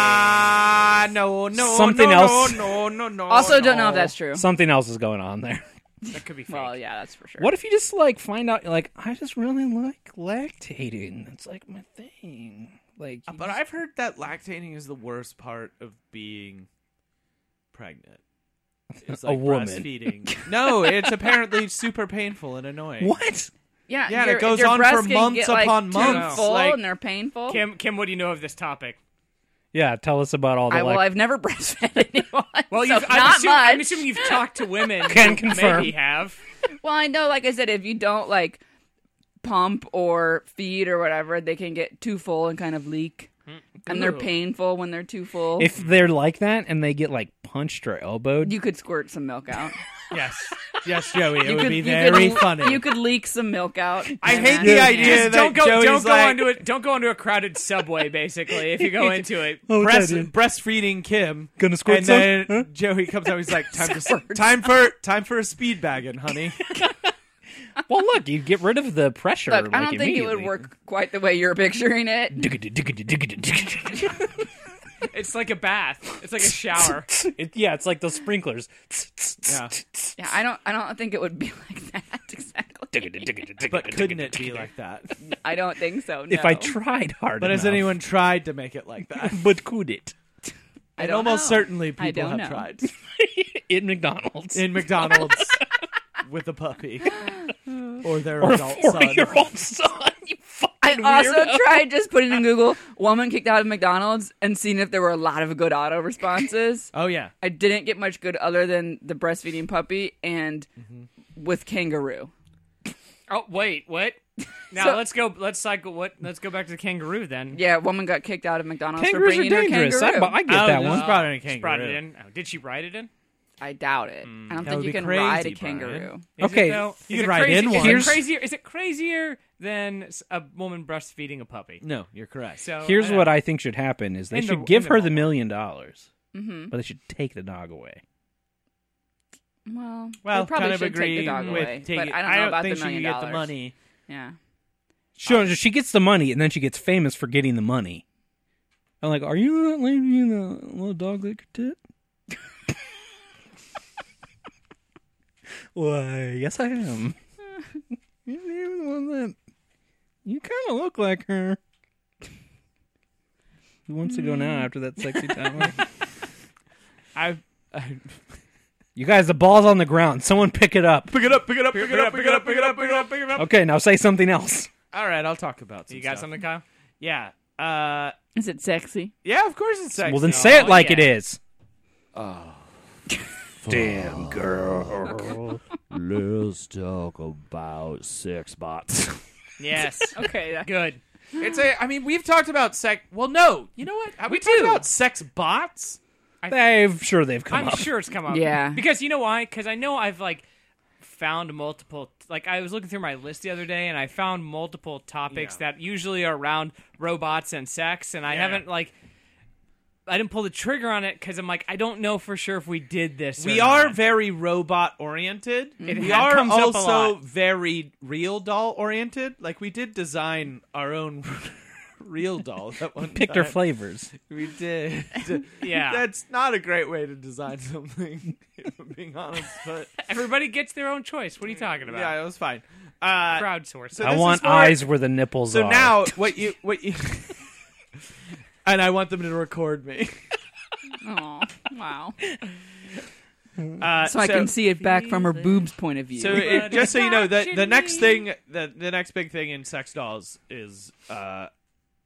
Speaker 4: Ah, no, no,
Speaker 1: Something
Speaker 4: no,
Speaker 1: else.
Speaker 4: No, no, no, no.
Speaker 5: also, don't
Speaker 4: Oh, no.
Speaker 5: know if that's true.
Speaker 1: Something else is going on there.
Speaker 2: boy. that could be fake.
Speaker 5: Well, yeah, that's for sure.
Speaker 1: What if you just like find out like I just really like lactating. That's like my thing. Like you
Speaker 4: But I've heard that lactating is the worst part of being pregnant. It's
Speaker 1: A
Speaker 4: like
Speaker 1: woman.
Speaker 4: breastfeeding. no, it's apparently super painful and annoying.
Speaker 1: what?
Speaker 5: Yeah,
Speaker 4: Yeah, and
Speaker 5: your-
Speaker 4: it goes
Speaker 5: your
Speaker 4: on for
Speaker 5: breasts can
Speaker 4: months
Speaker 5: get, like,
Speaker 4: upon
Speaker 5: too
Speaker 4: months,
Speaker 5: full
Speaker 4: like-
Speaker 5: and they're painful.
Speaker 2: Kim, Kim, what do you know of this topic?
Speaker 1: Yeah, tell us about all the
Speaker 5: I, well,
Speaker 1: like
Speaker 5: I've
Speaker 4: (laughs)
Speaker 5: never (laughs) breastfed anyone.
Speaker 2: Well,
Speaker 5: so
Speaker 2: you've,
Speaker 5: not
Speaker 2: I'm, assuming,
Speaker 5: much.
Speaker 2: I'm assuming you've talked to women.
Speaker 1: Can
Speaker 2: who
Speaker 1: confirm.
Speaker 2: Maybe have.
Speaker 5: Well, I know, like I said, if you don't like pump or feed or whatever, they can get too full and kind of leak,
Speaker 4: Mm,
Speaker 5: and they're
Speaker 2: Ooh.
Speaker 5: painful when they're too full.
Speaker 1: if they're like that and they get like punched or elbowed.
Speaker 5: you could squirt some
Speaker 4: (laughs)
Speaker 5: milk out.
Speaker 4: Yes. Yes, Joey. It
Speaker 5: you
Speaker 4: would
Speaker 5: could
Speaker 4: be
Speaker 5: you
Speaker 4: very
Speaker 5: could,
Speaker 4: funny.
Speaker 5: You could leak some milk out.
Speaker 4: (laughs) I
Speaker 5: and
Speaker 4: hate
Speaker 5: then-
Speaker 4: the idea
Speaker 2: Just
Speaker 4: that
Speaker 2: don't go.
Speaker 4: Joey's
Speaker 2: don't go
Speaker 4: like-
Speaker 2: onto it. Don't go onto a crowded subway. Basically, if
Speaker 4: (laughs)
Speaker 2: you go into it,
Speaker 1: Oh, what's
Speaker 4: breast,
Speaker 1: that,
Speaker 5: (laughs)
Speaker 1: dude?
Speaker 4: breastfeeding Kim.
Speaker 1: Gonna squirt
Speaker 4: And
Speaker 1: some?
Speaker 4: then
Speaker 1: Huh?
Speaker 4: Joey comes out. He's
Speaker 1: (laughs)
Speaker 4: like, time, to, time for time for a speed bagging,
Speaker 5: (laughs)
Speaker 4: honey.
Speaker 1: well, look, you get rid of the pressure.
Speaker 5: Look, I
Speaker 1: like,
Speaker 5: don't think it would
Speaker 1: immediately.
Speaker 5: work quite the way you're (laughs) picturing it.
Speaker 2: it's like a bath. It's like a shower.
Speaker 1: It- yeah, it's like those sprinklers.
Speaker 4: Yeah.
Speaker 5: Yeah, I don't. I don't think it would be (laughs) like that exactly.
Speaker 4: But couldn't it be like
Speaker 5: (laughs)
Speaker 4: that?
Speaker 5: I don't think so. No.
Speaker 1: If I tried hard
Speaker 4: But
Speaker 1: enough.
Speaker 4: has anyone tried to make it like
Speaker 1: (laughs)
Speaker 4: that?
Speaker 1: But could it?
Speaker 5: I
Speaker 4: And
Speaker 5: don't
Speaker 4: almost
Speaker 5: know.
Speaker 4: certainly
Speaker 5: I
Speaker 4: people have
Speaker 5: don't
Speaker 1: (laughs)
Speaker 5: know.
Speaker 4: tried
Speaker 1: In McDonald's.
Speaker 4: in McDonald's
Speaker 1: (laughs)
Speaker 4: with a puppy or their
Speaker 1: or a
Speaker 4: adult son.
Speaker 1: four-year-old son. You fucking
Speaker 5: I,
Speaker 1: fucking
Speaker 5: also
Speaker 1: weirdo.
Speaker 5: tried just
Speaker 4: (laughs)
Speaker 5: putting in Google woman kicked out of McDonald's and seeing if there were a lot of good auto responses.
Speaker 4: Oh yeah.
Speaker 5: I didn't get much good other than the breastfeeding puppy and
Speaker 4: Mm-hmm.
Speaker 5: with kangaroo.
Speaker 2: Oh wait, what? Now
Speaker 5: So-
Speaker 2: let's go. Let's cycle. What? Let's go back to the kangaroo then.
Speaker 5: Yeah, a woman got kicked out of McDonald's
Speaker 1: Kangaroos
Speaker 5: for
Speaker 1: are
Speaker 5: bringing her
Speaker 1: dangerous. I,
Speaker 5: kangaroo.
Speaker 1: I get
Speaker 4: Oh,
Speaker 1: that
Speaker 4: this
Speaker 1: one.
Speaker 4: is probably a
Speaker 2: She
Speaker 4: kangaroo.
Speaker 2: brought it in. Oh, did she ride it in?
Speaker 5: I doubt it. I don't think
Speaker 4: Mm. would
Speaker 5: you
Speaker 4: be
Speaker 5: can ride a
Speaker 4: crazy, Brian.
Speaker 5: kangaroo.
Speaker 2: Is
Speaker 1: Okay,
Speaker 2: it, though?
Speaker 4: you could
Speaker 2: Is it
Speaker 4: ride
Speaker 2: crazy-
Speaker 4: in
Speaker 2: Is
Speaker 4: one.
Speaker 2: it
Speaker 1: Here's-
Speaker 2: crazier? Is it crazier than s- a woman breastfeeding a puppy?
Speaker 4: No, you're correct.
Speaker 2: So
Speaker 1: Here's
Speaker 2: don't
Speaker 1: what
Speaker 2: know.
Speaker 1: I think should happen: is they
Speaker 2: In the-
Speaker 1: should give
Speaker 2: in the
Speaker 1: her the
Speaker 2: ballpark.
Speaker 1: million dollars, but they should take the dog away.
Speaker 5: Well,
Speaker 4: well,
Speaker 5: they probably
Speaker 4: kind of
Speaker 5: should
Speaker 4: agree
Speaker 5: take the dog
Speaker 4: with
Speaker 5: away,
Speaker 4: taking-
Speaker 5: but I don't know about
Speaker 4: think
Speaker 5: the
Speaker 4: she could
Speaker 5: million
Speaker 4: get
Speaker 5: dollars.
Speaker 4: the money.
Speaker 5: Yeah,
Speaker 1: Sure, she gets the money and then she gets famous for getting the money. I'm like, are you not leaving the little dog lick your tit? Why, yes, I am. (laughs) You're the one that you kind of look like her. Who wants to go now after that sexy time?
Speaker 4: Mm. (laughs) I, I
Speaker 1: you guys, the ball's on the ground. Someone pick it up.
Speaker 4: pick it up, pick it up, pick it up, pick it up, pick it up, pick it up, pick it up.
Speaker 1: Okay, now say something else.
Speaker 4: All right, I'll talk about. Some
Speaker 2: you got
Speaker 4: stuff.
Speaker 2: something, Kyle?
Speaker 4: Yeah. Uh,
Speaker 5: is it sexy?
Speaker 4: yeah. Of course it's sexy.
Speaker 1: Well, then say it
Speaker 2: Oh,
Speaker 1: like
Speaker 2: yeah.
Speaker 1: it is.
Speaker 6: Oh. Damn girl. (laughs) Let's talk about sex bots.
Speaker 2: Yes.
Speaker 4: (laughs)
Speaker 5: Okay, that-
Speaker 2: Good.
Speaker 4: It's a. I mean, we've talked about sex. Well, no. You know what? Have we,
Speaker 2: We
Speaker 4: talked
Speaker 2: do.
Speaker 4: about sex bots?
Speaker 1: (laughs) They've sure they've come
Speaker 2: I'm
Speaker 1: up.
Speaker 2: sure it's come up.
Speaker 5: Yeah.
Speaker 2: Because you know why? Because I know I've like found multiple. Like I was looking through my list the other day, and I found multiple topics that usually are around robots and sex, and I haven't like. I didn't pull the trigger on it because I'm like I don't know for sure if we did this. or
Speaker 4: We are (laughs)
Speaker 2: not.
Speaker 4: very robot oriented. We
Speaker 2: ha-
Speaker 4: are
Speaker 2: comes up a
Speaker 4: also
Speaker 2: lot.
Speaker 4: very real doll oriented. Like we did design our own (laughs) real doll. (laughs) That one
Speaker 1: Picked
Speaker 4: time.
Speaker 1: her flavors.
Speaker 4: We (laughs) did.
Speaker 2: Yeah.
Speaker 4: That's not a great way to design something. (laughs) If I'm being honest, but (laughs)
Speaker 2: Everybody gets their own choice. What are you talking about?
Speaker 4: yeah, it was fine. Uh,
Speaker 2: Crowdsource.
Speaker 4: so
Speaker 1: I
Speaker 4: this
Speaker 1: want
Speaker 4: is where-
Speaker 1: eyes where the nipples
Speaker 4: So
Speaker 1: are.
Speaker 4: now what you what you (laughs) and I want them to record me.
Speaker 5: Oh, wow.
Speaker 4: Uh,
Speaker 5: So, I can see it back from her boobs point of view.
Speaker 4: So it, just so you know, the the next thing the the next big thing in sex dolls is uh,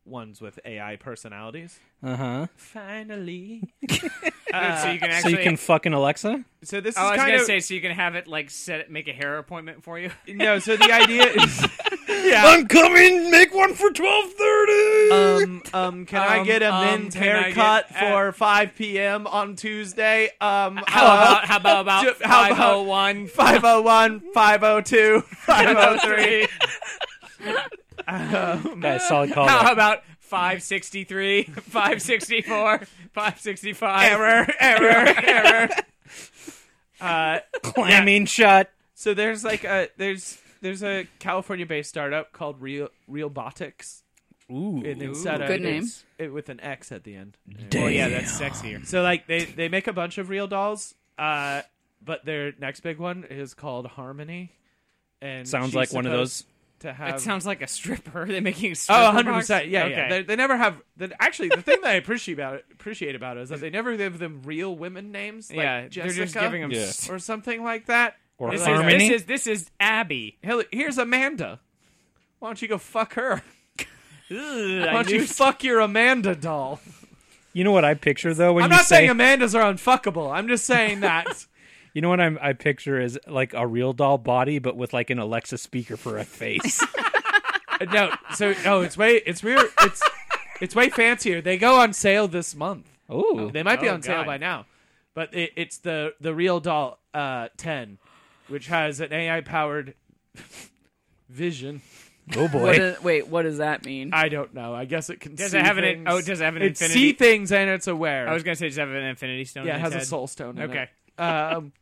Speaker 4: ones with AI personalities.
Speaker 1: uh huh.
Speaker 4: Finally,
Speaker 2: so you can
Speaker 1: So
Speaker 2: actually.
Speaker 1: you can fucking Alexa.
Speaker 4: so this
Speaker 2: Oh, I
Speaker 4: is
Speaker 2: was
Speaker 4: kind
Speaker 2: gonna
Speaker 4: of
Speaker 2: say, so you can have it like set, it, make a hair appointment for you.
Speaker 4: (laughs) no. So the idea
Speaker 2: (laughs)
Speaker 4: is, yeah.
Speaker 1: I'm coming. Make one for twelve thirty.
Speaker 4: Um, um, can I
Speaker 2: Um,
Speaker 4: get a
Speaker 2: um,
Speaker 4: men's
Speaker 2: can I get-
Speaker 4: haircut
Speaker 2: uh,
Speaker 4: for 5 p.m. on Tuesday? Um,
Speaker 2: How about how about, oh about
Speaker 4: ju- how about-
Speaker 2: 501?
Speaker 4: 501,
Speaker 2: (laughs)
Speaker 4: 502, 503?
Speaker 1: (laughs) That's solid call.
Speaker 2: How about (laughs) 563, 564, 565?
Speaker 4: error,
Speaker 2: (laughs)
Speaker 4: error, error. Uh,
Speaker 1: Clamming shut.
Speaker 4: So there's like a there's there's a California based startup called Real Realbotics.
Speaker 1: Ooh.
Speaker 4: And instead of
Speaker 5: Good name.
Speaker 4: it's- It, with an X at the end.
Speaker 2: Oh, yeah, that's sexier.
Speaker 4: So like they they make a bunch of real dolls, uh, but their next big one is called Harmony. And
Speaker 1: Sounds
Speaker 4: she's
Speaker 1: like one of
Speaker 4: supposed
Speaker 1: those.
Speaker 4: to have.
Speaker 2: That sounds like a stripper. (laughs) They're making Um, a stripper
Speaker 4: Oh, 100
Speaker 2: box?
Speaker 4: percent. Yeah, yeah.
Speaker 2: Okay.
Speaker 4: They, they never have. The, actually, the thing that I appreciate about it, appreciate about it is that they never give them real women names. Like
Speaker 2: yeah,
Speaker 4: Jessica
Speaker 2: they're just giving them.
Speaker 1: Yeah.
Speaker 2: s-
Speaker 4: or something like that.
Speaker 1: Or
Speaker 2: This, is,
Speaker 1: Harmony.
Speaker 2: this is this is Abby.
Speaker 4: Hell, here's Amanda. Why don't you go fuck her?
Speaker 2: Ugh,
Speaker 4: Why
Speaker 2: (laughs) I
Speaker 4: don't you
Speaker 2: knew-
Speaker 4: fuck your Amanda doll?
Speaker 1: you know what I picture though when
Speaker 4: I'm
Speaker 1: you
Speaker 4: not
Speaker 1: say.
Speaker 4: saying Amandas are unfuckable. I'm just saying that. (laughs)
Speaker 1: you know what I'm, I picture is like a real doll body, but with like an Alexa speaker for a face.
Speaker 4: Uh, no, so no, it's way it's weird. It's it's way fancier. They go on sale this month.
Speaker 1: Ooh.
Speaker 4: They might be
Speaker 2: Oh,
Speaker 4: on sale
Speaker 2: God.
Speaker 4: by now, but it, it's the the real doll uh, ten, which has an AI powered (laughs) vision.
Speaker 1: oh
Speaker 5: What
Speaker 1: boy.
Speaker 5: is- wait, what does that mean?
Speaker 4: I don't know. I guess it can.
Speaker 2: Does
Speaker 4: see
Speaker 2: it have an?
Speaker 4: things.
Speaker 2: in- Oh, does it have an
Speaker 4: it
Speaker 2: infinity?
Speaker 4: see things and it's aware?
Speaker 2: I was gonna say, does it have an infinity stone?
Speaker 4: yeah, it
Speaker 2: in
Speaker 4: has
Speaker 2: its
Speaker 4: a
Speaker 2: head?
Speaker 4: soul stone. in
Speaker 2: Okay.
Speaker 4: it. Um,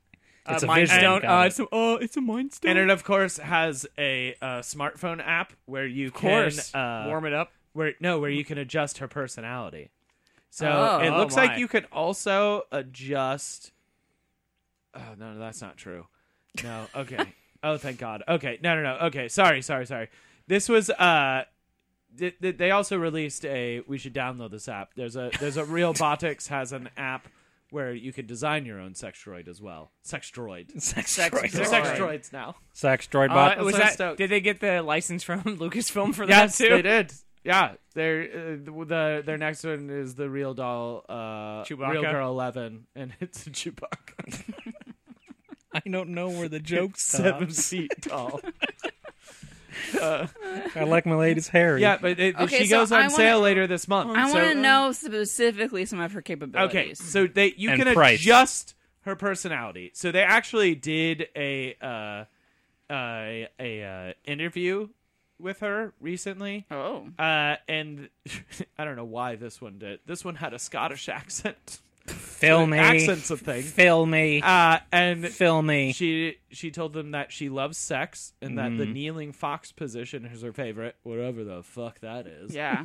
Speaker 1: It's a
Speaker 2: uh, mind
Speaker 1: vision,
Speaker 2: stone.
Speaker 1: got
Speaker 2: Uh,
Speaker 1: it.
Speaker 2: it's a, uh, it's a mind stone.
Speaker 4: And it, of course, has a uh, smartphone app where you
Speaker 2: of course,
Speaker 4: can uh,
Speaker 2: warm it up.
Speaker 4: where no, where you can adjust her personality. So
Speaker 5: Oh.
Speaker 4: it looks
Speaker 2: Oh, my.
Speaker 4: like you can also adjust. Oh no, no, that's not true.
Speaker 2: (laughs)
Speaker 4: No, okay. oh, thank God. Okay, no, no, no. Okay, sorry, sorry, sorry. This was uh, th- th-
Speaker 2: (laughs)
Speaker 4: they also released a. We should download this app. There's a there's a real Botics has an app where you could design your own sextroid as well. Sextroid.
Speaker 1: Sex,
Speaker 4: There's
Speaker 1: droid.
Speaker 4: sextroids now.
Speaker 1: Sex droid
Speaker 2: Uh,
Speaker 1: bot.
Speaker 2: was
Speaker 4: That's
Speaker 2: that?
Speaker 4: stoked.
Speaker 2: Did they get the license from (laughs) Lucasfilm for
Speaker 4: Yes,
Speaker 2: that too?
Speaker 4: they did. Yeah, their uh, the their next one is the real doll, uh,
Speaker 2: Chewbacca.
Speaker 4: real girl eleven, and (laughs) it's a Chewbacca
Speaker 1: I don't know where the
Speaker 4: (laughs)
Speaker 1: joke
Speaker 4: seven
Speaker 1: stops.
Speaker 4: feet (laughs) tall.
Speaker 1: I like my lady's hair.
Speaker 4: yeah, but it,
Speaker 5: Okay,
Speaker 4: she
Speaker 5: so
Speaker 4: goes on
Speaker 5: I wanna-
Speaker 4: sale later this month.
Speaker 5: I
Speaker 4: so- um,
Speaker 5: want to know specifically some of her capabilities.
Speaker 4: Okay, so they you
Speaker 1: And
Speaker 4: can
Speaker 1: price.
Speaker 4: adjust her personality. So they actually did a uh, uh, a uh, interview with her recently.
Speaker 5: Oh.
Speaker 4: Uh, and (laughs) I don't know why this one did. This one had a Scottish (laughs) accent.
Speaker 1: Fill me.
Speaker 4: Accent's a thing.
Speaker 1: Fill me.
Speaker 4: Uh, and
Speaker 1: Fill me.
Speaker 4: she she told them that she loves sex and that
Speaker 5: Mm-hmm.
Speaker 4: the kneeling fox position is her favorite, whatever the fuck that is.
Speaker 5: Yeah.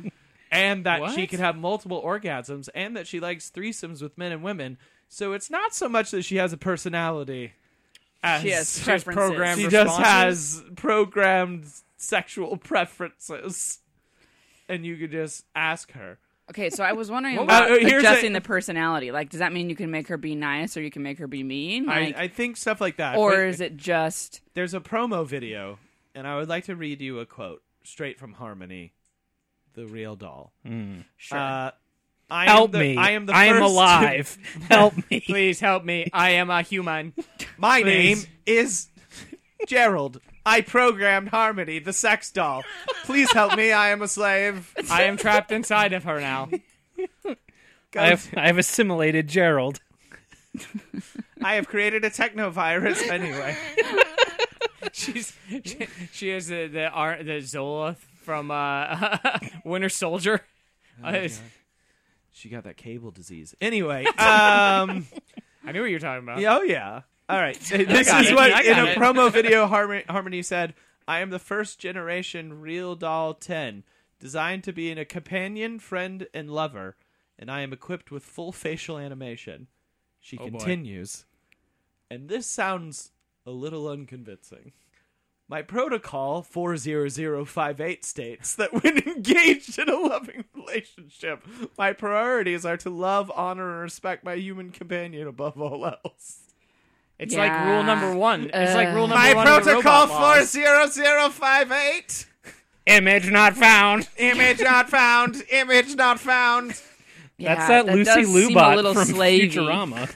Speaker 4: And that she
Speaker 2: What?
Speaker 4: can have multiple orgasms and that she likes threesomes with men and women. So it's not so much that she has a personality as
Speaker 5: She has
Speaker 4: she
Speaker 5: preferences.
Speaker 2: programmed
Speaker 5: She
Speaker 4: just
Speaker 2: responses.
Speaker 4: has programmed sexual preferences. And you could just ask her.
Speaker 5: Okay, so I was
Speaker 4: (laughs)
Speaker 5: wondering
Speaker 4: Well,
Speaker 5: about
Speaker 4: uh, here's a-
Speaker 5: adjusting the personality. Like, does that mean you can make her be nice or you can make her be mean? Like,
Speaker 4: I, I think stuff like that.
Speaker 5: or
Speaker 4: Wait,
Speaker 5: is it just
Speaker 4: there's a promo video, and I would like to read you a quote straight from Harmony, the real doll.
Speaker 5: sure?
Speaker 4: Uh, I am
Speaker 1: Hmm. Help
Speaker 4: the-
Speaker 1: me.
Speaker 4: I am the.
Speaker 1: I am
Speaker 4: first to-
Speaker 1: alive. Help me.
Speaker 2: (laughs) Please help me. I am a human.
Speaker 4: (laughs) My
Speaker 2: Please.
Speaker 4: name is Gerald. I programmed Harmony, the sex doll. Please help me. I am a
Speaker 1: (laughs)
Speaker 4: slave.
Speaker 2: I am trapped inside of her now.
Speaker 1: I have, I have assimilated Gerald.
Speaker 4: I have created a techno virus.
Speaker 1: (laughs)
Speaker 4: Anyway,
Speaker 2: She's she, she has the the, ar- the Zola from uh, (laughs) Winter Soldier.
Speaker 4: Oh
Speaker 2: I,
Speaker 4: she got that cable disease. Anyway,
Speaker 1: (laughs)
Speaker 4: um,
Speaker 2: I knew what you were talking about.
Speaker 4: yeah, oh yeah. All right, this
Speaker 2: got
Speaker 4: is
Speaker 2: it. (laughs) I
Speaker 4: what in
Speaker 2: got
Speaker 4: a
Speaker 2: it.
Speaker 4: promo video Harmony, Harmony said. I am the first generation real doll ten, designed to be in a companion, friend, and lover, and I am equipped with full facial animation. She
Speaker 2: Oh, boy.
Speaker 4: continues, and this sounds a little unconvincing. My protocol 40058 states that when (laughs) engaged in a loving relationship, my priorities are to love, honor, and respect my human companion above all else.
Speaker 2: It's like rule number one. It's like rule
Speaker 5: Uh,
Speaker 2: number one. of the robot laws.
Speaker 4: 40058
Speaker 1: Image not found.
Speaker 4: image not found, image not found.
Speaker 1: That's
Speaker 5: Yeah,
Speaker 1: that, Lucy
Speaker 5: does seem a
Speaker 1: Lubot
Speaker 5: little
Speaker 1: from
Speaker 5: slavey.
Speaker 1: Futurama.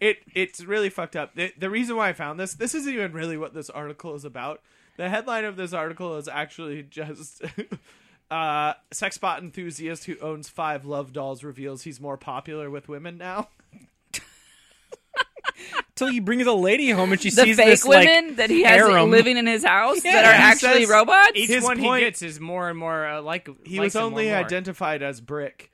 Speaker 4: It it's really fucked up. The, the reason why I found this, this isn't even really what this article is about. The headline of this article is actually just (laughs) uh sexbot enthusiast who owns 5 love dolls reveals he's more popular with women now.
Speaker 1: Till you bring the lady home and she
Speaker 5: The
Speaker 1: sees
Speaker 5: fake
Speaker 1: this
Speaker 5: women
Speaker 1: like
Speaker 5: that he has like,
Speaker 1: harem.
Speaker 5: living in his house
Speaker 4: Yeah,
Speaker 5: that are
Speaker 4: he
Speaker 5: actually
Speaker 4: says-
Speaker 5: robots.
Speaker 2: Each
Speaker 4: His
Speaker 2: one
Speaker 4: point-
Speaker 2: he gets is more and more uh, like.
Speaker 4: he
Speaker 2: likes
Speaker 4: was
Speaker 2: him
Speaker 4: only
Speaker 2: more and more.
Speaker 4: identified as brick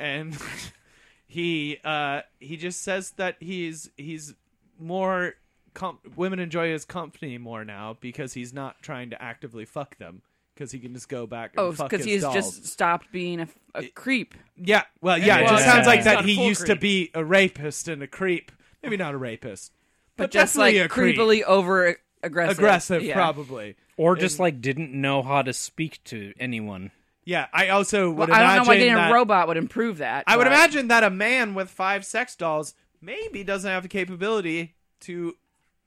Speaker 4: and (laughs) he uh he just says that he's he's more com- women enjoy his company more now because he's not trying to actively fuck them because he can just go back and
Speaker 5: oh,
Speaker 4: fuck
Speaker 5: because
Speaker 4: his
Speaker 5: he's
Speaker 4: dolls.
Speaker 5: just stopped being a, a creep.
Speaker 4: yeah well yeah it just
Speaker 1: Yeah.
Speaker 4: sounds like
Speaker 1: He's
Speaker 4: that
Speaker 2: not a
Speaker 4: he
Speaker 2: full
Speaker 4: used to
Speaker 2: creep.
Speaker 4: be a rapist and a creep maybe not a rapist but,
Speaker 5: just like
Speaker 4: definitely a creep.
Speaker 5: creepily over aggressive.
Speaker 4: aggressive
Speaker 5: yeah.
Speaker 4: probably
Speaker 1: Or just like didn't know how to speak to anyone.
Speaker 4: yeah i also would
Speaker 5: Well, I don't know why
Speaker 4: imagine
Speaker 5: getting
Speaker 4: that-
Speaker 5: a robot would improve that.
Speaker 4: I would
Speaker 5: but-
Speaker 4: imagine that a man with five sex dolls maybe doesn't have the capability to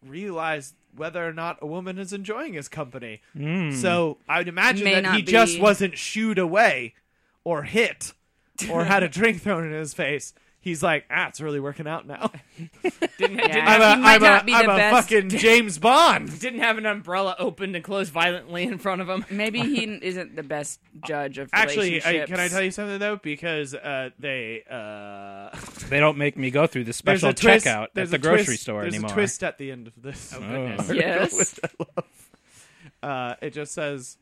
Speaker 4: realize whether or not a woman is enjoying his company.
Speaker 1: Hmm.
Speaker 4: So I would imagine
Speaker 5: May
Speaker 4: that he
Speaker 5: not
Speaker 4: just
Speaker 5: be.
Speaker 4: wasn't shooed away or hit or
Speaker 5: (laughs)
Speaker 4: had a drink thrown in his face. He's like, ah, it's really working out
Speaker 5: (laughs)
Speaker 4: now.
Speaker 2: Didn't,
Speaker 5: Yeah.
Speaker 2: didn't,
Speaker 4: I'm a,
Speaker 5: he might
Speaker 4: I'm
Speaker 5: not
Speaker 4: a,
Speaker 5: be
Speaker 4: I'm
Speaker 5: the
Speaker 4: a
Speaker 5: best- (laughs)
Speaker 4: fucking James Bond.
Speaker 2: didn't have an umbrella opened and closed violently in front
Speaker 4: (laughs)
Speaker 2: of him.
Speaker 5: Maybe he isn't the best judge of
Speaker 4: Actually, I,
Speaker 5: relationships.
Speaker 4: can I tell you (laughs) something though? Because uh, they uh, (laughs)
Speaker 1: They don't make me go through the
Speaker 4: there's
Speaker 1: special
Speaker 4: a twist,
Speaker 1: checkout
Speaker 4: there's
Speaker 1: at the
Speaker 4: a
Speaker 1: grocery
Speaker 4: twist-
Speaker 1: store
Speaker 4: there's
Speaker 1: anymore.
Speaker 4: a twist at the end of this.
Speaker 1: goodness.
Speaker 5: Yes.
Speaker 4: uh, it just says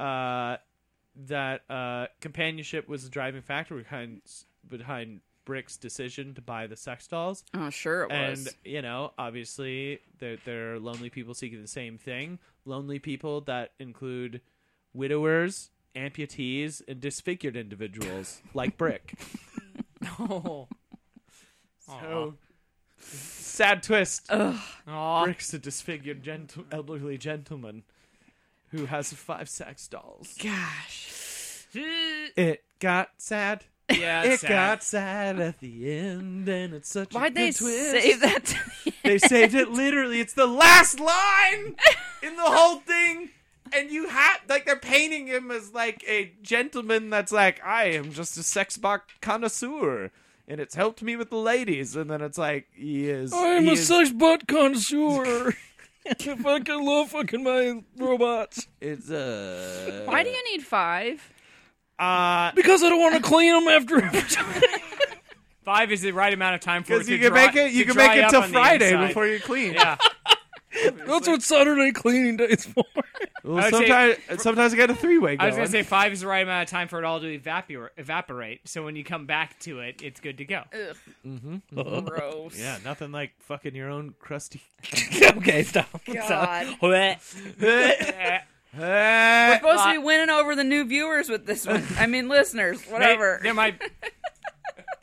Speaker 4: uh, that uh, companionship was the driving factor behind behind Brick's decision to buy the sex dolls,
Speaker 5: Oh, sure it was.
Speaker 4: and you know, obviously, there there are lonely people seeking the same thing. Lonely people that include widowers, amputees, and disfigured individuals like
Speaker 5: (laughs)
Speaker 4: Brick.
Speaker 2: (laughs) Oh.
Speaker 4: So, sad twist.
Speaker 2: Aw.
Speaker 4: Brick's a disfigured gentle- elderly gentleman who has five sex dolls.
Speaker 5: Gosh.
Speaker 4: It got sad.
Speaker 2: Yeah,
Speaker 4: It
Speaker 2: it's sad.
Speaker 4: got sad at the end, and it's such a
Speaker 5: Why'd
Speaker 4: good
Speaker 5: they
Speaker 4: twist.
Speaker 5: save (laughs) that? To
Speaker 4: (laughs)
Speaker 5: the
Speaker 4: they saved it literally. It's the last line in the whole thing. And you have like they're painting him as like a gentleman that's like, I am just a sex box connoisseur. And it's helped me with the ladies, and then it's like he is.
Speaker 6: I'm
Speaker 4: he
Speaker 6: a
Speaker 4: is-
Speaker 6: sex butt connoisseur. (laughs) I fucking love fucking my robots
Speaker 4: It's uh.
Speaker 5: Why do you need five?
Speaker 4: Uh,
Speaker 6: because I don't want to clean them after
Speaker 1: (laughs)
Speaker 6: every time.
Speaker 2: Five is the right amount of time for it
Speaker 4: because
Speaker 2: to
Speaker 4: you can
Speaker 2: dry-
Speaker 4: make it. You
Speaker 2: to
Speaker 4: can make
Speaker 2: dry
Speaker 4: it
Speaker 2: up
Speaker 4: till
Speaker 2: on the
Speaker 4: Friday
Speaker 2: inside.
Speaker 4: before you clean.
Speaker 2: Yeah,
Speaker 6: That's what Saturday cleaning day is for.
Speaker 4: Well,
Speaker 2: I would say-
Speaker 4: sometimes, sometimes I get a three-way.
Speaker 2: I was gonna
Speaker 4: going.
Speaker 2: say five is the right amount of time for it all to evapor- evaporate. So when you come back to it, it's good to go.
Speaker 5: Gross.
Speaker 4: (laughs) Yeah, nothing like fucking your own crusty.
Speaker 1: (laughs)
Speaker 4: (laughs)
Speaker 1: okay, stop.
Speaker 2: (laughs)
Speaker 5: God.
Speaker 1: Stop.
Speaker 4: Uh,
Speaker 5: Supposed to be winning over the new viewers with this one. I
Speaker 4: (laughs)
Speaker 5: mean, listeners, whatever.
Speaker 2: There
Speaker 5: (laughs)
Speaker 2: might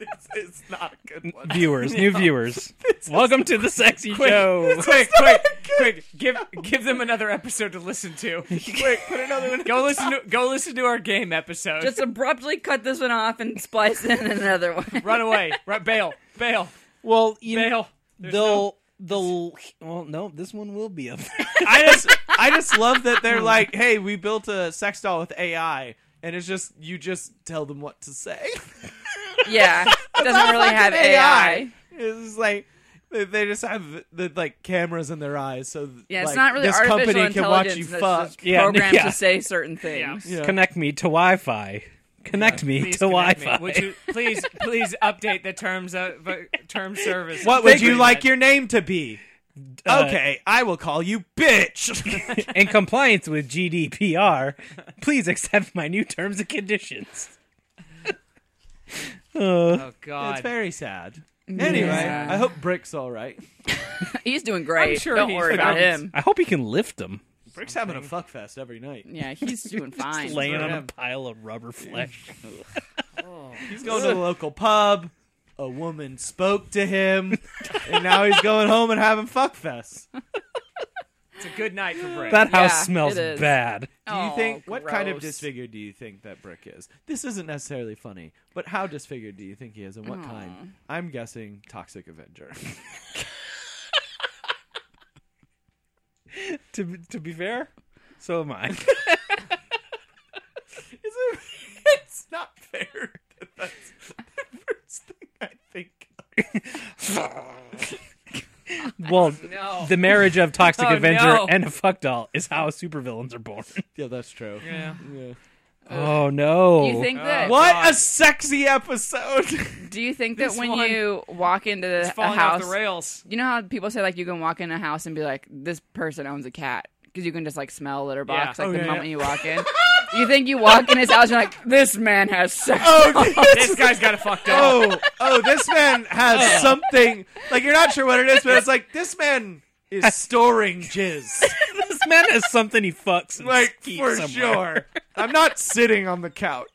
Speaker 4: it's, it's not a good one.
Speaker 1: viewers,
Speaker 2: (laughs)
Speaker 1: new viewers. Welcome to the sexy
Speaker 2: quick, (laughs)
Speaker 1: show.
Speaker 2: quick, quick, quick. Give give them another episode to listen
Speaker 4: (laughs)
Speaker 2: to.
Speaker 4: Quick, put another one.
Speaker 2: Go listen to go listen to our game episode.
Speaker 5: Just abruptly cut this one off and splice in another one.
Speaker 4: (laughs)
Speaker 2: run away, run, bail, bail,
Speaker 1: Well, you know,
Speaker 2: bail. There's no-
Speaker 1: they'll they'll well, no, this one will be up.
Speaker 2: (laughs)
Speaker 1: there.
Speaker 4: I just, I just love that
Speaker 2: Hmm.
Speaker 4: they're like, hey, we built a sex doll with AI, and it's just you just tell them what to say. (laughs)
Speaker 5: Yeah, doesn't really have
Speaker 4: Fucking
Speaker 5: AI.
Speaker 4: It's just like. They- They just have the like cameras in their eyes, so th-
Speaker 5: Yeah,
Speaker 4: like,
Speaker 5: it's not really
Speaker 4: this
Speaker 5: artificial
Speaker 4: company can watch
Speaker 5: intelligence
Speaker 4: you
Speaker 5: that's
Speaker 4: fuck.
Speaker 5: just
Speaker 1: Yeah,
Speaker 5: programmed
Speaker 1: yeah.
Speaker 5: to say certain things.
Speaker 4: Yeah.
Speaker 1: Connect me to Wi-Fi. Connect me
Speaker 2: Please
Speaker 1: to
Speaker 2: connect me.
Speaker 1: Wi-Fi.
Speaker 2: Would you please please update the terms of uh, term service?
Speaker 4: What would
Speaker 2: Thank
Speaker 4: you like your name to be?
Speaker 1: Uh,
Speaker 4: okay, I will call you (laughs) bitch.
Speaker 1: In compliance with GDPR, please accept my new terms and conditions. Uh,
Speaker 2: Oh God.
Speaker 4: It's very sad. Anyway,
Speaker 5: Yeah.
Speaker 4: I hope Brick's all right.
Speaker 5: He's doing great.
Speaker 2: I'm sure
Speaker 5: Don't
Speaker 2: he's
Speaker 5: worry about
Speaker 2: balanced.
Speaker 5: him.
Speaker 1: I hope he can lift them.
Speaker 4: Brick's having a fuck fest every night.
Speaker 5: Yeah, he's (laughs) doing fine.
Speaker 1: laying on a
Speaker 4: him.
Speaker 1: pile of rubber flesh.
Speaker 4: He's going to the local pub. A woman spoke to (laughs) him, and now he's going home and having fuck fest. Do
Speaker 2: It's a good night for
Speaker 1: (laughs)
Speaker 2: Brett.
Speaker 1: That house
Speaker 5: Yeah,
Speaker 1: smells
Speaker 5: it is.
Speaker 1: bad.
Speaker 5: Do
Speaker 4: you think what kind of disfigured do you think that Brick is? This isn't necessarily funny, but how disfigured do you think he is, and what kind? I'm guessing toxic (laughs) Avenger.
Speaker 1: To to be fair,
Speaker 4: (laughs)
Speaker 1: so am I. (laughs)
Speaker 4: Is it- it's not fair that that's the (laughs) first thing I think.
Speaker 1: (laughs)
Speaker 4: (laughs)
Speaker 1: well,
Speaker 4: Oh,
Speaker 2: No.
Speaker 1: the marriage of Toxic
Speaker 2: Oh,
Speaker 1: Avenger
Speaker 2: no.
Speaker 1: and a fuck doll is how supervillains are born.
Speaker 4: Yeah, that's true.
Speaker 2: Yeah. Oh,
Speaker 4: Yeah.
Speaker 1: Oh no!
Speaker 5: You think that?
Speaker 4: What
Speaker 2: God.
Speaker 4: a sexy episode! (laughs)
Speaker 5: Do you think that
Speaker 2: This
Speaker 5: when
Speaker 2: one
Speaker 5: you walk into
Speaker 2: It's
Speaker 5: the, a
Speaker 2: falling
Speaker 5: house,
Speaker 2: off the rails.
Speaker 5: you know how people say like you can walk in a house and be like, this person owns a cat because you can just like smell a litter box
Speaker 2: Yeah.
Speaker 5: like
Speaker 2: Oh,
Speaker 5: the
Speaker 2: yeah,
Speaker 5: moment
Speaker 2: yeah.
Speaker 5: you walk in. you think you walk in his house, you're like, this man has sex.
Speaker 2: This guy's got a fucked up.
Speaker 4: oh, oh, this man has something. Like you're not sure what it is, but it's like this man is storing jizz,
Speaker 1: this man has something he fucks and
Speaker 4: like
Speaker 1: keeps
Speaker 4: for
Speaker 1: somewhere.
Speaker 4: sure. I'm not sitting on the couch.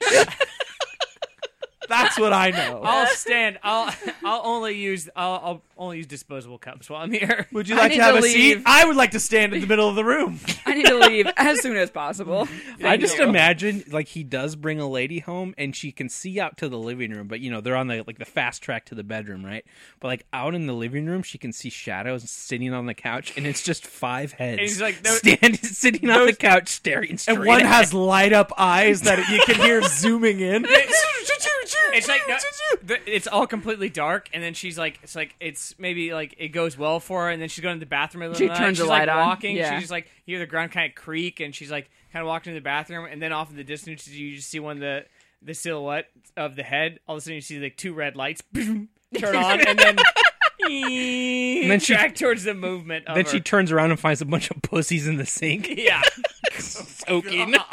Speaker 4: That's what I know.
Speaker 5: (laughs)
Speaker 2: I'll stand. I'll I'll only use I'll, I'll only use disposable cups while I'm
Speaker 5: (laughs)
Speaker 2: here.
Speaker 4: would you
Speaker 5: I
Speaker 4: like
Speaker 5: need
Speaker 4: to have
Speaker 5: to
Speaker 4: a seat?
Speaker 5: leave.
Speaker 4: I would like to stand in the middle of the room.
Speaker 5: I need to leave as soon as possible.
Speaker 1: I just imagine like he does bring a lady home and she can see out to the living room, but you know they're on the like the fast track to the bedroom, right? But like out in the living room, she can see shadows sitting on the couch, and it's just five heads.
Speaker 2: he's like, "No-
Speaker 1: standing, (laughs) sitting on the couch, staring straight.
Speaker 4: And one
Speaker 1: at
Speaker 4: has light up eyes that you can
Speaker 1: (laughs)
Speaker 4: hear zooming in.
Speaker 2: It's like no, the, it's all completely dark, and then she's like, it's like it's maybe like it goes well for her, and then she's going to the bathroom. in the
Speaker 5: She
Speaker 2: night,
Speaker 5: turns the
Speaker 2: she's, like,
Speaker 5: light on.
Speaker 2: Walking,
Speaker 5: Yeah.
Speaker 2: she's just like you hear the ground kind of creak, and she's like kind of walking to the bathroom, and then off in the distance you just see one of the the silhouette of the head. All of a sudden you see like two red lights (laughs) boom, turn on, and
Speaker 5: (laughs)
Speaker 2: then. And
Speaker 1: then she-
Speaker 2: track towards the movement. Of
Speaker 1: Then
Speaker 2: her.
Speaker 1: she turns around and finds a bunch of pussies in
Speaker 4: (laughs)
Speaker 1: the sink
Speaker 2: yeah,
Speaker 1: soaking.
Speaker 4: (laughs)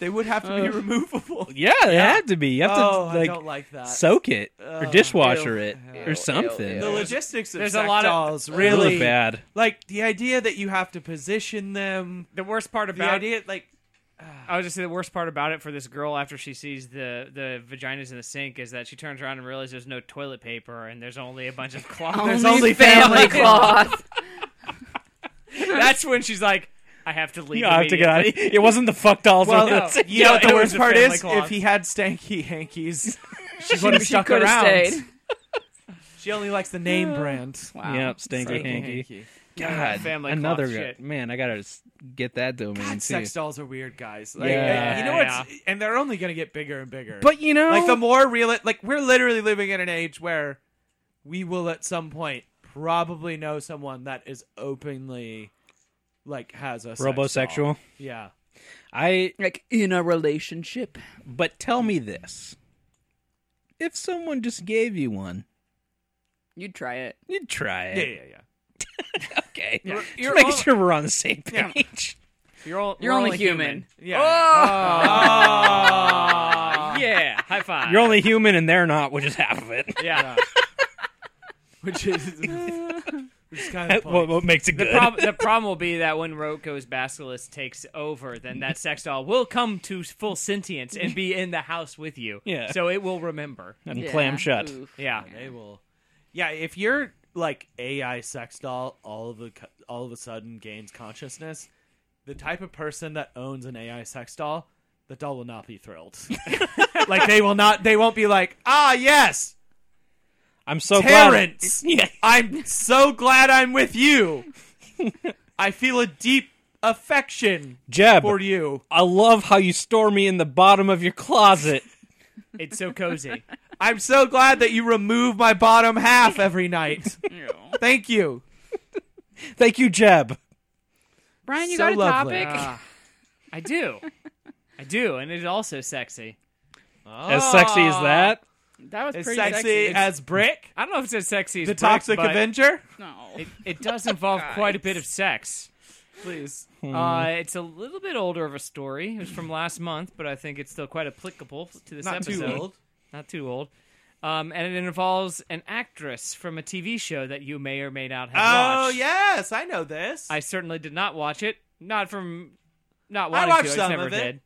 Speaker 4: They would have to be removable.
Speaker 1: (laughs) Yeah, they have to be. You have
Speaker 4: Oh,
Speaker 1: to
Speaker 4: I
Speaker 1: like,
Speaker 4: don't like Oh, that.
Speaker 1: soak it or
Speaker 4: Ugh.
Speaker 1: dishwasher
Speaker 4: Ew.
Speaker 1: it
Speaker 4: Ew,
Speaker 1: or something.
Speaker 4: the logistics of
Speaker 2: There's a
Speaker 4: sex
Speaker 2: lot of-
Speaker 4: dolls
Speaker 1: It was
Speaker 4: really
Speaker 1: bad.
Speaker 4: like the idea that you have to position them
Speaker 2: the worst part
Speaker 4: the
Speaker 2: about
Speaker 4: idea like
Speaker 2: I was just say the worst part about it for this girl after she sees the the vaginas in the sink is that she turns around and realizes there's no toilet paper and there's only a
Speaker 5: (laughs)
Speaker 2: bunch of cloth.
Speaker 4: There's only family
Speaker 5: cloth. Oh
Speaker 2: That's when she's like, I have to leave.
Speaker 1: You have to get out.
Speaker 2: immediately.
Speaker 1: of- It wasn't the fuck dolls.
Speaker 4: Well,
Speaker 1: on
Speaker 2: no.
Speaker 1: the-
Speaker 4: (laughs) you know what
Speaker 2: (laughs) Yeah,
Speaker 4: the
Speaker 2: it was
Speaker 4: worst
Speaker 2: a
Speaker 4: part
Speaker 2: family
Speaker 4: is?
Speaker 2: clause.
Speaker 4: If he had stanky hankies,
Speaker 2: (laughs)
Speaker 4: she would
Speaker 5: She,
Speaker 4: have stuck
Speaker 5: could have
Speaker 4: around.
Speaker 5: stayed.
Speaker 4: She only likes the name brand.
Speaker 5: Wow.
Speaker 1: Yep, Stanky
Speaker 4: Stanky
Speaker 1: Hanky.
Speaker 2: Yeah,
Speaker 1: God,
Speaker 2: family
Speaker 1: another
Speaker 2: cloth
Speaker 1: guy-
Speaker 2: shit.
Speaker 1: man. I gotta s- get that domain
Speaker 4: God,
Speaker 1: too.
Speaker 4: sex dolls are weird, guys. Like,
Speaker 1: Yeah.
Speaker 4: you know what? And they're only going to get bigger and bigger.
Speaker 1: But you know,
Speaker 4: like the more real, like we're literally living in an age where we will at some point probably know someone that is openly like has a sex doll.
Speaker 1: robosexual.
Speaker 4: Yeah.
Speaker 1: I
Speaker 5: Like in a relationship.
Speaker 1: but tell me this: if someone just gave you one,
Speaker 5: You'd try it.
Speaker 1: you'd try
Speaker 4: Yeah,
Speaker 1: it.
Speaker 4: yeah, yeah.
Speaker 1: Okay,
Speaker 2: Yeah.
Speaker 1: just
Speaker 2: You're
Speaker 1: making
Speaker 2: all-
Speaker 1: sure we're on the same page.
Speaker 2: You're, all,
Speaker 5: You're
Speaker 2: we're
Speaker 5: only
Speaker 2: only
Speaker 5: human.
Speaker 4: Yeah. (laughs)
Speaker 2: human. yeah,
Speaker 1: (laughs)
Speaker 2: high five.
Speaker 1: You're only human, and they're not, which is half of it.
Speaker 2: yeah.
Speaker 4: Which is which is (laughs) kind of the
Speaker 1: (laughs) what,
Speaker 4: point.
Speaker 1: what makes it
Speaker 2: The,
Speaker 1: good?
Speaker 2: prob-
Speaker 1: (laughs)
Speaker 2: the problem will be that when Roko's basilisk takes over, then that sex doll will come to full sentience and be in the house with you.
Speaker 1: Yeah.
Speaker 2: So it will remember.
Speaker 1: and
Speaker 5: Yeah.
Speaker 1: clam shut.
Speaker 5: Oof. (laughs)
Speaker 2: Yeah.
Speaker 4: They will. Yeah, if you're like AI sex doll, all of a cu- all of a sudden gains consciousness. The type of person that owns an AI sex doll, the doll will not be thrilled. like they will (laughs) not. They won't be like, ah, yes,
Speaker 1: I'm so
Speaker 4: Terrence.
Speaker 1: glad. (laughs) Yeah.
Speaker 4: I'm so glad I'm with you. I feel a deep affection
Speaker 1: Jeb,
Speaker 4: for you.
Speaker 1: I love how you store me in the bottom of your closet.
Speaker 2: It's so
Speaker 5: (laughs)
Speaker 2: cozy.
Speaker 4: I'm so glad that you remove my bottom half every (laughs) night.
Speaker 5: Ew.
Speaker 4: Thank you.
Speaker 1: Thank you, Jeb.
Speaker 5: Brian, you
Speaker 4: So
Speaker 5: got a
Speaker 4: lovely.
Speaker 5: topic?
Speaker 2: Ah, I do. I do, and it's also sexy.
Speaker 1: As sexy as that.
Speaker 5: (laughs) that was
Speaker 4: As
Speaker 5: pretty
Speaker 4: sexy, as brick,
Speaker 2: I don't know if it's as sexy as
Speaker 4: the
Speaker 2: Brick,
Speaker 4: toxic
Speaker 2: but
Speaker 4: Avenger.
Speaker 5: no.
Speaker 2: It, it does involve quite a bit of sex.
Speaker 4: Please.
Speaker 2: Uh,
Speaker 4: Hmm.
Speaker 2: it's a little bit older of a story. It was from last month, but I think it's still quite applicable to this
Speaker 4: Not
Speaker 2: episode.
Speaker 4: too old.
Speaker 2: Not too old. Um, and it involves an actress from a TV show that you may or may not have
Speaker 4: Oh
Speaker 2: watched.
Speaker 4: yes, I know this.
Speaker 2: I
Speaker 4: I,
Speaker 2: certainly did not watch it. Not from not
Speaker 4: I
Speaker 2: wanting
Speaker 4: watched
Speaker 2: to.
Speaker 4: some
Speaker 2: I just never
Speaker 4: of it.
Speaker 2: did.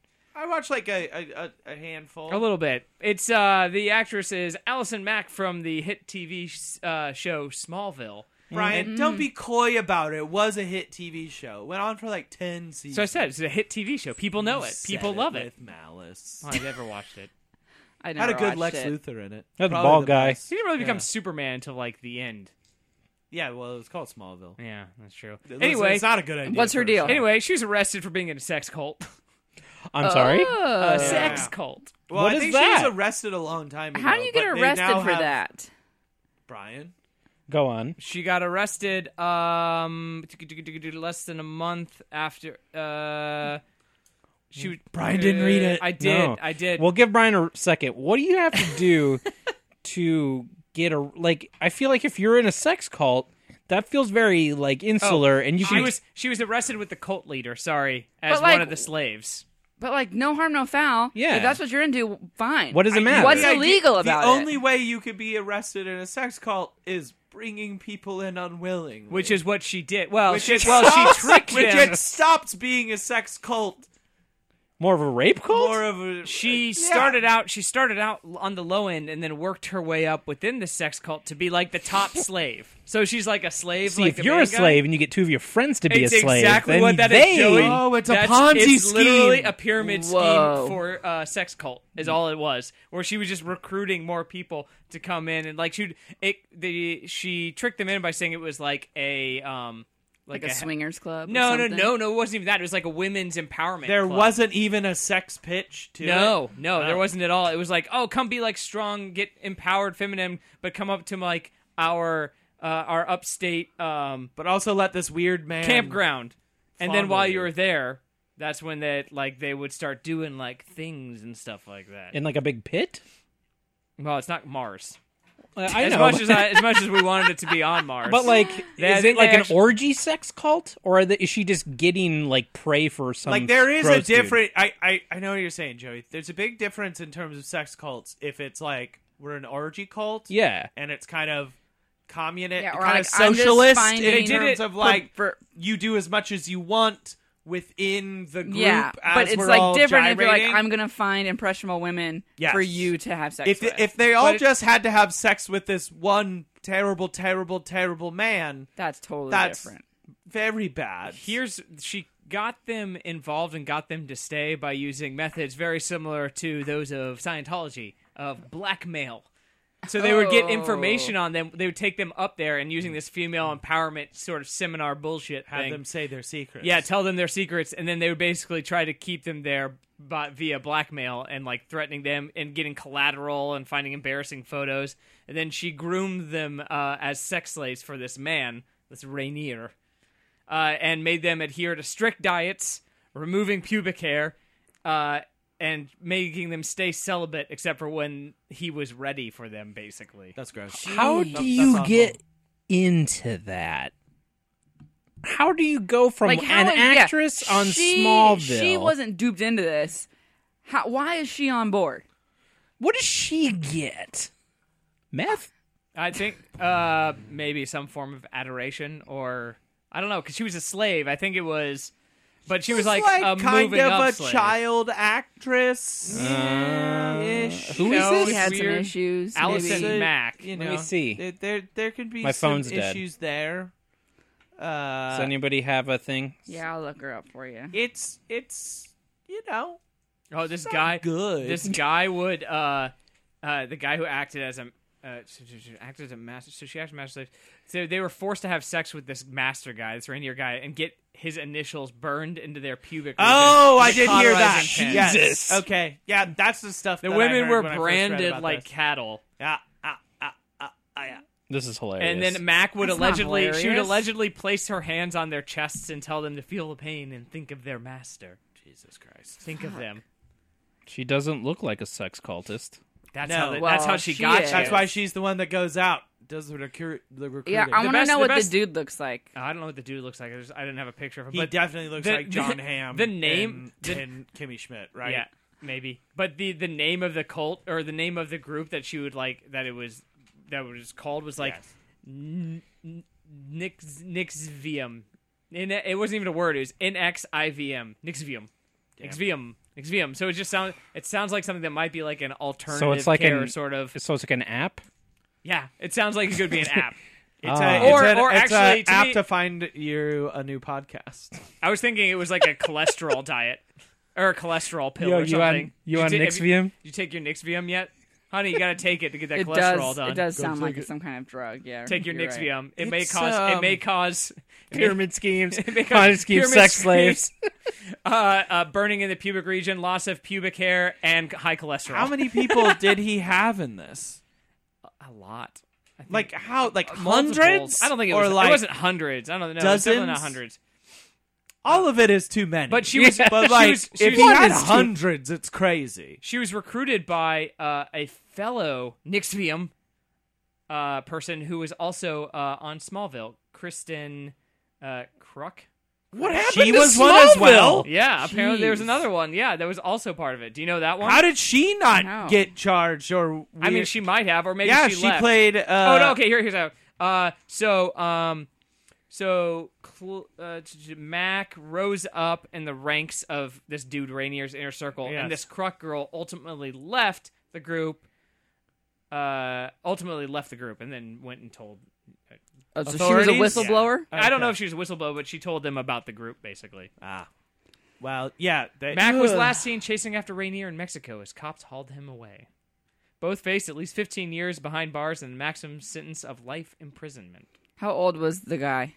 Speaker 4: watched like a a, a, a handful.
Speaker 2: A little bit. It's uh the actress is Allison Mack from the hit TV s- uh, show Smallville.
Speaker 4: Brian,
Speaker 5: Mm.
Speaker 4: don't be coy about it. It was a hit TV show. Went on for like ten seasons.
Speaker 2: So I said it's a hit TV show. People know
Speaker 4: You
Speaker 2: it.
Speaker 4: said
Speaker 2: People love it.
Speaker 4: with malice.
Speaker 2: Oh, I never watched (laughs) it.
Speaker 5: I
Speaker 4: Had
Speaker 5: never
Speaker 4: a good
Speaker 5: watched
Speaker 4: Lex
Speaker 5: it.
Speaker 4: Luthor in it.
Speaker 1: Had the
Speaker 4: Probably
Speaker 1: bald guy.
Speaker 4: best.
Speaker 2: He didn't really become
Speaker 4: Yeah.
Speaker 2: Superman until like the end.
Speaker 4: Yeah, well, it was called Smallville.
Speaker 2: Yeah, that's true.
Speaker 4: Listen,
Speaker 2: Anyway,
Speaker 4: it's not a good idea.
Speaker 5: What's her
Speaker 4: for a
Speaker 5: deal?
Speaker 4: show.
Speaker 2: anyway, she was arrested for being in a sex cult.
Speaker 1: I'm sorry.
Speaker 2: A
Speaker 5: Oh.
Speaker 2: sex cult.
Speaker 4: well,
Speaker 1: what
Speaker 4: I
Speaker 1: is
Speaker 4: think
Speaker 1: that?
Speaker 4: she was arrested a long time ago.
Speaker 5: How do you get
Speaker 4: but they
Speaker 5: arrested
Speaker 4: now
Speaker 5: for
Speaker 4: have-
Speaker 5: that?
Speaker 4: Brian?
Speaker 1: Go on.
Speaker 2: She got arrested um less than a month after uh she was-
Speaker 4: Brian didn't read it.
Speaker 2: I did.
Speaker 1: No.
Speaker 2: I did.
Speaker 1: Well, give Brian a second. What do you have to do to get a like? I feel like if you're in a sex cult, that feels very like insular, and you
Speaker 2: She
Speaker 1: can
Speaker 2: Oh, was she was arrested with the cult leader. Sorry, as
Speaker 5: But, like,
Speaker 2: one of the slaves.
Speaker 5: But like, no harm, no foul.
Speaker 1: Yeah.
Speaker 5: If that's what you're into, fine.
Speaker 1: What does it matter?
Speaker 5: What's
Speaker 4: The idea-
Speaker 5: illegal about
Speaker 4: the
Speaker 5: it?
Speaker 4: only way you could be arrested in a sex cult is bringing people in unwillingly.
Speaker 2: Which is what she did. Well,
Speaker 4: Which
Speaker 2: she,
Speaker 4: it
Speaker 2: well, she
Speaker 4: stops-
Speaker 2: tricked
Speaker 4: which
Speaker 2: them.
Speaker 4: it stopped being a sex cult,
Speaker 1: more of a rape cult.
Speaker 4: more of a. uh,
Speaker 2: She
Speaker 4: Yeah.
Speaker 2: started out. She started out on the low end, and then worked her way up within the sex cult to be like
Speaker 1: (laughs)
Speaker 2: the top slave. So she's like a slave.
Speaker 1: See,
Speaker 2: like
Speaker 1: if
Speaker 2: the
Speaker 1: you're
Speaker 2: main
Speaker 1: a
Speaker 2: guy.
Speaker 1: slave and you get two of your friends to be
Speaker 2: it's
Speaker 1: a slave,
Speaker 2: exactly
Speaker 1: then
Speaker 2: what that is,
Speaker 1: they,
Speaker 2: Joey.
Speaker 4: Oh, it's a
Speaker 2: That's-
Speaker 4: Ponzi
Speaker 2: it's Literally
Speaker 4: scheme.
Speaker 2: a pyramid
Speaker 5: Whoa.
Speaker 2: scheme for uh, sex cult is all it was, where she was just recruiting more people to come in and like she it the she tricked them in by saying it was like a um
Speaker 5: like
Speaker 2: like,
Speaker 5: a swingers club? or
Speaker 2: No, no,
Speaker 5: something?
Speaker 2: no, no. It wasn't even that. It was like a women's empowerment.
Speaker 4: There
Speaker 2: club.
Speaker 4: wasn't even a sex pitch to
Speaker 2: No,
Speaker 4: it.
Speaker 2: no, there
Speaker 4: Oh.
Speaker 2: wasn't at all. It was like, oh, come be like strong, get empowered, feminine, but come up to like our uh, our upstate um,
Speaker 4: But also let this weird man
Speaker 2: campground, and then
Speaker 4: fondle
Speaker 2: while
Speaker 4: you.
Speaker 2: you were there, that's when that like they would start doing like things and stuff like that.
Speaker 1: in like a big pit.
Speaker 2: well, it's not Mars
Speaker 1: Uh, I
Speaker 2: as
Speaker 1: know,
Speaker 2: much
Speaker 1: but-
Speaker 2: as
Speaker 1: (laughs)
Speaker 2: I, as much as we wanted it to be on Mars,
Speaker 1: but like,
Speaker 2: Yeah, I
Speaker 1: is it
Speaker 2: think
Speaker 1: like
Speaker 2: they
Speaker 1: an
Speaker 2: actu-
Speaker 1: orgy sex cult, or are they, is she just getting like prey for some?
Speaker 4: Like there is a
Speaker 1: gross dude?
Speaker 4: different. I, I I know what you're saying, Joey. There's a big difference in terms of sex cults. If it's like we're an orgy cult,
Speaker 1: Yeah,
Speaker 4: and it's kind of communist,
Speaker 5: Yeah, or
Speaker 4: kind
Speaker 5: like,
Speaker 4: of
Speaker 5: I'm just
Speaker 4: socialist
Speaker 5: finding-
Speaker 4: in
Speaker 5: They
Speaker 2: did
Speaker 4: terms
Speaker 2: it
Speaker 4: of like
Speaker 5: for-
Speaker 4: you do as much as you want within the group.
Speaker 5: Yeah,
Speaker 4: as
Speaker 5: but it's
Speaker 4: we're
Speaker 5: like
Speaker 4: all
Speaker 5: different if you're like,
Speaker 4: gyrating.
Speaker 5: I'm gonna find impressionable women
Speaker 4: Yes.
Speaker 5: for you to have sex
Speaker 4: if
Speaker 5: with.
Speaker 4: if they all
Speaker 2: it-
Speaker 4: just had to have sex with this one terrible, terrible, terrible man,
Speaker 5: that's totally
Speaker 4: that's
Speaker 5: different.
Speaker 4: very bad.
Speaker 2: here's she got them involved and got them to stay by using methods very similar to those of Scientology of blackmail. So they would get
Speaker 5: Oh.
Speaker 2: information on them. They would take them up there and using this female empowerment sort of seminar bullshit
Speaker 4: Have
Speaker 2: thing.
Speaker 4: them say their secrets.
Speaker 2: yeah, tell them their secrets, and then they would basically try to keep them there by, via blackmail and like threatening them and getting collateral and finding embarrassing photos. And then she groomed them uh, as sex slaves for this man, this Rainier, uh, and made them adhere to strict diets, removing pubic hair, uh, and making them stay celibate except for when he was ready for them, basically.
Speaker 4: that's gross.
Speaker 1: How
Speaker 4: That's-
Speaker 1: do
Speaker 4: that's
Speaker 1: you
Speaker 4: awful.
Speaker 1: get into that? How do you go from
Speaker 5: Like how
Speaker 1: an
Speaker 5: is- yeah,
Speaker 1: actress on
Speaker 5: she,
Speaker 1: Smallville?
Speaker 5: She wasn't duped into this. How, why is she on board?
Speaker 1: What does she get? Meth.
Speaker 2: I think uh, maybe some form of adoration or I don't know because she was a slave. I think it was, but she was like,
Speaker 4: It's
Speaker 2: a
Speaker 4: kind
Speaker 2: moving
Speaker 4: of
Speaker 2: up
Speaker 4: a
Speaker 2: slave. Uh,
Speaker 4: child actress. Uh, ish.
Speaker 1: who
Speaker 2: You
Speaker 1: is
Speaker 2: know,
Speaker 1: this?
Speaker 5: She had some
Speaker 2: weird.
Speaker 5: issues.
Speaker 2: Allison
Speaker 5: maybe.
Speaker 4: So,
Speaker 2: Mack.
Speaker 4: You
Speaker 1: Let
Speaker 4: know,
Speaker 1: me see.
Speaker 4: There, there, there could be
Speaker 1: My
Speaker 4: some
Speaker 1: phone's dead.
Speaker 4: issues there. Uh,
Speaker 1: Does anybody have a thing?
Speaker 5: Yeah, I'll look her up for you.
Speaker 4: it's it's you know
Speaker 2: Oh, this
Speaker 4: not
Speaker 2: guy.
Speaker 4: good.
Speaker 2: This guy would. Uh, uh, the guy who acted as a uh, so- so- so- acted as a master. So she acted as a master slave. So they were forced to have sex with this master guy, this reindeer guy, and get his initials burned into their pubic. region
Speaker 4: Oh, I
Speaker 2: with
Speaker 4: did hear that.
Speaker 2: cauterizing pins.
Speaker 4: Yes.
Speaker 1: Jesus.
Speaker 4: Okay. Yeah, that's the stuff.
Speaker 2: The
Speaker 4: that I
Speaker 2: women
Speaker 4: heard
Speaker 2: were
Speaker 4: when I first read
Speaker 2: branded
Speaker 4: about
Speaker 2: like
Speaker 4: this.
Speaker 2: cattle.
Speaker 4: Yeah. Ah, ah, ah, ah, yeah.
Speaker 1: This is hilarious.
Speaker 2: And then Mac would
Speaker 5: That's not
Speaker 2: allegedly she would
Speaker 5: hilarious.
Speaker 2: allegedly place her hands on their chests and tell them to feel the pain and think of their master.
Speaker 4: Jesus Christ.
Speaker 2: Think of them.
Speaker 1: she doesn't look like a sex cultist.
Speaker 2: That's
Speaker 4: No.
Speaker 2: how they-
Speaker 5: Well,
Speaker 2: that's how she,
Speaker 5: she
Speaker 2: got
Speaker 5: is.
Speaker 2: you.
Speaker 4: That's why she's the one that goes out, does the recruit, the recruiting.
Speaker 5: Yeah, I want to
Speaker 2: best-
Speaker 5: know
Speaker 2: the
Speaker 5: what
Speaker 2: best-
Speaker 5: the dude looks like.
Speaker 2: I don't know what the dude looks like. I, just, I didn't have a picture of him.
Speaker 4: he
Speaker 2: but
Speaker 4: definitely looks
Speaker 2: the-
Speaker 4: like
Speaker 2: (laughs)
Speaker 4: John
Speaker 2: the-
Speaker 4: Hamm.
Speaker 2: the
Speaker 4: and,
Speaker 2: name- the-
Speaker 4: and Kimmy Schmidt, right?
Speaker 2: yeah, maybe. But the the name of the cult or the name of the group that she would like that it was that was called was like
Speaker 4: Yes.
Speaker 2: N- N- Nix Nixvium. In, it wasn't even a word. It was NXIVM. Nixvium. Nixvium. Nixvium. So it just sounds. It sounds like something that might be like an alternative
Speaker 1: like
Speaker 2: care
Speaker 1: an-
Speaker 2: sort of.
Speaker 1: So it's like an app.
Speaker 2: Yeah, it sounds like it could
Speaker 1: (laughs)
Speaker 2: be an app.
Speaker 4: It's
Speaker 1: Ah.
Speaker 4: a, it's
Speaker 2: Or-
Speaker 4: an-
Speaker 2: or
Speaker 4: it's a
Speaker 2: actually, to
Speaker 4: app
Speaker 2: me-
Speaker 4: to find you a new podcast.
Speaker 2: I was thinking it was like
Speaker 4: (laughs)
Speaker 2: a cholesterol diet or a cholesterol pill
Speaker 1: Yo,
Speaker 2: or
Speaker 1: you
Speaker 2: something.
Speaker 1: on- you
Speaker 2: Did
Speaker 1: on
Speaker 2: ta- have you-
Speaker 1: Nixvium?
Speaker 2: Did you take your Nixvium yet? Honey, you gotta take it to get
Speaker 4: (laughs)
Speaker 2: that
Speaker 5: It
Speaker 2: cholesterol
Speaker 5: does.
Speaker 2: done.
Speaker 5: It does sound
Speaker 6: take
Speaker 5: like
Speaker 6: it.
Speaker 5: it's some kind of drug. Yeah.
Speaker 2: Take your
Speaker 5: you're right.
Speaker 2: Nixvium. It may
Speaker 4: It's,
Speaker 2: cause. it may
Speaker 4: um,
Speaker 2: cause it may-
Speaker 4: (laughs)
Speaker 1: Pyramid schemes.
Speaker 2: may cause
Speaker 1: Pyramid schemes.
Speaker 2: pyramid
Speaker 1: Sex
Speaker 2: schemes,
Speaker 1: slaves.
Speaker 2: uh, uh, burning in the pubic region, loss of pubic hair, and high cholesterol.
Speaker 4: How many people did he have in this?
Speaker 2: A lot. I think
Speaker 4: Like how? Like
Speaker 2: multiples.
Speaker 4: hundreds?
Speaker 2: I don't think it
Speaker 4: or
Speaker 2: was.
Speaker 4: like
Speaker 2: it wasn't hundreds. I don't know. It was definitely not
Speaker 4: dozens?
Speaker 2: hundreds.
Speaker 4: all of it is too many.
Speaker 2: But she was.
Speaker 4: but
Speaker 2: she
Speaker 4: like,
Speaker 2: was, she
Speaker 4: if
Speaker 2: was-
Speaker 4: he had
Speaker 1: is too-
Speaker 4: hundreds, it's crazy.
Speaker 2: She was recruited by uh, a fellow Nixvium uh, person who was also uh, on Smallville, Kristen uh, Kruk.
Speaker 1: What happened?
Speaker 4: She
Speaker 1: to
Speaker 4: was one as
Speaker 1: Smallville?
Speaker 4: well.
Speaker 2: Yeah, apparently there was
Speaker 5: Jeez.
Speaker 2: another one. Yeah, that was also part of it. Do you know that one?
Speaker 4: How did she not
Speaker 5: Wow.
Speaker 4: get charged? Or weird?
Speaker 2: I mean, she might have, or maybe
Speaker 4: yeah,
Speaker 2: she,
Speaker 4: she,
Speaker 2: left.
Speaker 4: played. Uh,
Speaker 2: oh no, okay. Here, here's how. Uh, so, um, so Cl- uh, t- t- Mac rose up in the ranks of this dude Rainier's inner circle,
Speaker 4: Yes.
Speaker 2: and this Kruk girl ultimately left the group. Uh, ultimately left the group, and then went and told.
Speaker 5: Oh, so she was a
Speaker 4: Authorities?
Speaker 5: whistleblower.
Speaker 2: I don't know
Speaker 4: Okay.
Speaker 2: if she was a whistleblower, but she told them about the group basically.
Speaker 4: Ah, well, yeah. They,
Speaker 2: Mac was
Speaker 4: Ugh.
Speaker 2: last seen chasing after Rainier in Mexico as cops hauled him away. Both faced at least 15 years behind bars and a maximum sentence of life imprisonment.
Speaker 5: How old was the guy?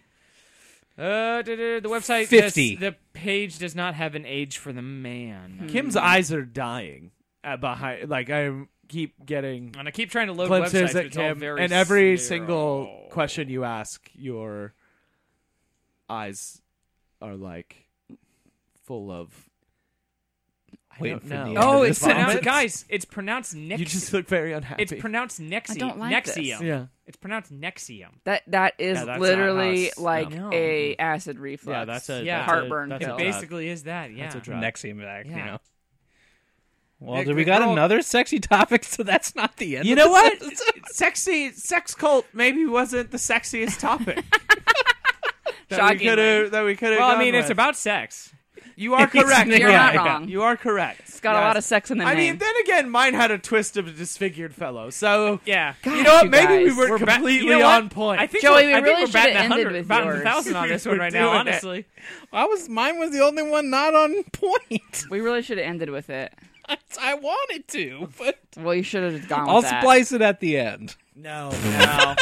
Speaker 2: Uh, da- da- the website
Speaker 1: 50.
Speaker 2: does- the page does not have an age for the man.
Speaker 5: Hmm.
Speaker 4: Kim's eyes are dying uh, behind. Like I keep getting
Speaker 2: And I keep trying to load websites,
Speaker 4: glimpses
Speaker 2: but
Speaker 4: at
Speaker 2: it's all
Speaker 4: Kim,
Speaker 2: very
Speaker 4: and every
Speaker 2: sterile.
Speaker 4: single question you ask, your eyes are like full of. I
Speaker 1: Waiting
Speaker 4: don't
Speaker 1: for
Speaker 4: know.
Speaker 1: the
Speaker 2: Oh,
Speaker 1: Yeah,
Speaker 2: it's
Speaker 1: this
Speaker 2: pronounced,
Speaker 1: vomit.
Speaker 2: guys. It's pronounced Nexium.
Speaker 4: You just look very unhappy.
Speaker 2: it's pronounced Nexium.
Speaker 5: don't like this.
Speaker 2: Nexium.
Speaker 4: yeah.
Speaker 2: It's pronounced Nexium.
Speaker 5: That that is
Speaker 4: Yeah, that's
Speaker 5: literally
Speaker 4: not how
Speaker 5: like
Speaker 4: it's-
Speaker 2: no.
Speaker 5: a acid reflux.
Speaker 4: Yeah, that's a
Speaker 2: Yeah.
Speaker 4: that's a-
Speaker 5: Heartburn
Speaker 4: that's a
Speaker 5: pill.
Speaker 4: drug.
Speaker 2: Basically, is that yeah?
Speaker 4: That's a drug.
Speaker 1: Nexium back, you
Speaker 2: Yeah.
Speaker 1: know. Well,
Speaker 2: The-
Speaker 1: did we
Speaker 2: the
Speaker 1: got
Speaker 4: Oh.
Speaker 2: girl-
Speaker 1: another sexy topic? (laughs) So that's not the end.
Speaker 4: You
Speaker 1: of
Speaker 4: know
Speaker 1: this
Speaker 4: what?
Speaker 1: episode.
Speaker 4: Sexy sex cult maybe wasn't the sexiest topic. (laughs) that we
Speaker 5: Shockingly.
Speaker 4: could have. That we could have.
Speaker 2: Well, I mean, it's about sex.
Speaker 4: You are correct.
Speaker 5: You're
Speaker 1: Yeah,
Speaker 5: not
Speaker 1: yeah.
Speaker 5: wrong.
Speaker 4: You are correct.
Speaker 5: It's got a lot of sex in the
Speaker 4: I
Speaker 5: name.
Speaker 4: mean, then again, mine had a twist of a disfigured fellow. So
Speaker 2: Yeah.
Speaker 5: Gosh,
Speaker 4: you know what? Maybe we
Speaker 5: guys.
Speaker 4: weren't
Speaker 2: ba-
Speaker 4: completely
Speaker 2: you know what?
Speaker 4: on point.
Speaker 2: I think
Speaker 5: Joey,
Speaker 2: we're,
Speaker 5: we
Speaker 2: I think
Speaker 5: really
Speaker 2: we're batting
Speaker 5: shoulda ended
Speaker 2: 100,
Speaker 5: with
Speaker 2: batting
Speaker 5: yours.
Speaker 4: (laughs)
Speaker 2: 1,000 on this one
Speaker 4: We're
Speaker 2: right now,
Speaker 4: doing it.
Speaker 2: honestly.
Speaker 1: I was mine was the only one not on (laughs) point.
Speaker 5: We really should have ended with it.
Speaker 1: I, I wanted to, but
Speaker 5: Well, you should have gone.
Speaker 1: I'll
Speaker 5: with that.
Speaker 1: splice it at the end.
Speaker 4: no, no.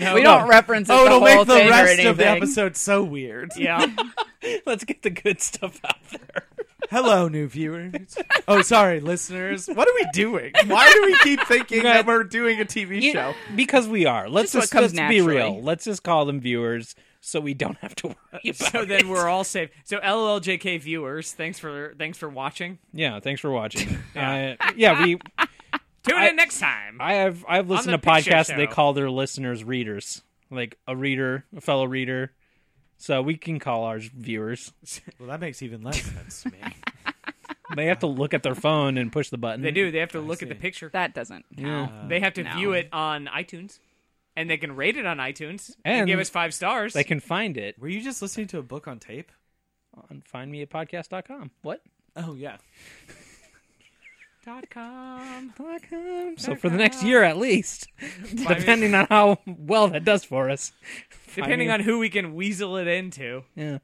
Speaker 4: no
Speaker 5: We don't reference it.
Speaker 4: Oh,
Speaker 5: the
Speaker 4: it'll
Speaker 5: whole
Speaker 4: make the
Speaker 5: thing or
Speaker 4: rest of the
Speaker 5: anything.
Speaker 4: episode so weird. (laughs)
Speaker 2: Yeah.
Speaker 1: Let's get the good stuff out there.
Speaker 4: Hello, new viewers. oh, sorry, listeners. What are we doing? Why do we keep thinking that we're doing a TV
Speaker 1: You-
Speaker 4: show?
Speaker 1: because we are. Let's
Speaker 5: Just
Speaker 1: just,
Speaker 5: what comes
Speaker 1: let's be
Speaker 5: naturally.
Speaker 1: real. Let's just call them viewers, so we don't have to (laughs) worry about.
Speaker 2: (laughs) so
Speaker 1: it.
Speaker 2: then we're all safe. So LLJK viewers, thanks for thanks for watching.
Speaker 1: yeah. Thanks for watching. yeah. Uh, yeah, we.
Speaker 2: Tune
Speaker 1: I-
Speaker 2: in next time.
Speaker 1: I have I've listened
Speaker 2: the
Speaker 1: to podcasts
Speaker 2: picture
Speaker 1: they
Speaker 2: show.
Speaker 1: call their listeners readers, like a reader, a fellow reader. So we can call ours viewers.
Speaker 4: Well, that makes even less sense (laughs) to me.
Speaker 1: They have to look at their phone and push the button.
Speaker 2: they do. They have to look at the
Speaker 4: see.
Speaker 2: picture.
Speaker 5: That doesn't.
Speaker 4: Uh,
Speaker 5: count.
Speaker 2: They have to
Speaker 5: No.
Speaker 2: view it on iTunes, and they can rate it on iTunes and,
Speaker 1: And
Speaker 2: give us five stars.
Speaker 1: They can find it
Speaker 4: Were you just listening to a book on tape?
Speaker 1: on findmeapodcast.com. What?
Speaker 4: Oh yeah.
Speaker 2: dot com.
Speaker 1: So for the next year at least, (laughs) depending on how well that does for us.
Speaker 2: Depending
Speaker 1: I
Speaker 2: on who we can weasel it into.
Speaker 1: Yeah.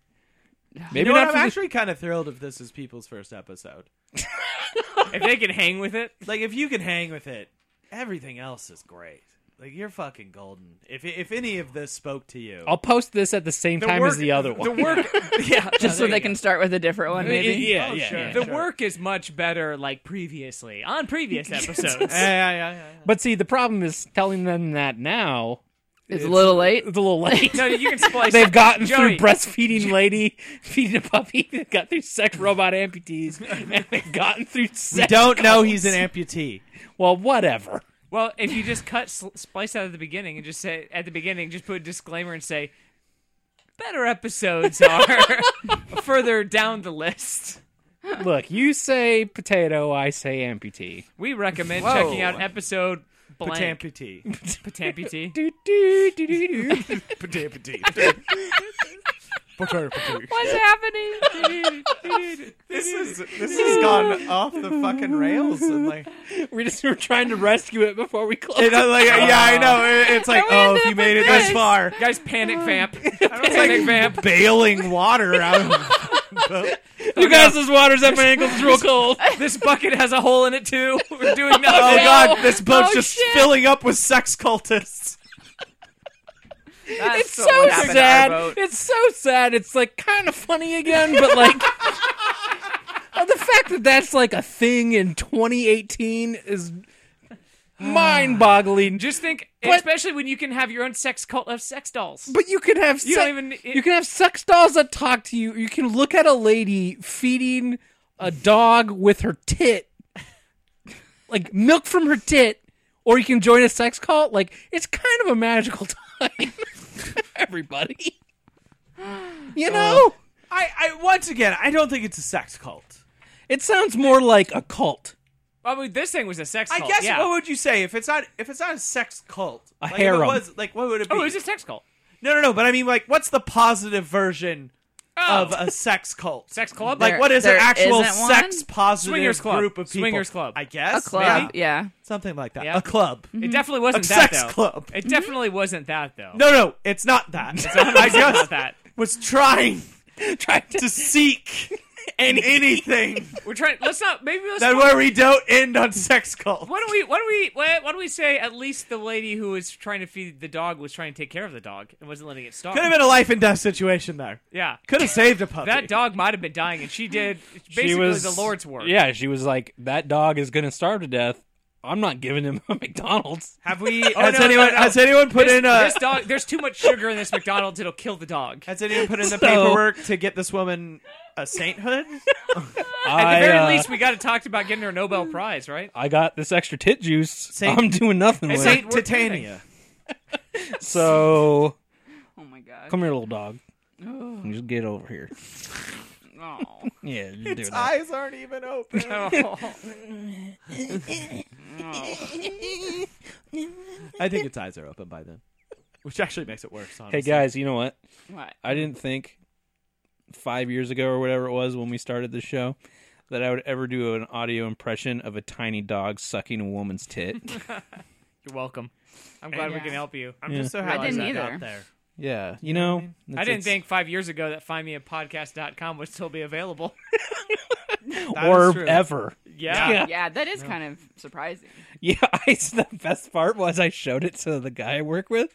Speaker 4: You
Speaker 1: Maybe
Speaker 4: know what?
Speaker 1: not
Speaker 4: I'm
Speaker 1: for the-
Speaker 4: actually kind of thrilled if this is people's first episode.
Speaker 2: if they can hang with it,
Speaker 4: Like, if you can hang with it, everything else is great. Like, you're fucking golden. If if any of this spoke to you,
Speaker 1: I'll post this at the same time as
Speaker 4: work-
Speaker 1: the other one.
Speaker 4: The work, yeah,
Speaker 5: Just so they can start with a different one, maybe.
Speaker 1: Yeah,
Speaker 4: Oh,
Speaker 1: yeah,
Speaker 4: sure.
Speaker 1: yeah.
Speaker 2: the work is much better. Like previously on previous episodes.
Speaker 4: Yeah, yeah, yeah, yeah, yeah.
Speaker 1: But see, the problem is telling them that now
Speaker 5: It's a little late.
Speaker 1: it's
Speaker 4: (laughs)
Speaker 1: a little late.
Speaker 2: no, you can splice.
Speaker 1: They've gotten
Speaker 2: Joey,
Speaker 1: through breastfeeding lady, feeding a puppy. (laughs) They've got through sex robot amputees, and they've gotten through sex.
Speaker 4: We don't know he's an amputee.
Speaker 1: Well, whatever.
Speaker 2: Well, if you just cut sl- splice out at the beginning and just say at the beginning, just put a disclaimer and say, "Better episodes are (laughs) further down the list."
Speaker 1: Look, you say potato, I say amputee.
Speaker 2: We recommend
Speaker 5: Whoa.
Speaker 2: checking out episode
Speaker 4: (laughs)
Speaker 2: blank
Speaker 4: Patamputee.
Speaker 2: (laughs) Patamputee.
Speaker 1: Do, do, do, do, do. (laughs)
Speaker 4: (laughs) Patamputee. (laughs) Patamputee. (laughs)
Speaker 5: What's happening?
Speaker 4: This is this has (laughs) gone off the fucking rails and like
Speaker 1: We just were trying to rescue it before we
Speaker 4: (laughs)
Speaker 1: closed.
Speaker 4: It-
Speaker 1: it.
Speaker 4: uh, like, yeah, I know. It- It's like,
Speaker 5: we
Speaker 4: oh,
Speaker 5: ended
Speaker 4: if you
Speaker 5: up
Speaker 4: made it
Speaker 5: with
Speaker 4: this
Speaker 5: this.
Speaker 4: far, (laughs)
Speaker 2: Guys, panic vamp.
Speaker 4: it's like (laughs)
Speaker 2: panic vamp. Oh,
Speaker 4: bailing water out of (laughs) the boat.
Speaker 1: you guys, this water's at my ankles. It's real cold.
Speaker 2: (laughs) This bucket has a hole in it too. (laughs) We're doing
Speaker 4: (laughs)
Speaker 2: nothing.
Speaker 4: Oh god, this boat's
Speaker 5: Oh,
Speaker 4: just
Speaker 5: shit.
Speaker 4: filling up with sex cultists.
Speaker 5: That's
Speaker 1: It's
Speaker 5: what
Speaker 1: so
Speaker 5: would happen to our
Speaker 1: sad.
Speaker 5: boat.
Speaker 1: It's so sad. It's like kind of funny again, but like. (laughs) Uh, The fact that that's like a thing in 2018
Speaker 5: (sighs)
Speaker 1: is mind-boggling.
Speaker 2: Just think,
Speaker 1: But-
Speaker 2: especially when you can have your own sex cult of sex dolls.
Speaker 1: But you can have se-
Speaker 2: You don't even- it-
Speaker 1: you can have sex dolls that talk to you. You can look at a lady feeding a dog with her tit, like milk from her tit, or you can join a sex cult. Like it's kind of a magical (laughs) time, everybody. You know,
Speaker 4: I, I once again, I don't think it's a sex cult.
Speaker 1: it sounds more like a cult,
Speaker 2: I mean, this thing was a sex
Speaker 4: I
Speaker 2: cult.
Speaker 4: guess
Speaker 2: yeah.
Speaker 4: what would you say if it's not if it's not a sex cult?
Speaker 1: A
Speaker 4: like, If it
Speaker 1: harem.
Speaker 4: was, like what would it be?
Speaker 2: oh, it was a sex cult.
Speaker 4: no, no, no. But I mean, like, what's the positive version
Speaker 2: Oh.
Speaker 4: of a sex cult?
Speaker 2: sex club.
Speaker 4: like,
Speaker 5: There-
Speaker 4: what is
Speaker 5: there
Speaker 4: an actual
Speaker 5: isn't one?
Speaker 4: sex positive
Speaker 2: Swingers club.
Speaker 4: group of people?
Speaker 2: Swingers club.
Speaker 4: I guess
Speaker 5: A club,
Speaker 4: maybe?
Speaker 5: yeah.
Speaker 4: something like that.
Speaker 2: Yeah.
Speaker 4: A club.
Speaker 2: It definitely wasn't
Speaker 4: Mm-hmm. A
Speaker 2: that
Speaker 4: sex
Speaker 2: though.
Speaker 4: club.
Speaker 2: It definitely wasn't that though.
Speaker 4: No, no, it's not that. I
Speaker 2: I
Speaker 4: just
Speaker 2: not that.
Speaker 4: (laughs) was
Speaker 2: (laughs)
Speaker 4: trying
Speaker 1: trying to
Speaker 4: to seek an
Speaker 2: (laughs)
Speaker 4: anything
Speaker 2: We're trying. Let's not. Maybe let's.
Speaker 4: that where we don't end on sex cult.
Speaker 2: why don't we? Why don't we? Why, why don't we say at least the lady who was trying to feed the dog was trying to take care of the dog and wasn't letting it starve.
Speaker 4: Could have been a life and death situation there.
Speaker 2: Yeah.
Speaker 4: Could have saved a puppy.
Speaker 2: That dog might have been dying, and
Speaker 4: (laughs)
Speaker 2: she did basically the Lord's work.
Speaker 1: Yeah, she was like, "That dog is gonna starve to death. I'm not giving him a (laughs) McDonald's."
Speaker 4: Have we?
Speaker 2: Oh,
Speaker 4: has
Speaker 2: no,
Speaker 4: anyone?
Speaker 2: no, no.
Speaker 4: Has anyone put
Speaker 2: This,
Speaker 4: in a?
Speaker 2: this dog. There's too much sugar in this McDonald's. It'll kill the dog.
Speaker 4: Has anyone put in the
Speaker 1: So-
Speaker 4: paperwork to get this woman a sainthood?
Speaker 2: At the
Speaker 1: I,
Speaker 2: very
Speaker 1: uh,
Speaker 2: least, we got to talk about getting her Nobel Prize, right?
Speaker 1: I got this extra tit juice.
Speaker 4: Saint-
Speaker 1: I'm doing nothing with
Speaker 2: (laughs) Saint-
Speaker 1: it.
Speaker 4: Saint Titania.
Speaker 1: So
Speaker 5: Oh my god.
Speaker 1: Come here, little dog. Just get over here.
Speaker 4: (laughs)
Speaker 5: Oh.
Speaker 1: Yeah, just do that.
Speaker 4: Eyes aren't even open. I think its eyes are open by then, which actually makes it worse.
Speaker 1: Hey
Speaker 4: Honestly.
Speaker 1: guys, you know what?
Speaker 5: What?
Speaker 1: I didn't think five years ago or whatever it was when we started the show that I would ever do an audio impression of a tiny dog sucking a woman's (laughs) tit.
Speaker 2: You're welcome. I'm glad we
Speaker 5: Yeah.
Speaker 2: can help you.
Speaker 4: I'm just so
Speaker 5: I
Speaker 4: happy.
Speaker 5: didn't
Speaker 4: that
Speaker 5: either.
Speaker 4: got there.
Speaker 1: yeah, you know,
Speaker 2: I
Speaker 1: it's-
Speaker 2: didn't
Speaker 1: it's-
Speaker 2: think five years ago that findmeapodcast.com would still
Speaker 4: (laughs)
Speaker 2: be available.
Speaker 4: That is
Speaker 1: or
Speaker 4: true.
Speaker 1: ever.
Speaker 2: Yeah. (laughs)
Speaker 1: Yeah.
Speaker 5: Yeah, that is kind of surprising.
Speaker 1: Yeah, (laughs) I, the best part was I showed it to the guy I work with.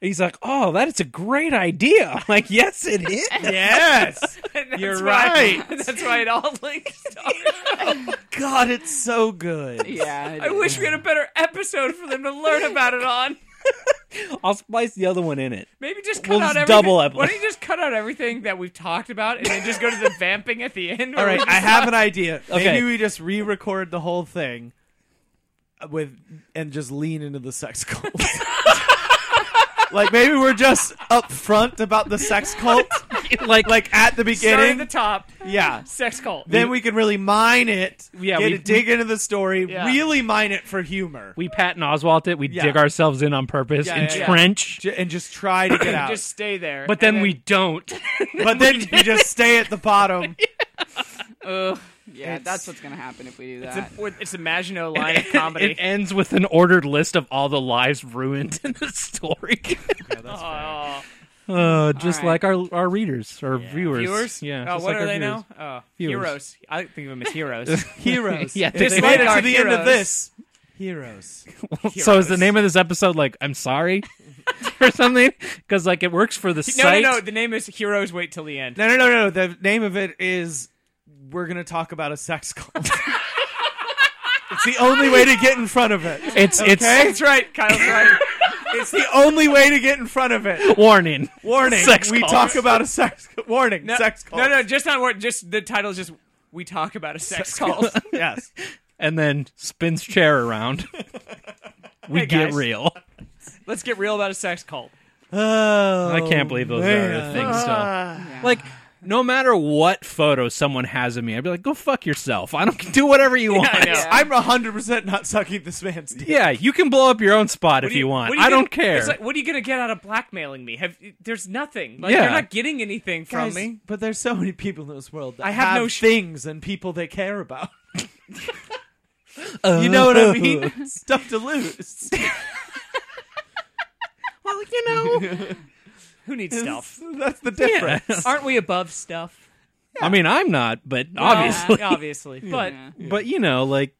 Speaker 1: He's like, "Oh, that is a great idea." (laughs) I'm like, "Yes, it (laughs) is."
Speaker 4: Yes,
Speaker 2: (laughs) That's
Speaker 4: You're
Speaker 2: why-
Speaker 4: right.
Speaker 2: (laughs) That's why it all links.
Speaker 4: (laughs)
Speaker 2: to our show.
Speaker 4: God, it's so
Speaker 5: (laughs)
Speaker 4: good.
Speaker 5: Yeah. it
Speaker 2: I
Speaker 5: is.
Speaker 2: wish we had a better episode for them to learn about it on.
Speaker 1: I'll splice the other one in it.
Speaker 2: Maybe just cut
Speaker 1: We'll
Speaker 2: out
Speaker 1: just
Speaker 2: everything.
Speaker 1: double up.
Speaker 2: Why don't you just cut out everything that we've talked about and then just go to the vamping at the
Speaker 1: (laughs)
Speaker 2: end?
Speaker 4: All right,
Speaker 2: where we
Speaker 4: I
Speaker 2: just-
Speaker 4: have an idea.
Speaker 1: Okay.
Speaker 4: Maybe we just re-record the whole thing with and just lean into the sex cult. (laughs) like maybe we're just upfront about the sex cult,
Speaker 1: like, like,
Speaker 4: like at the
Speaker 2: Start at
Speaker 4: beginning.
Speaker 2: the top.
Speaker 4: yeah.
Speaker 2: Sex cult.
Speaker 4: Then we can really mine it.
Speaker 1: Yeah,
Speaker 4: get to
Speaker 1: we-
Speaker 4: dig into the story.
Speaker 2: Yeah.
Speaker 4: Really mine it for humor,
Speaker 1: we Patton Oswalt it. We
Speaker 4: Yeah.
Speaker 1: dig ourselves in on purpose,
Speaker 4: Yeah, yeah, yeah.
Speaker 1: entrench,
Speaker 4: J- and just try
Speaker 2: (coughs)
Speaker 4: to get out.
Speaker 2: just stay there.
Speaker 1: but then, we don't.
Speaker 4: but then you just stay at the bottom.
Speaker 5: Ugh. Yeah, that's what's gonna happen if we do that.
Speaker 2: we. It's
Speaker 1: (laughs)
Speaker 2: the Maginot line of comedy.
Speaker 1: It ends with an ordered list of all the lives ruined in the story.
Speaker 2: (laughs) oh,
Speaker 1: uh, just
Speaker 5: All right.
Speaker 1: like our our readers or viewers.
Speaker 2: viewers?
Speaker 1: Yeah.
Speaker 2: Oh,
Speaker 1: just
Speaker 2: what
Speaker 1: like
Speaker 2: are
Speaker 1: our
Speaker 2: they
Speaker 1: viewers.
Speaker 2: now? Oh,
Speaker 1: Viewers.
Speaker 2: heroes. I think of them
Speaker 1: (laughs)
Speaker 2: as heroes.
Speaker 4: Heroes.
Speaker 1: Yeah,
Speaker 4: If
Speaker 1: they
Speaker 4: they
Speaker 1: made
Speaker 4: made it
Speaker 2: our
Speaker 4: to the end
Speaker 2: heroes.
Speaker 4: of this. Heroes.
Speaker 1: (laughs) So is the name of this episode like "I'm sorry" or something? Because like it works for the
Speaker 2: no, no,
Speaker 1: site.
Speaker 2: no. The name is Heroes Wait Till the End.
Speaker 4: No, no, no, no. The name of it is We're Gonna Talk About a Sex (laughs) Cult. it's the only way to get in front of it.
Speaker 1: It's
Speaker 4: Okay?
Speaker 1: it's
Speaker 4: That's right, Kyle's right. It's the only way to get in front of it.
Speaker 1: warning.
Speaker 4: Warning.
Speaker 1: Sex
Speaker 4: we
Speaker 1: cult.
Speaker 4: talk about a sex warning,
Speaker 2: No,
Speaker 4: sex cult.
Speaker 2: No, no, just not word. Just the title is just we talk about a sex cult. (laughs)
Speaker 4: Yes.
Speaker 1: and then spins chair around. we
Speaker 2: Hey,
Speaker 1: get
Speaker 2: guys.
Speaker 1: real.
Speaker 2: Let's get real about a
Speaker 1: (laughs)
Speaker 2: sex cult.
Speaker 4: Oh
Speaker 1: I can't believe those are
Speaker 4: man.
Speaker 1: a thing still.
Speaker 5: Yeah.
Speaker 1: Like no matter what photo someone has of me, I'd be like, "Go fuck yourself. I don't (laughs) do whatever you want."
Speaker 2: I know.
Speaker 5: Yeah.
Speaker 4: I'm hundred percent not sucking this man's dick.
Speaker 1: Yeah, you can blow up your own spot
Speaker 2: What
Speaker 1: if
Speaker 2: do
Speaker 1: you, want.
Speaker 2: what
Speaker 1: I
Speaker 2: gonna-
Speaker 1: don't care.
Speaker 2: It's like, what are you gonna get out of blackmailing me? Have there's nothing. Like
Speaker 1: Yeah.
Speaker 2: you're not getting anything from
Speaker 4: Guys,
Speaker 2: me.
Speaker 4: But there's so many people in this world that
Speaker 2: I have no sh-
Speaker 4: things and people they care about. (laughs) you know (laughs) what I mean? Stuff to lose. (laughs)
Speaker 1: well, you know,
Speaker 2: Who needs stuff?
Speaker 4: That's the difference.
Speaker 2: (laughs) Aren't we above stuff?
Speaker 1: I mean, I'm not, but obviously,
Speaker 2: Well, (laughs) obviously. But
Speaker 5: Yeah.
Speaker 1: but you know, like,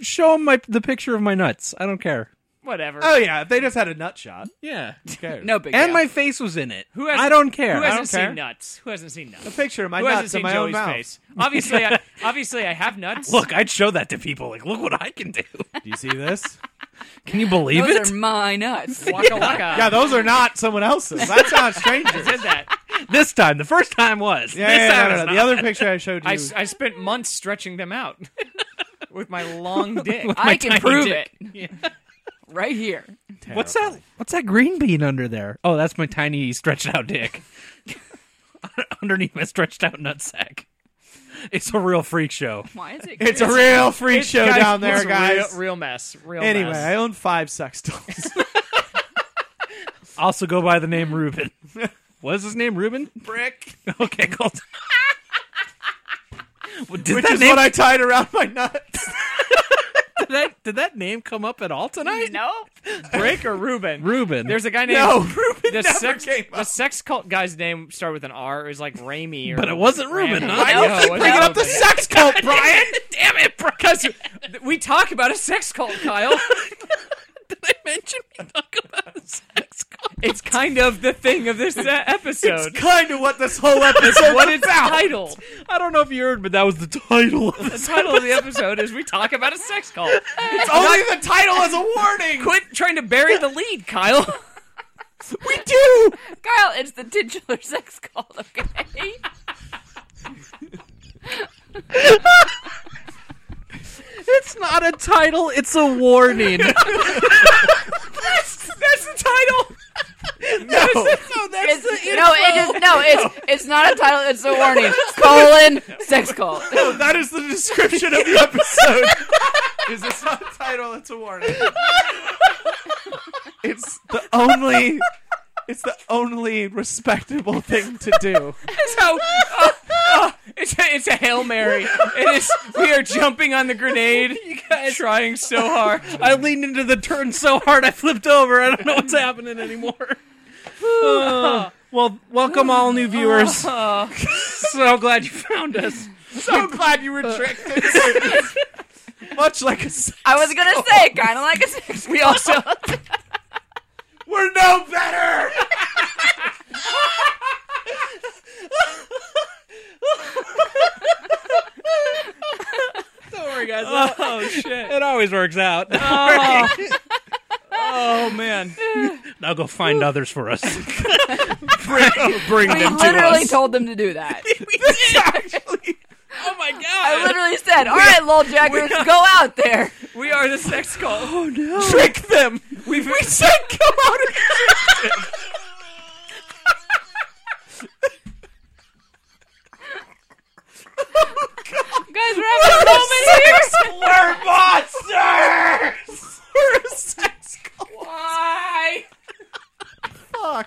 Speaker 1: show them my the picture of my nuts. I don't care.
Speaker 2: whatever.
Speaker 4: Oh yeah, if they just had a nut shot.
Speaker 1: Yeah,
Speaker 4: Okay.
Speaker 5: No big
Speaker 1: and
Speaker 5: deal.
Speaker 1: my face was in it.
Speaker 2: Who
Speaker 1: Who
Speaker 2: hasn't-
Speaker 1: I don't care.
Speaker 2: Who
Speaker 1: I
Speaker 2: hasn't
Speaker 1: don't
Speaker 2: seen
Speaker 1: care.
Speaker 2: nuts? Who hasn't seen nuts?
Speaker 4: A picture of my
Speaker 2: Who hasn't
Speaker 4: nuts
Speaker 2: seen
Speaker 4: in my
Speaker 2: Joey's
Speaker 4: own mouth.
Speaker 2: face?
Speaker 1: (laughs)
Speaker 2: Obviously, I, obviously, I have nuts.
Speaker 1: Look, I'd show that to people. Like, look what I can do.
Speaker 4: Do you see this?
Speaker 1: Can you believe
Speaker 5: Those
Speaker 1: it?
Speaker 5: are my nuts.
Speaker 2: waka waka.
Speaker 4: (laughs) yeah, those are not someone else's. That's not strangers.
Speaker 2: did that.
Speaker 1: this time, the first time was.
Speaker 4: Yeah,
Speaker 1: this
Speaker 4: yeah,
Speaker 1: time
Speaker 4: no,
Speaker 1: it's
Speaker 4: no, no. The
Speaker 1: not.
Speaker 4: other picture I showed you.
Speaker 2: I, s- I spent months stretching them out (laughs) with my
Speaker 1: (laughs)
Speaker 2: long dick.
Speaker 1: my
Speaker 5: I can
Speaker 1: tiny
Speaker 5: prove
Speaker 1: dick.
Speaker 5: it (laughs) right here.
Speaker 1: What's that? What's that green bean under there? Oh, that's my tiny stretched out dick. (laughs) Underneath my stretched out nutsack. It's a real freak show.
Speaker 5: Why is it?
Speaker 4: It's a real freak show
Speaker 2: Guys,
Speaker 4: down there,
Speaker 2: it's a
Speaker 4: guys.
Speaker 2: Real, real mess. Real
Speaker 4: anyway,
Speaker 2: mess.
Speaker 4: I own five sex dolls.
Speaker 1: Also go by the name
Speaker 4: (laughs)
Speaker 1: Ruben. What is his name? Ruben?
Speaker 4: Brick.
Speaker 1: (laughs) Okay, cool. (laughs) Well, did,
Speaker 4: Which
Speaker 1: that
Speaker 4: is
Speaker 1: name,
Speaker 4: what I tied around my nuts.
Speaker 1: (laughs) did, that, did that name come up at all tonight?
Speaker 5: no.
Speaker 4: (laughs)
Speaker 2: Brick or Ruben?
Speaker 1: Ruben.
Speaker 2: There's a guy named
Speaker 4: no, (laughs) Ruben
Speaker 2: the
Speaker 4: never
Speaker 2: sex
Speaker 4: came
Speaker 2: the sex cult guy's name started with an R. It was like Raimi, or
Speaker 1: But it wasn't Ruben,
Speaker 2: Ram-
Speaker 1: huh? Why
Speaker 2: No,
Speaker 5: else
Speaker 2: it
Speaker 5: you
Speaker 2: wasn't
Speaker 4: Bringing up the
Speaker 2: Ruben.
Speaker 4: sex cult, (laughs) Brian.
Speaker 1: (laughs) Damn it, bro.
Speaker 2: because we talk about a sex cult, Kyle.
Speaker 1: Did I mention we talk about a sex cult?
Speaker 2: It's kind of the thing of this uh, episode.
Speaker 4: It's kind of what this whole episode
Speaker 2: what
Speaker 4: is
Speaker 2: it's
Speaker 4: about.
Speaker 2: titled.
Speaker 1: I don't know if you heard, but that was the title of
Speaker 2: The
Speaker 1: this.
Speaker 2: title of the episode is "We Talk About a Sex Cult."
Speaker 4: It's only the title as Oh, a warning.
Speaker 1: (laughs)
Speaker 2: Quit trying to bury the lead, Kyle. (laughs)
Speaker 4: We do.
Speaker 5: Kyle, it's the titular (laughs) sex call, okay?
Speaker 1: It's not a title, it's a
Speaker 4: (laughs)
Speaker 1: warning.
Speaker 2: That's the title.
Speaker 4: No.
Speaker 5: It's, no, it is no, it's it's not a title, it's a warning. Colon sex call.
Speaker 4: No, that is the description of (laughs) the episode. is it's not a title, it's a warning. It's the only It's the only respectable thing to do.
Speaker 2: So uh, uh, it's a, it's a hail mary. It is. We are jumping on the grenade. You guys trying so hard.
Speaker 1: I leaned into the turn so hard I flipped over. (laughs) I don't know what's happening anymore. (sighs) Uh, well, welcome all
Speaker 4: (laughs)
Speaker 1: new viewers. so glad you found us.
Speaker 4: so glad you were tricked into it. Much like a, s-
Speaker 5: I was gonna say, kind of like a six.
Speaker 2: We also
Speaker 4: we're no better.
Speaker 1: Don't worry, guys.
Speaker 2: oh shit.
Speaker 1: it always works out.
Speaker 2: Oh, oh man.
Speaker 1: now go find others for
Speaker 4: (laughs)
Speaker 1: us.
Speaker 6: Bring
Speaker 5: (laughs) We
Speaker 6: them to
Speaker 5: literally
Speaker 6: us.
Speaker 5: told them to do that.
Speaker 4: Actually,
Speaker 2: Oh my
Speaker 5: I
Speaker 2: god.
Speaker 5: literally said, "All right, loljackers, go out there."
Speaker 2: We are the sex cult. Oh no.
Speaker 4: trick them. We've we said come out. And
Speaker 5: (laughs) Guys, we're having a moment here.
Speaker 4: We're monsters. We're a sex cult.
Speaker 2: Why?
Speaker 4: Fuck. Oh.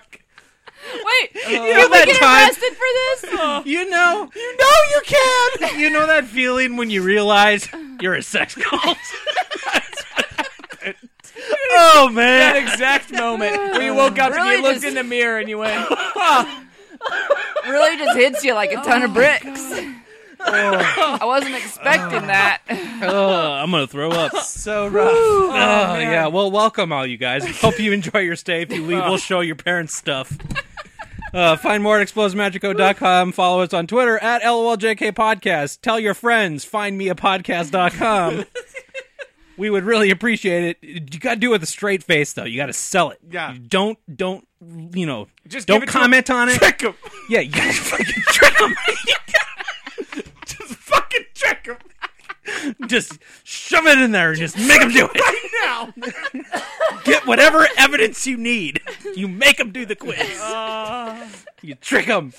Speaker 5: Wait, can
Speaker 1: know
Speaker 5: we
Speaker 1: Oh, that
Speaker 5: get
Speaker 1: time-
Speaker 5: arrested for this?
Speaker 1: you know,
Speaker 4: You know you can.
Speaker 1: you know that feeling when you realize you're a sex
Speaker 4: (laughs)
Speaker 1: cult. (laughs) oh
Speaker 2: That
Speaker 1: man!
Speaker 2: exact moment where you woke up and
Speaker 5: Really
Speaker 2: you looked
Speaker 5: just-
Speaker 2: in the mirror and you went,
Speaker 5: really just hits you like a ton
Speaker 2: Oh
Speaker 5: of bricks. (laughs) I wasn't expecting that.
Speaker 1: Ugh, Uh, I'm gonna throw up.
Speaker 4: So rough.
Speaker 1: Oh, yeah. Well, welcome all you
Speaker 2: (laughs)
Speaker 1: guys. Hope you enjoy your stay. If you leave,
Speaker 2: Oh.
Speaker 1: we'll show your parents stuff. Uh, find more at explosemagico.com. Follow us on Twitter at LOLJK Podcast. Tell your friends. Find me at podcast.com. we would really appreciate it. You got to do it with a straight face, though. You got to sell it.
Speaker 4: Yeah.
Speaker 1: You don't, don't, you know,
Speaker 2: Just give
Speaker 1: don't
Speaker 2: it to 'em.
Speaker 1: comment on
Speaker 2: (laughs)
Speaker 1: it.
Speaker 4: Trick 'em.
Speaker 1: Yeah, you (laughs) got to fucking trick 'em.
Speaker 4: (laughs) Just fucking trick 'em
Speaker 1: Just shove it in there and just make them do it.
Speaker 4: now.
Speaker 1: get whatever evidence you need. You make them do the quiz. you trick them.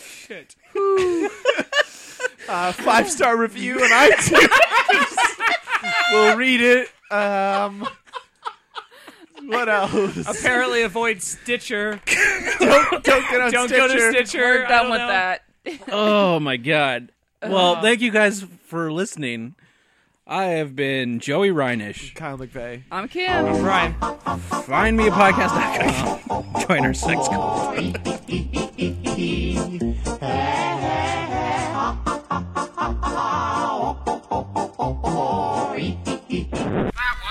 Speaker 4: uh, five star review on (laughs) iTunes. we'll read it. Um, what else?
Speaker 2: apparently avoid Stitcher.
Speaker 4: don't, don't get on
Speaker 2: (laughs) Don't
Speaker 4: Stitcher.
Speaker 2: go to Stitcher.
Speaker 5: We're
Speaker 2: I
Speaker 5: done
Speaker 2: don't
Speaker 5: with
Speaker 2: know.
Speaker 5: that.
Speaker 1: Oh my god. Well,
Speaker 4: Uh.
Speaker 1: thank you guys for listening. I have been Joey Reinish.
Speaker 4: Kyle McVeigh.
Speaker 5: I'm Kim.
Speaker 2: Brian.
Speaker 1: Find me a podcast. Join our sex cult.
Speaker 3: That was